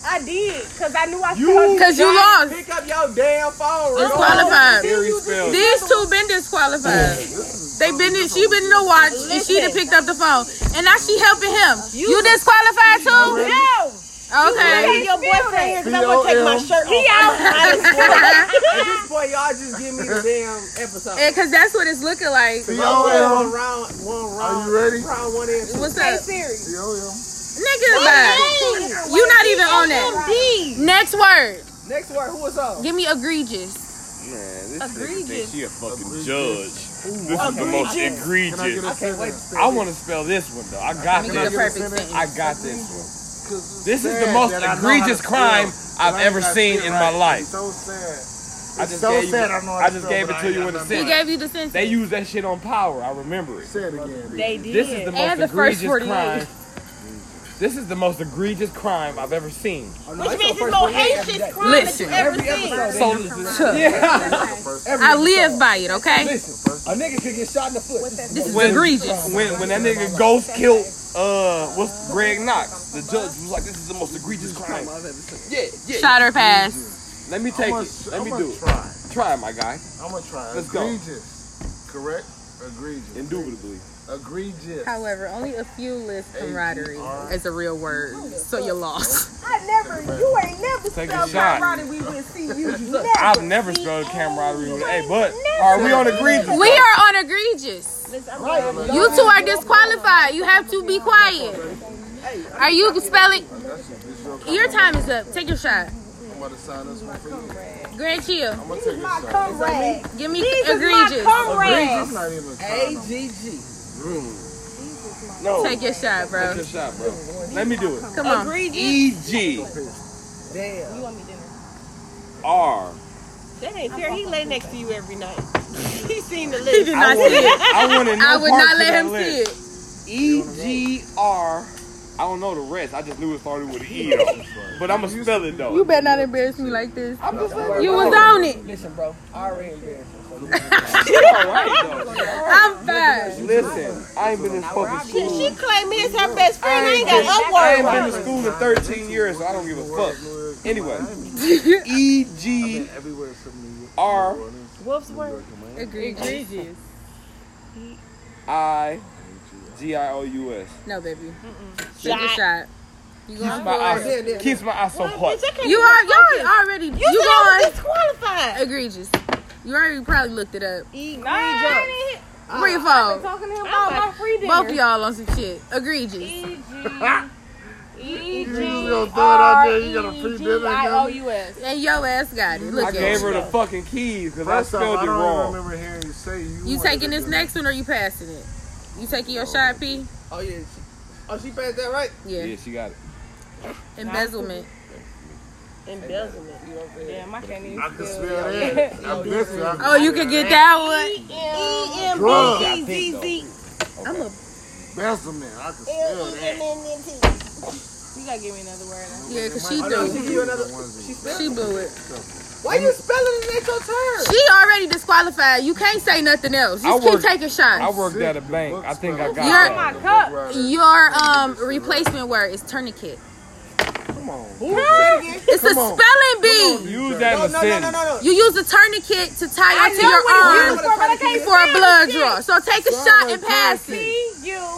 [SPEAKER 7] I did because I knew I
[SPEAKER 3] You
[SPEAKER 4] Cause you lost.
[SPEAKER 1] Pick up your damn phone.
[SPEAKER 4] It's
[SPEAKER 1] Rick.
[SPEAKER 4] qualified.
[SPEAKER 3] Siri spelled it.
[SPEAKER 4] These two been disqualified. They been she been in the watch and she done picked up the phone. And now she helping him. You disqualified too?
[SPEAKER 7] No. Hey,
[SPEAKER 4] Okay.
[SPEAKER 7] your boyfriend here because I'm going to take my
[SPEAKER 5] P.O.M..
[SPEAKER 7] shirt off. I'm hot as fuck.
[SPEAKER 1] At this point, y'all just give me the damn episode.
[SPEAKER 4] Yeah, cause that's what it's looking like.
[SPEAKER 1] One
[SPEAKER 5] T-O-M.
[SPEAKER 1] round, one round.
[SPEAKER 5] Are you ready?
[SPEAKER 1] Round one in.
[SPEAKER 4] What's
[SPEAKER 7] Hey,
[SPEAKER 4] up?
[SPEAKER 7] Siri.
[SPEAKER 5] T-O-M.
[SPEAKER 4] Nigga bye. You not even on that.
[SPEAKER 7] MD.
[SPEAKER 4] Next word.
[SPEAKER 1] Next word, who was up?
[SPEAKER 4] Give me egregious.
[SPEAKER 3] Man, this
[SPEAKER 7] Egregious.
[SPEAKER 3] nigga think she a fucking
[SPEAKER 5] Egregious.
[SPEAKER 3] judge. This is the most
[SPEAKER 5] Can I get
[SPEAKER 3] egregious.
[SPEAKER 5] a
[SPEAKER 1] Okay, wait.
[SPEAKER 5] sentence?
[SPEAKER 3] I want to spell this one though. I got
[SPEAKER 4] Let me
[SPEAKER 3] this.
[SPEAKER 4] get
[SPEAKER 5] I
[SPEAKER 4] the
[SPEAKER 5] get a
[SPEAKER 4] perfect
[SPEAKER 5] sentence?
[SPEAKER 4] sentence.
[SPEAKER 3] I got this
[SPEAKER 5] Cause
[SPEAKER 3] one.
[SPEAKER 5] it's
[SPEAKER 3] This is the
[SPEAKER 5] sad
[SPEAKER 3] most
[SPEAKER 5] that I know how to
[SPEAKER 3] egregious
[SPEAKER 5] feel.
[SPEAKER 3] crime I've
[SPEAKER 5] I ain't
[SPEAKER 3] ever
[SPEAKER 5] gotta
[SPEAKER 3] seen
[SPEAKER 5] feel
[SPEAKER 3] in
[SPEAKER 5] right.
[SPEAKER 3] my
[SPEAKER 5] It's
[SPEAKER 3] life.
[SPEAKER 5] So sad.
[SPEAKER 3] I
[SPEAKER 5] It's
[SPEAKER 3] just
[SPEAKER 5] so
[SPEAKER 3] gave you.
[SPEAKER 5] sad I know how
[SPEAKER 3] I
[SPEAKER 5] to
[SPEAKER 3] just
[SPEAKER 5] feel,
[SPEAKER 3] gave it
[SPEAKER 5] but I
[SPEAKER 3] to
[SPEAKER 5] ain't
[SPEAKER 3] you
[SPEAKER 5] got
[SPEAKER 3] in a
[SPEAKER 5] nothing.
[SPEAKER 4] He
[SPEAKER 3] sentence.
[SPEAKER 4] gave you the sentence.
[SPEAKER 3] They used that shit on power. I remember it.
[SPEAKER 5] Say it again.
[SPEAKER 7] They did.
[SPEAKER 3] This is the most
[SPEAKER 4] And the first
[SPEAKER 3] egregious
[SPEAKER 4] 48.
[SPEAKER 3] crime. This is the most egregious crime I've ever seen.
[SPEAKER 7] Which means it's more Haitian crime
[SPEAKER 4] Listen.
[SPEAKER 7] that you ever seen.
[SPEAKER 3] So, yeah.
[SPEAKER 4] I live by it, okay?
[SPEAKER 1] Listen, a nigga could get shot in the foot.
[SPEAKER 4] This is
[SPEAKER 3] When-
[SPEAKER 4] egregious.
[SPEAKER 3] when when that nigga Ghost killed uh what's Greg Knox, the judge was like, "This is the most egregious crime." Yeah, yeah.
[SPEAKER 4] Shot or pass.
[SPEAKER 3] Let me take
[SPEAKER 5] I'ma-
[SPEAKER 3] it. Let me
[SPEAKER 5] I'ma
[SPEAKER 3] do it.
[SPEAKER 5] Try.
[SPEAKER 3] Try, my guy.
[SPEAKER 5] I'm gonna try.
[SPEAKER 3] Let's go.
[SPEAKER 5] egregious. Correct. Egregious.
[SPEAKER 3] Indubitably.
[SPEAKER 5] Egregious.
[SPEAKER 4] However, only a few list camaraderie is a real word. So you lost.
[SPEAKER 2] I never, you ain't never
[SPEAKER 3] Take a
[SPEAKER 2] spelled
[SPEAKER 3] shot.
[SPEAKER 2] camaraderie. We wouldn't see you. Never.
[SPEAKER 3] I've never spelled camaraderie with A, but are we on egregious?
[SPEAKER 4] We are on egregious. You two are disqualified. You have to be quiet. Are you spelling?
[SPEAKER 5] That's it. This your
[SPEAKER 4] Your time is up. Take your shot.
[SPEAKER 5] I'm gonna sign this one for you.
[SPEAKER 4] Grand chill.
[SPEAKER 5] I'm gonna take a shot.
[SPEAKER 2] Comrade.
[SPEAKER 4] Give me
[SPEAKER 2] These is my
[SPEAKER 4] egregious.
[SPEAKER 2] comrades.
[SPEAKER 5] I'm not even trying.
[SPEAKER 3] No.
[SPEAKER 4] Take your shot,
[SPEAKER 3] Take
[SPEAKER 4] bro.
[SPEAKER 3] your shot, bro. Let me do it.
[SPEAKER 4] Come on.
[SPEAKER 7] Egregious.
[SPEAKER 3] E G R.
[SPEAKER 7] That ain't fair. He lay next to you every night. He seen the
[SPEAKER 4] He
[SPEAKER 7] list.
[SPEAKER 4] did
[SPEAKER 3] I
[SPEAKER 4] not see
[SPEAKER 3] wanted,
[SPEAKER 4] it.
[SPEAKER 3] I wanted no
[SPEAKER 4] I would
[SPEAKER 3] part
[SPEAKER 4] not
[SPEAKER 3] to
[SPEAKER 4] let
[SPEAKER 3] that
[SPEAKER 4] him
[SPEAKER 3] list.
[SPEAKER 4] see it.
[SPEAKER 3] E G R. I don't know the rest. I just knew it started with an E. though. But I'm gonna spell it though.
[SPEAKER 4] You better not embarrass me like this.
[SPEAKER 3] I'm just letting
[SPEAKER 4] You was on it.
[SPEAKER 1] Listen, bro, I already embarrassed.
[SPEAKER 3] all right
[SPEAKER 4] I'm fine.
[SPEAKER 3] though. Listen, I ain't been in fucking
[SPEAKER 7] She,
[SPEAKER 3] school.
[SPEAKER 7] she claimed me as her best friend. I ain't got no
[SPEAKER 3] I ain't
[SPEAKER 7] word.
[SPEAKER 3] been to school in 13 years, so I don't give a fuck. Anyway, E G
[SPEAKER 5] Everywhere from New York.
[SPEAKER 3] R
[SPEAKER 7] Whoops, word.
[SPEAKER 4] Egregious.
[SPEAKER 3] I G I O U S.
[SPEAKER 4] No, baby. Take your
[SPEAKER 7] Shot.
[SPEAKER 4] shot. You
[SPEAKER 3] Keeps
[SPEAKER 4] going
[SPEAKER 3] my eyes, keeps my eyes so hot.
[SPEAKER 7] Bitch, I can't
[SPEAKER 4] You
[SPEAKER 7] even
[SPEAKER 4] are
[SPEAKER 7] fucking-
[SPEAKER 4] y'all already. You,
[SPEAKER 7] You, said I
[SPEAKER 4] going
[SPEAKER 7] was disqualified.
[SPEAKER 4] egregious. You already probably looked it up.
[SPEAKER 7] Egregious.
[SPEAKER 4] Bring your phone.
[SPEAKER 2] Talking to him about my free dinner.
[SPEAKER 4] Both of y'all on some shit.
[SPEAKER 2] E
[SPEAKER 4] Egregious.
[SPEAKER 5] You just gonna throw it
[SPEAKER 2] E
[SPEAKER 5] out there. You got a free dinner. again?
[SPEAKER 2] E-G-I-O-U-S.
[SPEAKER 4] And your ass got it. Look
[SPEAKER 3] I
[SPEAKER 4] at
[SPEAKER 3] gave
[SPEAKER 4] it.
[SPEAKER 3] her the fucking keys because I
[SPEAKER 5] First off,
[SPEAKER 3] spelled
[SPEAKER 5] I
[SPEAKER 3] it
[SPEAKER 5] don't even
[SPEAKER 3] wrong.
[SPEAKER 5] remember hearing you say you.
[SPEAKER 4] You
[SPEAKER 5] wanted
[SPEAKER 4] taking
[SPEAKER 5] to
[SPEAKER 4] this
[SPEAKER 5] do
[SPEAKER 4] next one or you passing it? You taking your shot, P?
[SPEAKER 1] Oh yeah. she- Oh, she passed that right.
[SPEAKER 4] Yeah.
[SPEAKER 3] Yeah, she got it.
[SPEAKER 4] Embezzlement.
[SPEAKER 7] Embezzlement.
[SPEAKER 6] Damn, I can't even
[SPEAKER 5] I can
[SPEAKER 6] spell.
[SPEAKER 5] spell that. I'm missing.
[SPEAKER 4] Oh, you could get that
[SPEAKER 2] E
[SPEAKER 4] one.
[SPEAKER 7] E-M-B-E-Z-Z.
[SPEAKER 3] I'm a
[SPEAKER 5] That's a man. I can spell that.
[SPEAKER 7] L-E-M-N-N-T.
[SPEAKER 6] You gotta give me another word.
[SPEAKER 4] Yeah, cause she
[SPEAKER 1] Oh, no, she
[SPEAKER 4] do.
[SPEAKER 1] give you another. She
[SPEAKER 4] She
[SPEAKER 1] spelled.
[SPEAKER 4] blew it.
[SPEAKER 1] Why you spelling it at your turn?
[SPEAKER 4] She already disqualified. You can't say nothing else.
[SPEAKER 3] I
[SPEAKER 4] Just keep
[SPEAKER 3] work-
[SPEAKER 4] taking
[SPEAKER 3] I
[SPEAKER 4] shots.
[SPEAKER 3] worked at a bank. I think I got that.
[SPEAKER 5] The
[SPEAKER 2] my
[SPEAKER 5] book
[SPEAKER 2] cup.
[SPEAKER 5] writer.
[SPEAKER 4] Your um replacement word is tourniquet.
[SPEAKER 3] Come on.
[SPEAKER 4] It's a spelling bee.
[SPEAKER 3] Use that in
[SPEAKER 1] No, no,
[SPEAKER 3] a
[SPEAKER 1] no, no, no,
[SPEAKER 3] sentence.
[SPEAKER 1] no.
[SPEAKER 4] You use the tourniquet to tie
[SPEAKER 2] I
[SPEAKER 4] onto
[SPEAKER 2] know what
[SPEAKER 4] your
[SPEAKER 2] it's
[SPEAKER 4] arm
[SPEAKER 2] used for, but I can't
[SPEAKER 4] for a
[SPEAKER 2] spell
[SPEAKER 4] blood
[SPEAKER 2] it.
[SPEAKER 4] draw. So take a
[SPEAKER 5] Sound
[SPEAKER 4] shot
[SPEAKER 5] like
[SPEAKER 4] and pass
[SPEAKER 2] E
[SPEAKER 5] turkey.
[SPEAKER 4] it.
[SPEAKER 2] T-U.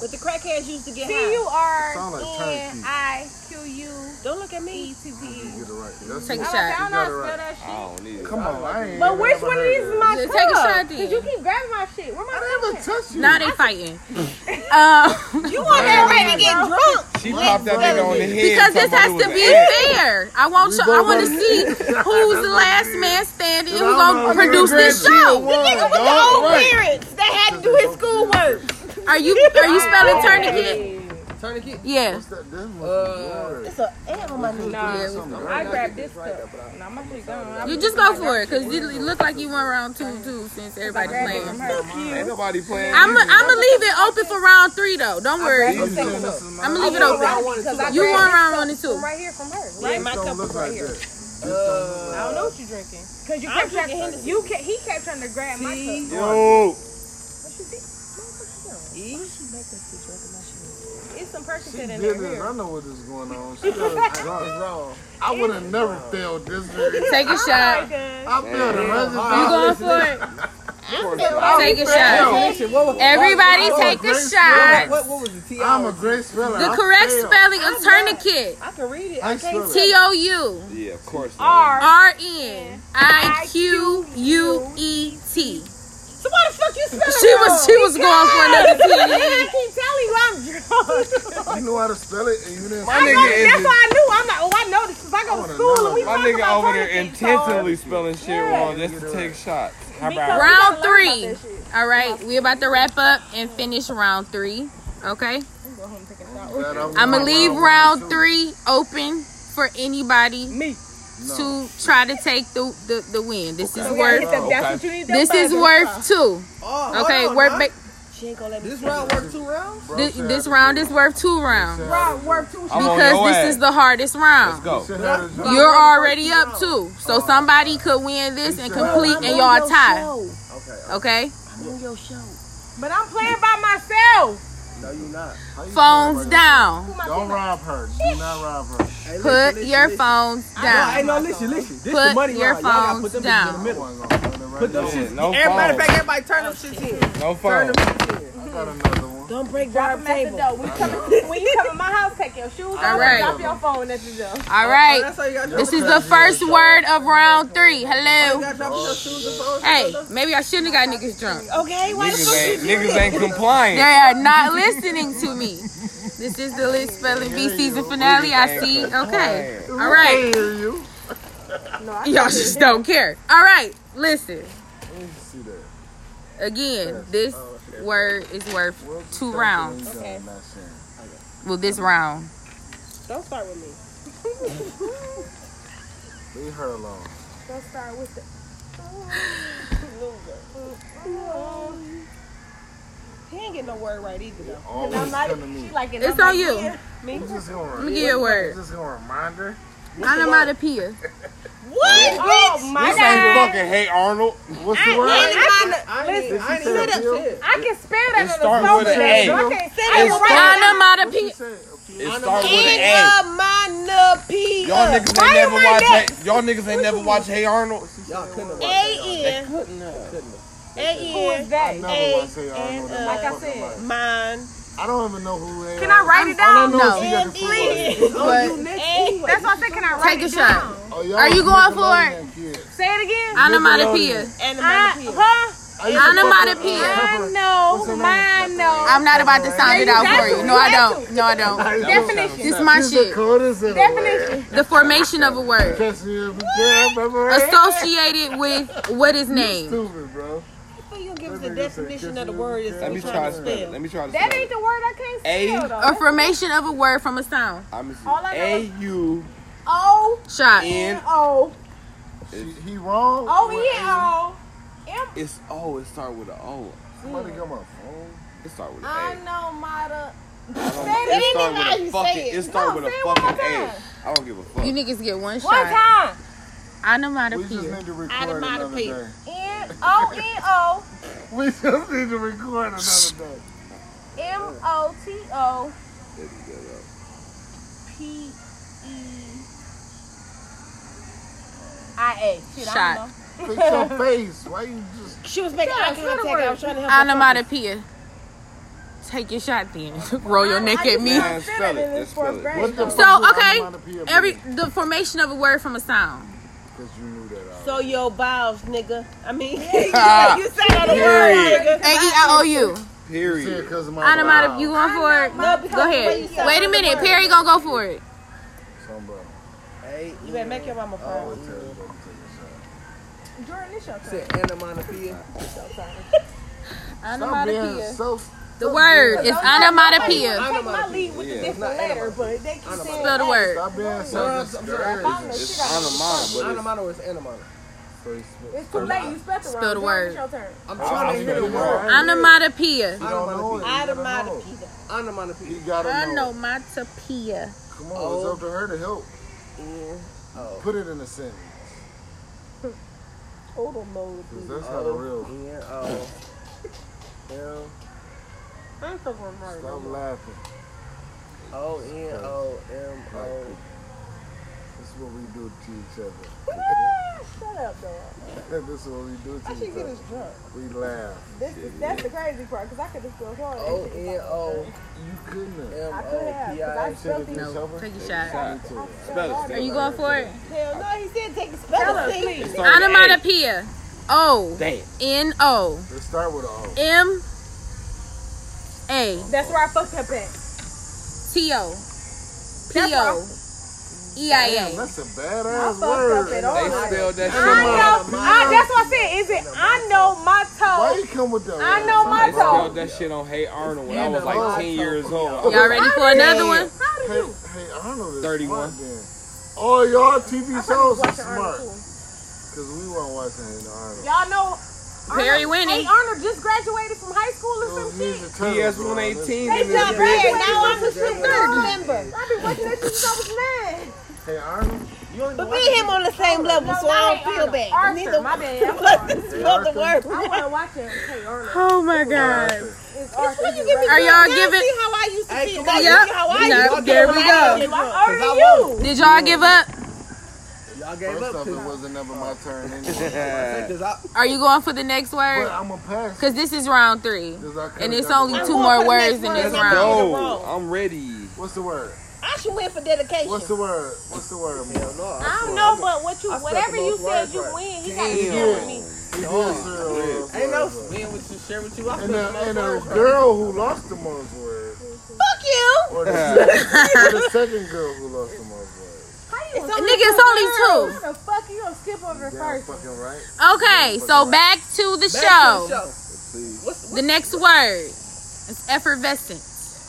[SPEAKER 7] But the crackheads used to get high.
[SPEAKER 2] T-U-R-N-I-Q-U-E-T-T-E.
[SPEAKER 7] Don't look at
[SPEAKER 2] E
[SPEAKER 7] me.
[SPEAKER 5] You get it right. That's
[SPEAKER 4] Take
[SPEAKER 5] it.
[SPEAKER 2] I
[SPEAKER 4] a shot.
[SPEAKER 2] don't know how to spell
[SPEAKER 5] You got it right.
[SPEAKER 2] that shit.
[SPEAKER 3] I don't need it.
[SPEAKER 5] Come on. I ain't
[SPEAKER 2] But
[SPEAKER 5] never
[SPEAKER 2] which one of
[SPEAKER 5] heard
[SPEAKER 2] these
[SPEAKER 5] that.
[SPEAKER 2] is my
[SPEAKER 4] Just
[SPEAKER 2] cup?
[SPEAKER 4] take a shot then.
[SPEAKER 2] Did you keep grabbing my shit? Where my
[SPEAKER 5] I
[SPEAKER 2] cup
[SPEAKER 5] never touched you.
[SPEAKER 4] Now they fighting. Um,
[SPEAKER 7] You want that ready to get drunk.
[SPEAKER 3] She popped that nigga on the head.
[SPEAKER 4] Because this
[SPEAKER 3] talking
[SPEAKER 4] has
[SPEAKER 3] about
[SPEAKER 4] to
[SPEAKER 3] it
[SPEAKER 4] be
[SPEAKER 3] was ass.
[SPEAKER 4] fair. I want you. I want to see who's the last man standing and who's gonna
[SPEAKER 5] I'm a
[SPEAKER 4] produce this
[SPEAKER 5] graduate.
[SPEAKER 4] show.
[SPEAKER 2] Nigga with the
[SPEAKER 5] Dog,
[SPEAKER 2] old
[SPEAKER 5] right.
[SPEAKER 2] parents that had to do his schoolwork.
[SPEAKER 4] Are you are you spelling tourniquet?
[SPEAKER 1] Tourniquet.
[SPEAKER 4] Yeah.
[SPEAKER 5] What's that? This
[SPEAKER 4] Uh,
[SPEAKER 5] was
[SPEAKER 7] It's an M on my knee. I grabbed this cup. Nah, my shit gone.
[SPEAKER 4] You just go for it, cause you you look like you went round two too, since everybody playing.
[SPEAKER 3] Ain't nobody playing.
[SPEAKER 4] I'm gonna leave it open for round three though. Don't worry.
[SPEAKER 7] This second up.
[SPEAKER 4] I'm gonna leave it open.
[SPEAKER 7] Because I
[SPEAKER 4] You
[SPEAKER 7] grabbed
[SPEAKER 4] want
[SPEAKER 7] this
[SPEAKER 4] round
[SPEAKER 7] cup
[SPEAKER 4] one and two.
[SPEAKER 7] From right here, from her.
[SPEAKER 2] Right, my
[SPEAKER 5] This
[SPEAKER 2] cup
[SPEAKER 5] don't
[SPEAKER 2] was
[SPEAKER 5] look
[SPEAKER 2] right
[SPEAKER 5] like
[SPEAKER 2] here.
[SPEAKER 5] that. Uh,
[SPEAKER 7] I don't know what you're drinking. Because you
[SPEAKER 2] I'm
[SPEAKER 7] kept
[SPEAKER 2] drinking
[SPEAKER 7] trying to.
[SPEAKER 2] Henderson.
[SPEAKER 7] You kept, he kept trying to grab my cup.
[SPEAKER 3] Yo,
[SPEAKER 7] What you think?
[SPEAKER 2] E?
[SPEAKER 7] It's some Percocet in there.
[SPEAKER 5] did it. I know what is going on. She was drunk. I would have never failed this nigga.
[SPEAKER 4] Take a shot.
[SPEAKER 5] I failed a hundred
[SPEAKER 4] You going
[SPEAKER 5] dollars.
[SPEAKER 4] for it?
[SPEAKER 5] I
[SPEAKER 4] Take a
[SPEAKER 5] failed.
[SPEAKER 4] shot.
[SPEAKER 1] What was,
[SPEAKER 4] Everybody
[SPEAKER 5] Oh,
[SPEAKER 4] take a
[SPEAKER 5] great
[SPEAKER 4] shot.
[SPEAKER 1] what, what was the T?
[SPEAKER 5] I'm a great speller.
[SPEAKER 4] The
[SPEAKER 5] I
[SPEAKER 4] correct
[SPEAKER 5] failed.
[SPEAKER 4] spelling of tourniquet.
[SPEAKER 7] I can read it.
[SPEAKER 5] I
[SPEAKER 7] I can't
[SPEAKER 5] spell it.
[SPEAKER 4] T O U.
[SPEAKER 3] yeah, of course.
[SPEAKER 2] R.
[SPEAKER 4] R E N I Q U E T.
[SPEAKER 2] So why the fuck you spelling
[SPEAKER 4] She was she was going for another T.
[SPEAKER 2] I keep telling you I'm drunk.
[SPEAKER 5] You know how to spell it, and you didn't.
[SPEAKER 3] My nigga
[SPEAKER 2] That's
[SPEAKER 3] is
[SPEAKER 2] why I knew. I'm like, oh, I know this because I go to school and we
[SPEAKER 3] my
[SPEAKER 2] talk
[SPEAKER 3] nigga
[SPEAKER 2] about
[SPEAKER 3] over there
[SPEAKER 2] toilet seats,
[SPEAKER 3] intentionally spelling shit wrong just to take shots. How about
[SPEAKER 4] Round three. All right, we about to wrap up and finish round three. Okay, I'm gonna leave round three open for anybody to try to take the the, the win. This is worth
[SPEAKER 7] That's
[SPEAKER 3] Okay.
[SPEAKER 7] what you need to
[SPEAKER 4] this is
[SPEAKER 7] find.
[SPEAKER 4] worth two.
[SPEAKER 1] Oh,
[SPEAKER 4] Okay,
[SPEAKER 1] hold on,
[SPEAKER 4] worth
[SPEAKER 1] nah.
[SPEAKER 4] ba-
[SPEAKER 7] She ain't gonna let me.
[SPEAKER 1] This round worked two rounds.
[SPEAKER 4] thi- this round is worth two rounds
[SPEAKER 7] Round work two.
[SPEAKER 3] I'm on
[SPEAKER 4] because
[SPEAKER 3] your
[SPEAKER 4] this
[SPEAKER 3] ass.
[SPEAKER 4] is the hardest round.
[SPEAKER 3] Let's go.
[SPEAKER 5] Go.
[SPEAKER 4] You're already up too. So somebody could win this and complete and y'all tie. Okay?
[SPEAKER 2] But I'm playing by myself.
[SPEAKER 1] No, you not.
[SPEAKER 4] Phones down.
[SPEAKER 5] Don't rob her. Do not rob her.
[SPEAKER 1] Hey, listen,
[SPEAKER 4] Put
[SPEAKER 1] listen,
[SPEAKER 4] your
[SPEAKER 1] listen.
[SPEAKER 4] phones
[SPEAKER 1] No, hey,
[SPEAKER 4] down.
[SPEAKER 1] no, listen, listen. This
[SPEAKER 4] Oh Put
[SPEAKER 1] the money
[SPEAKER 4] your
[SPEAKER 1] round. Y'all gotta put them bitches in
[SPEAKER 4] phones
[SPEAKER 1] the
[SPEAKER 5] I
[SPEAKER 1] middle.
[SPEAKER 5] wasn't gonna run it
[SPEAKER 1] Put
[SPEAKER 5] right
[SPEAKER 1] them
[SPEAKER 5] now.
[SPEAKER 1] shits.
[SPEAKER 3] No
[SPEAKER 1] every matter of
[SPEAKER 3] phones.
[SPEAKER 1] fact, everybody turn them shits in.
[SPEAKER 3] No
[SPEAKER 1] Turn
[SPEAKER 3] phone.
[SPEAKER 1] them shits in.
[SPEAKER 5] I got another one.
[SPEAKER 7] Don't break down the
[SPEAKER 2] At the
[SPEAKER 7] table.
[SPEAKER 2] door. When you come, when you come in my house, take your shoes off.
[SPEAKER 4] right.
[SPEAKER 2] Drop your phone at the door.
[SPEAKER 4] All
[SPEAKER 1] Oh,
[SPEAKER 4] right.
[SPEAKER 1] that's all you gotta do.
[SPEAKER 4] This is the first word of round three.
[SPEAKER 1] You
[SPEAKER 4] Hello.
[SPEAKER 1] gotta drop your shoes and phones.
[SPEAKER 4] Hey, maybe I shouldn't have got niggas drunk.
[SPEAKER 2] Okay, why the
[SPEAKER 3] Niggas
[SPEAKER 2] fuck
[SPEAKER 3] ain't,
[SPEAKER 2] you
[SPEAKER 3] niggas ain't complying.
[SPEAKER 4] They are not listening to me. This is the Lit Spelling B season finale. I see. Okay. All right.
[SPEAKER 5] Hear you.
[SPEAKER 4] Y'all just don't care. All right. Listen.
[SPEAKER 5] See that?
[SPEAKER 4] Again, this
[SPEAKER 1] Oh,
[SPEAKER 4] word is worth two rounds.
[SPEAKER 5] Okay. Not saying.
[SPEAKER 4] Well, this round.
[SPEAKER 2] Don't start with me.
[SPEAKER 5] Leave her alone.
[SPEAKER 2] He ain't getting no word right either though.
[SPEAKER 5] Always
[SPEAKER 2] I'm not-
[SPEAKER 5] coming to me.
[SPEAKER 2] Like it.
[SPEAKER 4] It's on you.
[SPEAKER 5] You just gonna
[SPEAKER 4] Let me give you a
[SPEAKER 5] You
[SPEAKER 4] word.
[SPEAKER 5] just gonna remind her.
[SPEAKER 4] Onomatopoeia.
[SPEAKER 2] What? Oh my
[SPEAKER 3] This
[SPEAKER 2] god.
[SPEAKER 3] ain't fucking Hey Arnold.
[SPEAKER 5] What's the word?
[SPEAKER 1] I ain't even- I ain't
[SPEAKER 5] Did she
[SPEAKER 1] even
[SPEAKER 5] say appeal?
[SPEAKER 1] shit.
[SPEAKER 2] I can spell that
[SPEAKER 3] It
[SPEAKER 2] on
[SPEAKER 3] start
[SPEAKER 2] the phone
[SPEAKER 3] with an
[SPEAKER 2] today.
[SPEAKER 3] A.
[SPEAKER 2] I can't say
[SPEAKER 3] It's
[SPEAKER 2] that right now.
[SPEAKER 5] She
[SPEAKER 4] Onomatopoeia.
[SPEAKER 5] said appeal.
[SPEAKER 3] It starts with an A.
[SPEAKER 2] Onomatopoeia.
[SPEAKER 3] Y'all niggas
[SPEAKER 2] Why
[SPEAKER 3] ain't never
[SPEAKER 2] am I
[SPEAKER 3] watch.
[SPEAKER 2] next?
[SPEAKER 3] Hey, y'all niggas ain't never watch Hey Arnold.
[SPEAKER 1] Y'all couldn't have watched
[SPEAKER 2] A N
[SPEAKER 7] Who
[SPEAKER 2] A N
[SPEAKER 7] is that?
[SPEAKER 2] A
[SPEAKER 5] Never watch Hey Arnold.
[SPEAKER 2] and,
[SPEAKER 5] in
[SPEAKER 2] uh,
[SPEAKER 5] my
[SPEAKER 2] like I
[SPEAKER 5] fucking
[SPEAKER 7] said,
[SPEAKER 5] life.
[SPEAKER 2] mine.
[SPEAKER 5] I don't even know who they
[SPEAKER 2] Can I write it down?
[SPEAKER 5] I don't know if she got the full
[SPEAKER 2] Please.
[SPEAKER 5] word.
[SPEAKER 2] A. That's why I said, can I write
[SPEAKER 4] Take
[SPEAKER 2] it
[SPEAKER 4] a shot.
[SPEAKER 5] Oh, y'all
[SPEAKER 4] Are you
[SPEAKER 5] was
[SPEAKER 4] going
[SPEAKER 5] Nickelodeon kids.
[SPEAKER 2] Say it again.
[SPEAKER 4] Onomatopoeia.
[SPEAKER 2] I, huh?
[SPEAKER 5] I used to fuck with,
[SPEAKER 4] Onomatopoeia.
[SPEAKER 5] uh,
[SPEAKER 2] I
[SPEAKER 5] Pepper. What's her
[SPEAKER 2] know.
[SPEAKER 5] name?
[SPEAKER 2] Mine know.
[SPEAKER 4] I'm not about to sound it out for you. No, I don't. No, I
[SPEAKER 5] I
[SPEAKER 4] don't.
[SPEAKER 5] used to-
[SPEAKER 4] This is my
[SPEAKER 5] She's the
[SPEAKER 4] shit.
[SPEAKER 5] coldest in the
[SPEAKER 2] Definition.
[SPEAKER 4] The formation of a word
[SPEAKER 5] Catch me if you can, Pepper.
[SPEAKER 4] associated with what is named.
[SPEAKER 5] Stupid, bro.
[SPEAKER 2] You give us the definition of the word is
[SPEAKER 3] Let me try to spell it. Let me try to spell
[SPEAKER 2] That ain't
[SPEAKER 3] it.
[SPEAKER 2] the word I can't spell though.
[SPEAKER 4] A formation of a word from a sound.
[SPEAKER 3] I'm
[SPEAKER 2] All I know
[SPEAKER 3] A U
[SPEAKER 2] O
[SPEAKER 4] Shot.
[SPEAKER 3] N.
[SPEAKER 2] O
[SPEAKER 5] She, he wrong.
[SPEAKER 2] O E O M.
[SPEAKER 3] It's O. It start with an O.
[SPEAKER 5] Somebody got my phone.
[SPEAKER 3] It start with an
[SPEAKER 2] I
[SPEAKER 3] A.
[SPEAKER 2] know Mata.
[SPEAKER 3] It start with a fucking. It start
[SPEAKER 2] No,
[SPEAKER 3] with a
[SPEAKER 2] say it one more
[SPEAKER 3] fucking A. I don't give a fuck.
[SPEAKER 4] You niggas get
[SPEAKER 2] One
[SPEAKER 4] one shot.
[SPEAKER 2] time.
[SPEAKER 5] We just
[SPEAKER 4] Onomatopoeia.
[SPEAKER 5] need to record another day.
[SPEAKER 2] N O N O
[SPEAKER 5] We just need to record another day.
[SPEAKER 2] M O T O
[SPEAKER 3] There you go, though.
[SPEAKER 2] P E I A. Shit, I
[SPEAKER 4] Shot.
[SPEAKER 2] don't know.
[SPEAKER 5] Fix your face. Why you just
[SPEAKER 7] She was making eye contact. I was trying to help her.
[SPEAKER 4] Onomatopoeia. Take your shot then. Roll your neck at me.
[SPEAKER 3] Man, spell it. Just spell it.
[SPEAKER 5] what the
[SPEAKER 4] So okay,
[SPEAKER 5] onomatopoeia
[SPEAKER 4] every
[SPEAKER 5] mean?
[SPEAKER 4] the formation of a word from a sound.
[SPEAKER 5] Cause you knew that. already.
[SPEAKER 2] So yo, Biles, nigga. I mean, you say that word, nigga.
[SPEAKER 4] A E I O U.
[SPEAKER 5] See it
[SPEAKER 3] Period.
[SPEAKER 5] 'cause of my
[SPEAKER 4] Automata,
[SPEAKER 5] brow.
[SPEAKER 4] you going for it?
[SPEAKER 7] No, because
[SPEAKER 4] Go
[SPEAKER 7] the way you
[SPEAKER 4] ahead.
[SPEAKER 7] said
[SPEAKER 4] Wait a
[SPEAKER 7] the
[SPEAKER 4] minute.
[SPEAKER 7] word.
[SPEAKER 4] Perry gonna go for it.
[SPEAKER 5] Some brow.
[SPEAKER 1] Hey,
[SPEAKER 7] You better make your mama
[SPEAKER 5] I
[SPEAKER 7] proud.
[SPEAKER 5] always tell you to take
[SPEAKER 6] Jordan, it's your turn.
[SPEAKER 1] said onomatopoeia.
[SPEAKER 5] a shot. Stop being so.
[SPEAKER 4] The word is onomatopoeia.
[SPEAKER 6] Take my lead with the
[SPEAKER 3] Yeah.
[SPEAKER 6] different
[SPEAKER 1] It's not
[SPEAKER 6] letter, but they keep saying
[SPEAKER 4] Spell the word.
[SPEAKER 5] Stop being so
[SPEAKER 1] I'm sorry.
[SPEAKER 5] discouraged.
[SPEAKER 3] It's onomatopoeia, but
[SPEAKER 1] Onomato is anomata.
[SPEAKER 6] It's too late. You spelled the wrong.
[SPEAKER 4] Spell the
[SPEAKER 6] Jordan, It's
[SPEAKER 4] word.
[SPEAKER 6] your turn.
[SPEAKER 1] Oh, I'm
[SPEAKER 3] I'll
[SPEAKER 1] trying to hear
[SPEAKER 3] spell
[SPEAKER 1] the
[SPEAKER 3] it
[SPEAKER 1] word.
[SPEAKER 4] Onomatopoeia.
[SPEAKER 5] You don't know it. You gotta know.
[SPEAKER 7] Automata.
[SPEAKER 5] You
[SPEAKER 1] Onomatopoeia.
[SPEAKER 5] gotta know.
[SPEAKER 4] Onomatopoeia.
[SPEAKER 5] Come on, it's up to her to help.
[SPEAKER 1] Oh.
[SPEAKER 5] Put it in a sentence.
[SPEAKER 6] Total mode.
[SPEAKER 5] 'cause that's how the real.
[SPEAKER 1] Yeah, oh. M
[SPEAKER 7] I'm so gonna murder
[SPEAKER 5] Stop
[SPEAKER 7] you.
[SPEAKER 5] laughing.
[SPEAKER 1] O N O M O.
[SPEAKER 5] This is what we do to each other.
[SPEAKER 6] Shut up, dog.
[SPEAKER 5] this is what we do to
[SPEAKER 6] I should
[SPEAKER 5] each
[SPEAKER 6] get
[SPEAKER 5] other.
[SPEAKER 6] us drunk.
[SPEAKER 5] We laugh.
[SPEAKER 6] This is, that's the crazy part, because I could have spelled hard.
[SPEAKER 4] Oh,
[SPEAKER 1] O N O
[SPEAKER 5] You couldn't have.
[SPEAKER 1] M
[SPEAKER 6] I could
[SPEAKER 1] O
[SPEAKER 6] have,
[SPEAKER 1] P
[SPEAKER 6] because I
[SPEAKER 1] I.
[SPEAKER 6] spelled these.
[SPEAKER 5] No,
[SPEAKER 4] Take a shot.
[SPEAKER 3] spell
[SPEAKER 4] Are
[SPEAKER 3] it.
[SPEAKER 4] you going for it?
[SPEAKER 7] Hell no, he said take a spell
[SPEAKER 3] It
[SPEAKER 7] please.
[SPEAKER 3] started with A.
[SPEAKER 4] Onomatopoeia. O
[SPEAKER 3] Damn.
[SPEAKER 4] N O
[SPEAKER 5] Let's start with all.
[SPEAKER 4] M A
[SPEAKER 6] That's where I fucked up at.
[SPEAKER 4] T O P O E I
[SPEAKER 5] Damn,
[SPEAKER 4] A.
[SPEAKER 5] that's a
[SPEAKER 6] I
[SPEAKER 5] badass
[SPEAKER 6] fucked up at
[SPEAKER 5] word.
[SPEAKER 3] They
[SPEAKER 6] all.
[SPEAKER 3] spelled that
[SPEAKER 6] I
[SPEAKER 3] shit wrong.
[SPEAKER 6] know. I, that's what I said. Is it I know my
[SPEAKER 5] Why
[SPEAKER 6] toe?
[SPEAKER 5] you come with
[SPEAKER 6] I
[SPEAKER 5] that? word?
[SPEAKER 6] know my
[SPEAKER 3] They spelled
[SPEAKER 6] toe.
[SPEAKER 3] that shit on Hey Arnold when I
[SPEAKER 1] And
[SPEAKER 3] was
[SPEAKER 1] the
[SPEAKER 3] like
[SPEAKER 1] lotto.
[SPEAKER 3] 10 years old. I
[SPEAKER 4] Y'all
[SPEAKER 3] was
[SPEAKER 4] ready for another one?
[SPEAKER 5] Hey, hey, Arnold is
[SPEAKER 3] 31.
[SPEAKER 5] smart then. All y'all TV shows are
[SPEAKER 6] Watching Arnold
[SPEAKER 5] smart.
[SPEAKER 6] Pool.
[SPEAKER 5] Because we weren't watching Hey Arnold.
[SPEAKER 6] Y'all know.
[SPEAKER 4] Perry
[SPEAKER 6] Arnold-
[SPEAKER 4] winning.
[SPEAKER 6] Hey, Arnold just graduated from high school
[SPEAKER 5] Oh,
[SPEAKER 6] or some shit.
[SPEAKER 3] PS 118
[SPEAKER 7] They
[SPEAKER 3] in this
[SPEAKER 7] shot
[SPEAKER 3] bitch.
[SPEAKER 7] bad. Now I'm a shit girl member.
[SPEAKER 6] I've been watching that since I was nine.
[SPEAKER 5] Hey Arnold.
[SPEAKER 7] But me and him on the same level, so I don't feel bad.
[SPEAKER 6] Arthur,
[SPEAKER 7] Neither
[SPEAKER 6] my bad.
[SPEAKER 7] of us spelled the word.
[SPEAKER 6] I want to watch it. Hey, Arnold.
[SPEAKER 4] Oh my
[SPEAKER 6] It's Arthur.
[SPEAKER 7] Look, you give me
[SPEAKER 4] Are y'all
[SPEAKER 7] good. Y'all
[SPEAKER 4] giving-
[SPEAKER 7] See how I used to
[SPEAKER 1] Hey,
[SPEAKER 7] feel.
[SPEAKER 1] come
[SPEAKER 7] Now
[SPEAKER 1] on.
[SPEAKER 7] you
[SPEAKER 4] Yep.
[SPEAKER 7] see how I
[SPEAKER 4] Yep.
[SPEAKER 7] used to
[SPEAKER 4] There
[SPEAKER 7] feel.
[SPEAKER 4] we
[SPEAKER 7] Now
[SPEAKER 4] go.
[SPEAKER 7] you
[SPEAKER 6] Why
[SPEAKER 7] see
[SPEAKER 6] Arthur,
[SPEAKER 1] Y'all
[SPEAKER 4] Did y'all give up?
[SPEAKER 1] gave
[SPEAKER 5] First
[SPEAKER 1] up
[SPEAKER 5] off,
[SPEAKER 1] to
[SPEAKER 5] it
[SPEAKER 1] me.
[SPEAKER 5] wasn't ever my turn anyway.
[SPEAKER 1] Cause I-
[SPEAKER 4] Are you going for the next
[SPEAKER 5] but
[SPEAKER 4] word?
[SPEAKER 5] I'm going to pass.
[SPEAKER 4] Cause this is round three,
[SPEAKER 5] Because I could've
[SPEAKER 4] and it's
[SPEAKER 5] got the
[SPEAKER 4] only
[SPEAKER 5] word.
[SPEAKER 4] two
[SPEAKER 7] going for
[SPEAKER 4] more
[SPEAKER 7] the next
[SPEAKER 4] words in
[SPEAKER 7] one.
[SPEAKER 4] this
[SPEAKER 7] Let's
[SPEAKER 4] round.
[SPEAKER 3] Go. I'm ready.
[SPEAKER 5] What's the word?
[SPEAKER 7] I should win for dedication.
[SPEAKER 5] What's the word? What's the word?
[SPEAKER 1] Hell no.
[SPEAKER 7] I
[SPEAKER 1] swear.
[SPEAKER 7] don't know, but what you,
[SPEAKER 1] I felt
[SPEAKER 7] whatever
[SPEAKER 1] the
[SPEAKER 7] you
[SPEAKER 1] most
[SPEAKER 7] said,
[SPEAKER 1] right,
[SPEAKER 7] you
[SPEAKER 1] right.
[SPEAKER 7] win. He got to
[SPEAKER 5] Damn.
[SPEAKER 7] share with me.
[SPEAKER 5] We did share with
[SPEAKER 1] Ain't no
[SPEAKER 5] words.
[SPEAKER 1] being with you, share with you. I
[SPEAKER 5] And
[SPEAKER 1] feel
[SPEAKER 5] the,
[SPEAKER 1] the
[SPEAKER 5] and
[SPEAKER 1] most
[SPEAKER 5] the
[SPEAKER 1] words.
[SPEAKER 5] girl who lost the most words.
[SPEAKER 7] Fuck you.
[SPEAKER 5] Or the, second, or the second girl who lost the most words.
[SPEAKER 6] It's only
[SPEAKER 4] Nigga, it's
[SPEAKER 6] two
[SPEAKER 4] only
[SPEAKER 6] words. How the fuck you gonna skip over the
[SPEAKER 5] Damn
[SPEAKER 6] first?
[SPEAKER 5] fucking right.
[SPEAKER 4] two. Okay, so back to the
[SPEAKER 1] Back to
[SPEAKER 4] show.
[SPEAKER 1] the
[SPEAKER 5] Please.
[SPEAKER 1] What's,
[SPEAKER 4] The next word is effervescent.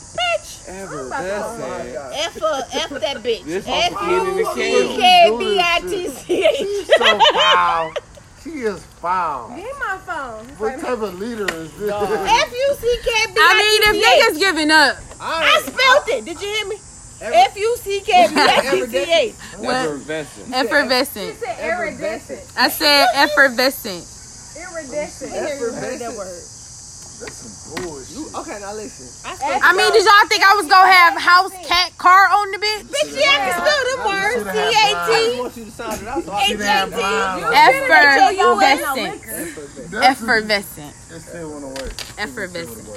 [SPEAKER 7] Bitch.
[SPEAKER 3] Ever.
[SPEAKER 1] oh my
[SPEAKER 3] That's it.
[SPEAKER 1] God.
[SPEAKER 7] F, her, F that bitch.
[SPEAKER 3] This
[SPEAKER 7] F
[SPEAKER 3] motherfucker getting
[SPEAKER 7] U
[SPEAKER 3] in the game.
[SPEAKER 7] C K B I T C H.
[SPEAKER 5] She's so foul. She is foul.
[SPEAKER 6] Get my phone.
[SPEAKER 5] What type of leader is this?
[SPEAKER 7] F U C K B
[SPEAKER 4] I
[SPEAKER 7] I T
[SPEAKER 4] mean,
[SPEAKER 7] C
[SPEAKER 4] if
[SPEAKER 7] H.
[SPEAKER 4] niggas giving up,
[SPEAKER 7] I
[SPEAKER 1] I
[SPEAKER 7] spelled it. Did you hear me?
[SPEAKER 1] Every-
[SPEAKER 7] F U C K B I T
[SPEAKER 1] Every
[SPEAKER 7] C
[SPEAKER 1] day.
[SPEAKER 7] H.
[SPEAKER 3] Ever investing.
[SPEAKER 6] She
[SPEAKER 4] effervescent.
[SPEAKER 6] said iridescent.
[SPEAKER 4] I said effervescent.
[SPEAKER 6] Iridescent.
[SPEAKER 1] effervescent.
[SPEAKER 5] That's some bullshit.
[SPEAKER 1] You- Okay, now listen.
[SPEAKER 7] I spelled
[SPEAKER 4] I mean, did y'all think I was gonna have house, cat, car on the bitch?
[SPEAKER 7] Bitch, yeah, I can spell the
[SPEAKER 5] You should've
[SPEAKER 7] words.
[SPEAKER 1] I
[SPEAKER 5] had
[SPEAKER 7] C A T.
[SPEAKER 1] want you to sound it out. So
[SPEAKER 7] Hey,
[SPEAKER 1] I
[SPEAKER 5] She
[SPEAKER 1] can
[SPEAKER 5] damn
[SPEAKER 7] JT,
[SPEAKER 5] foul.
[SPEAKER 4] Effervescent.
[SPEAKER 5] That's-
[SPEAKER 4] Effervescent.
[SPEAKER 5] It still went away.
[SPEAKER 4] Effervescent.
[SPEAKER 5] I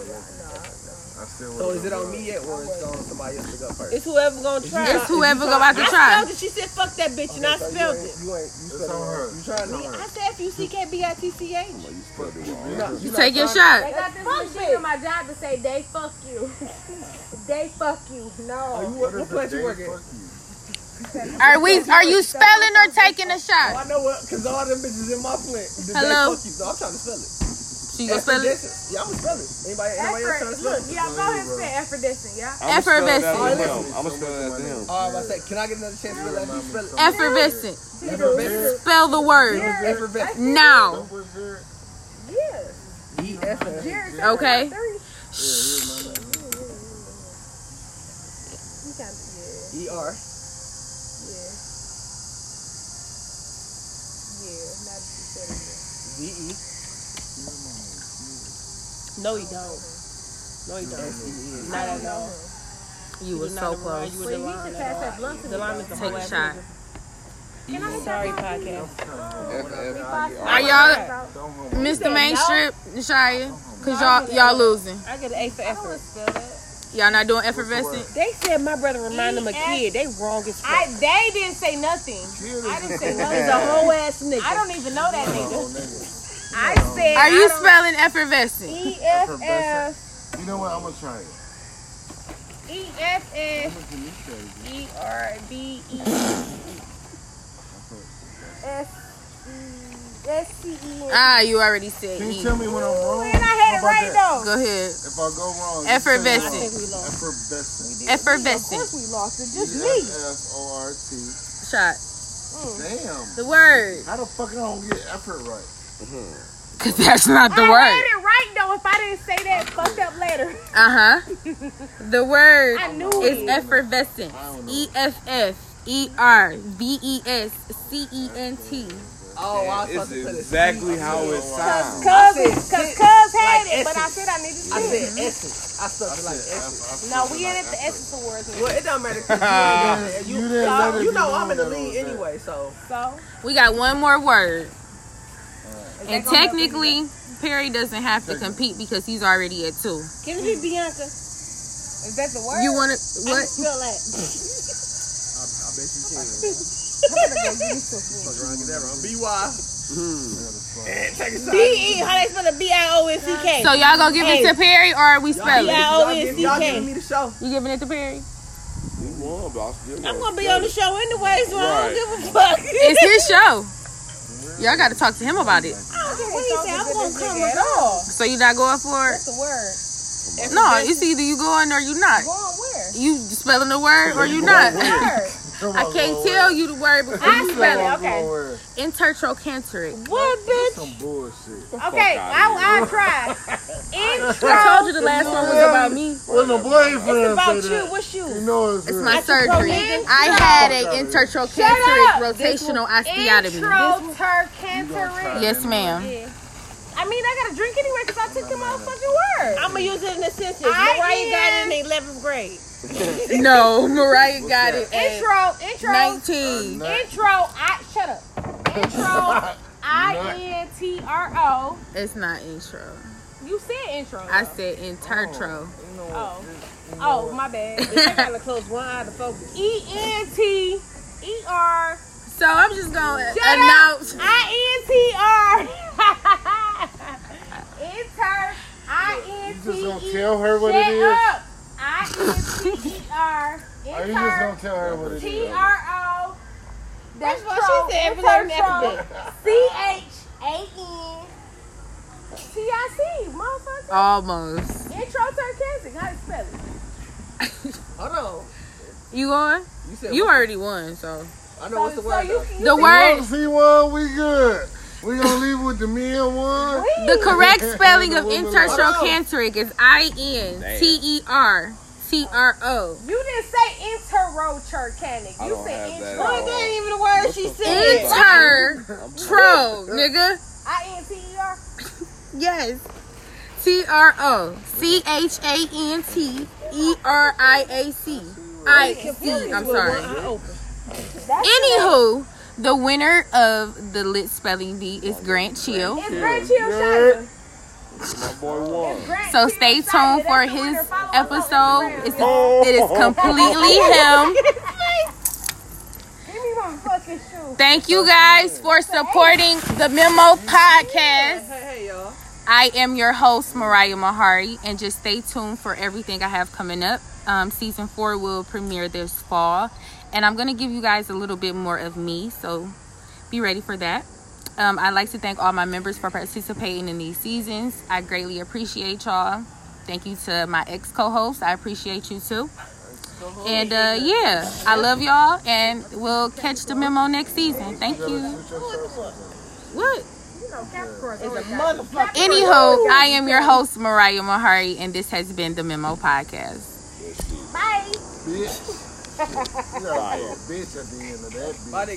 [SPEAKER 5] still
[SPEAKER 1] So is
[SPEAKER 5] went
[SPEAKER 1] it
[SPEAKER 5] away.
[SPEAKER 1] on me yet, or is it on somebody else to go first?
[SPEAKER 7] It's whoever gonna try.
[SPEAKER 4] It's whoever go out to
[SPEAKER 7] I
[SPEAKER 4] try.
[SPEAKER 7] spelled it. She said, "Fuck that bitch," and I
[SPEAKER 1] So you
[SPEAKER 7] spelled
[SPEAKER 1] ain't-
[SPEAKER 7] it.
[SPEAKER 1] You ain't. You
[SPEAKER 5] It's
[SPEAKER 1] spelled it
[SPEAKER 5] on her.
[SPEAKER 1] wrong. You trying to?
[SPEAKER 5] It's on
[SPEAKER 7] I
[SPEAKER 5] her.
[SPEAKER 7] said F U C K B I T C
[SPEAKER 1] You
[SPEAKER 7] H.
[SPEAKER 1] not- you
[SPEAKER 4] You
[SPEAKER 1] not
[SPEAKER 4] take your
[SPEAKER 1] trying-
[SPEAKER 6] They
[SPEAKER 4] shot.
[SPEAKER 6] got this
[SPEAKER 7] Fuck
[SPEAKER 6] machine on my job to say they fuck you. they fuck you.
[SPEAKER 1] Oh,
[SPEAKER 6] No.
[SPEAKER 1] you work- What place you work at?
[SPEAKER 5] Fuck you.
[SPEAKER 4] Are we? Are you spelling or taking a
[SPEAKER 1] Oh, I
[SPEAKER 4] shot?
[SPEAKER 1] know what, cause all them bitches in my flint. They
[SPEAKER 4] Hello?
[SPEAKER 1] Fuck you, so I'm trying to spell it.
[SPEAKER 4] She gonna spell it.
[SPEAKER 1] Effervescent. Yeah, I'm gonna spell it. Anybody, anybody else trying to
[SPEAKER 6] Effort.
[SPEAKER 1] spell
[SPEAKER 6] Look,
[SPEAKER 1] it?
[SPEAKER 6] y'all go ahead and say effervescent, y'all.
[SPEAKER 3] I'ma spell it out
[SPEAKER 4] Effervescent.
[SPEAKER 3] to him. I'ma spell it out to him.
[SPEAKER 1] All right, Oh, I say, can I get another chance to let you spell it?
[SPEAKER 4] Effervescent.
[SPEAKER 1] Effervescent.
[SPEAKER 4] Spell the word
[SPEAKER 1] Effervescent.
[SPEAKER 4] now.
[SPEAKER 5] What's your
[SPEAKER 6] Yeah.
[SPEAKER 1] E F F.
[SPEAKER 6] Jared said
[SPEAKER 4] Okay.
[SPEAKER 6] three.
[SPEAKER 1] E R. V E
[SPEAKER 7] No, you don't. No, you don't.
[SPEAKER 1] S E N.
[SPEAKER 7] Not at all.
[SPEAKER 4] You were so close.
[SPEAKER 7] You were Delon at all. Delon is the
[SPEAKER 4] Take
[SPEAKER 7] whole
[SPEAKER 4] a
[SPEAKER 7] ass
[SPEAKER 4] shot.
[SPEAKER 7] nigga. Sorry, podcast.
[SPEAKER 3] F-F-E-R.
[SPEAKER 4] Are y'all, Mr. Mainstrip, Nishaya? Cause y'all, y'all losing.
[SPEAKER 7] I get an A for effort.
[SPEAKER 4] Y'all not doing effervescent.
[SPEAKER 7] They said my brother remind them of kid. They wrong as fuck.
[SPEAKER 2] I, they didn't say nothing. I didn't say
[SPEAKER 7] He's
[SPEAKER 2] nothing.
[SPEAKER 7] a whole ass nigga.
[SPEAKER 2] I don't even know that nigga.
[SPEAKER 5] nigga?
[SPEAKER 2] I said.
[SPEAKER 4] Are you
[SPEAKER 2] I
[SPEAKER 4] spelling effervescent?
[SPEAKER 2] don't- E F F
[SPEAKER 5] You know what? I'm gonna try it.
[SPEAKER 2] E F
[SPEAKER 5] I'm
[SPEAKER 2] S
[SPEAKER 5] gonna do this crazy.
[SPEAKER 2] E R B E S E S C E N.
[SPEAKER 4] Ah, you already said
[SPEAKER 5] Can
[SPEAKER 4] E.
[SPEAKER 5] you tell me when I'm wrong?
[SPEAKER 2] And I had it
[SPEAKER 5] How about
[SPEAKER 2] right
[SPEAKER 5] that?
[SPEAKER 2] though.
[SPEAKER 4] Go ahead.
[SPEAKER 5] If I go wrong,
[SPEAKER 4] Effervescent.
[SPEAKER 5] you
[SPEAKER 4] I
[SPEAKER 5] say
[SPEAKER 6] we
[SPEAKER 5] I'm wrong.
[SPEAKER 6] lost.
[SPEAKER 5] Effervescent.
[SPEAKER 4] Effervescent.
[SPEAKER 6] we lost it.
[SPEAKER 5] E-F-F-O-R-T.
[SPEAKER 4] Shot.
[SPEAKER 5] Damn.
[SPEAKER 4] The word.
[SPEAKER 5] How the fuck I don't get effort right?
[SPEAKER 4] Cause that's not the
[SPEAKER 2] I had
[SPEAKER 4] word.
[SPEAKER 2] it right though. If I didn't say that, fucked up later.
[SPEAKER 4] Uh huh. The word
[SPEAKER 2] I knew
[SPEAKER 4] is
[SPEAKER 2] it.
[SPEAKER 4] effervescent.
[SPEAKER 5] I don't know.
[SPEAKER 4] E F F E R V E S C E N T.
[SPEAKER 8] Oh, I was supposed to
[SPEAKER 3] It's
[SPEAKER 8] put it.
[SPEAKER 3] exactly how it
[SPEAKER 2] Cuz,
[SPEAKER 3] sounds.
[SPEAKER 8] said
[SPEAKER 2] it- cause
[SPEAKER 8] six,
[SPEAKER 2] Cuz had
[SPEAKER 8] like
[SPEAKER 2] it, but I
[SPEAKER 8] Essex.
[SPEAKER 2] said I needed
[SPEAKER 8] I
[SPEAKER 2] to.
[SPEAKER 8] said essence. I stuck it like essence.
[SPEAKER 2] No, we ain't at the Essence Awards. now.
[SPEAKER 8] Well, it don't matter. 'cause You,
[SPEAKER 5] You
[SPEAKER 8] ain't
[SPEAKER 5] didn't
[SPEAKER 8] got
[SPEAKER 5] let
[SPEAKER 8] it.
[SPEAKER 5] it
[SPEAKER 8] you, you
[SPEAKER 5] be
[SPEAKER 8] know
[SPEAKER 5] known
[SPEAKER 8] I'm in the
[SPEAKER 5] that I was
[SPEAKER 8] lead
[SPEAKER 5] there.
[SPEAKER 8] anyway, so
[SPEAKER 2] So
[SPEAKER 4] We got one more word,
[SPEAKER 2] is that
[SPEAKER 4] and
[SPEAKER 2] gonna help anybody?
[SPEAKER 4] technically Perry doesn't have to compete because he's already at two.
[SPEAKER 9] Can it be Bianca?
[SPEAKER 2] is that the word?
[SPEAKER 4] You want to
[SPEAKER 9] I
[SPEAKER 4] what?
[SPEAKER 9] feel like
[SPEAKER 8] I bet you can. Fuck around, get that wrong. B-Y.
[SPEAKER 5] Hmm.
[SPEAKER 9] B E. How they spell it? B I O N C K.
[SPEAKER 4] So y'all gonna give it to Perry or are we
[SPEAKER 8] Y'all,
[SPEAKER 4] spelling?
[SPEAKER 8] y'all,
[SPEAKER 9] Spell it.
[SPEAKER 8] give- y'all giving me the show.
[SPEAKER 4] You giving it to Perry?
[SPEAKER 3] You won, but I still
[SPEAKER 9] I'm
[SPEAKER 3] won.
[SPEAKER 9] gonna be on the show anyway, so I don't give a fuck.
[SPEAKER 4] It's his show. Y'all got to talk to him about
[SPEAKER 9] What he
[SPEAKER 4] it.
[SPEAKER 9] say? I'm gonna come
[SPEAKER 6] at all.
[SPEAKER 4] So you not going for it?
[SPEAKER 6] That's the word.
[SPEAKER 4] No, it's either you going or you not.
[SPEAKER 6] Going where?
[SPEAKER 4] You spelling the word or you not?
[SPEAKER 6] Word.
[SPEAKER 5] Come
[SPEAKER 4] I
[SPEAKER 5] on,
[SPEAKER 4] can't
[SPEAKER 5] Lord.
[SPEAKER 4] tell you the word before you spell it.
[SPEAKER 5] Come on, Lord.
[SPEAKER 4] Intertrochanteric.
[SPEAKER 2] What,
[SPEAKER 5] That's
[SPEAKER 2] bitch?
[SPEAKER 5] some bullshit.
[SPEAKER 2] Okay, I I tried.
[SPEAKER 4] I
[SPEAKER 2] Intro.
[SPEAKER 4] told you the last one was about me.
[SPEAKER 5] Well, the boyfriend
[SPEAKER 9] About you.
[SPEAKER 5] say that.
[SPEAKER 9] What's you?
[SPEAKER 5] You know it's,
[SPEAKER 4] It's
[SPEAKER 5] real.
[SPEAKER 4] my surgery. I had a intertrochanteric rotational osteotomy.
[SPEAKER 2] Intro ter cancer.
[SPEAKER 4] Yes, ma'am.
[SPEAKER 2] I mean, I got a drink anyway because I took the motherfucking word.
[SPEAKER 9] I'm gonna use it in a sentence.
[SPEAKER 2] I
[SPEAKER 9] Mariah got
[SPEAKER 2] am-
[SPEAKER 9] it in eleventh grade.
[SPEAKER 4] No, Mariah got it at
[SPEAKER 2] Intro, intro,
[SPEAKER 4] 19.
[SPEAKER 2] intro. I shut up. Intro. I E N T R O.
[SPEAKER 4] It's not intro.
[SPEAKER 2] You said intro.
[SPEAKER 4] I said intertro.
[SPEAKER 2] oh, oh, my bad.
[SPEAKER 9] I gotta close one eye to focus.
[SPEAKER 2] E N T E R
[SPEAKER 4] So I'm just gonna
[SPEAKER 2] Shut
[SPEAKER 4] announce.
[SPEAKER 2] I N T E R. Enter. I N T
[SPEAKER 5] You
[SPEAKER 2] E.
[SPEAKER 5] just gonna tell her what it is?
[SPEAKER 2] Shut up. I N T E R.
[SPEAKER 5] Are you just
[SPEAKER 2] Enter.
[SPEAKER 5] gonna tell her what it
[SPEAKER 2] T
[SPEAKER 5] is?
[SPEAKER 2] R O.
[SPEAKER 9] First of all, she said every letter in the alphabet.
[SPEAKER 2] C H A N T I C. Motherfucker.
[SPEAKER 4] Almost.
[SPEAKER 2] Intro Turkesic. How you spell it?
[SPEAKER 8] Hold on.
[SPEAKER 4] You going?
[SPEAKER 8] You said
[SPEAKER 4] You already won, so.
[SPEAKER 8] I know what's the word.
[SPEAKER 2] you
[SPEAKER 8] though.
[SPEAKER 2] can
[SPEAKER 4] The
[SPEAKER 5] One
[SPEAKER 4] word,
[SPEAKER 5] C one, we good. We gonna leave with the men one.
[SPEAKER 4] the correct spelling of intertrochanteric is I
[SPEAKER 3] Damn.
[SPEAKER 4] N T E R T R O.
[SPEAKER 2] You didn't say intro Turkesic.
[SPEAKER 3] I
[SPEAKER 2] You
[SPEAKER 3] don't
[SPEAKER 2] said
[SPEAKER 3] have that
[SPEAKER 2] intro.
[SPEAKER 3] at all.
[SPEAKER 9] That ain't even the word she said.
[SPEAKER 4] Intertro, nigga.
[SPEAKER 2] I N T E R.
[SPEAKER 4] Yes. T R O C H A N T E R I A C I C. I'm sorry. Anywho, the winner of the lit spelling bee is Grant Chill.
[SPEAKER 2] It's Grant Chill Shiner.
[SPEAKER 3] My boy won.
[SPEAKER 2] Grant
[SPEAKER 4] So
[SPEAKER 2] Chill
[SPEAKER 4] stay
[SPEAKER 2] Shiner.
[SPEAKER 4] tuned for
[SPEAKER 2] That's the
[SPEAKER 4] his
[SPEAKER 2] winner. Follow him on
[SPEAKER 4] episode.
[SPEAKER 2] Instagram.
[SPEAKER 4] It's, it is completely him.
[SPEAKER 2] Give me my fucking shoe.
[SPEAKER 4] Thank you guys for supporting the Memo
[SPEAKER 8] Hey,
[SPEAKER 4] Podcast.
[SPEAKER 8] hey, y'all.
[SPEAKER 4] I am your host, Mariah Mahari, and just stay tuned for everything I have coming up. Um, season four will premiere this fall, and I'm going to give you guys a little bit more of me, so be ready for that. Um, I'd like to thank all my members for participating in these seasons. I greatly appreciate y'all. Thank you to my ex co hosts. I appreciate you too. And uh, yeah, I love y'all, and we'll catch the memo next season. Thank you. What? Anywho, I am your host, Mariah Mahari, and this has been the Memo Podcast.
[SPEAKER 5] Bitch. You gotta throw a bitch at the end of that bitch.
[SPEAKER 8] Bye, nigga.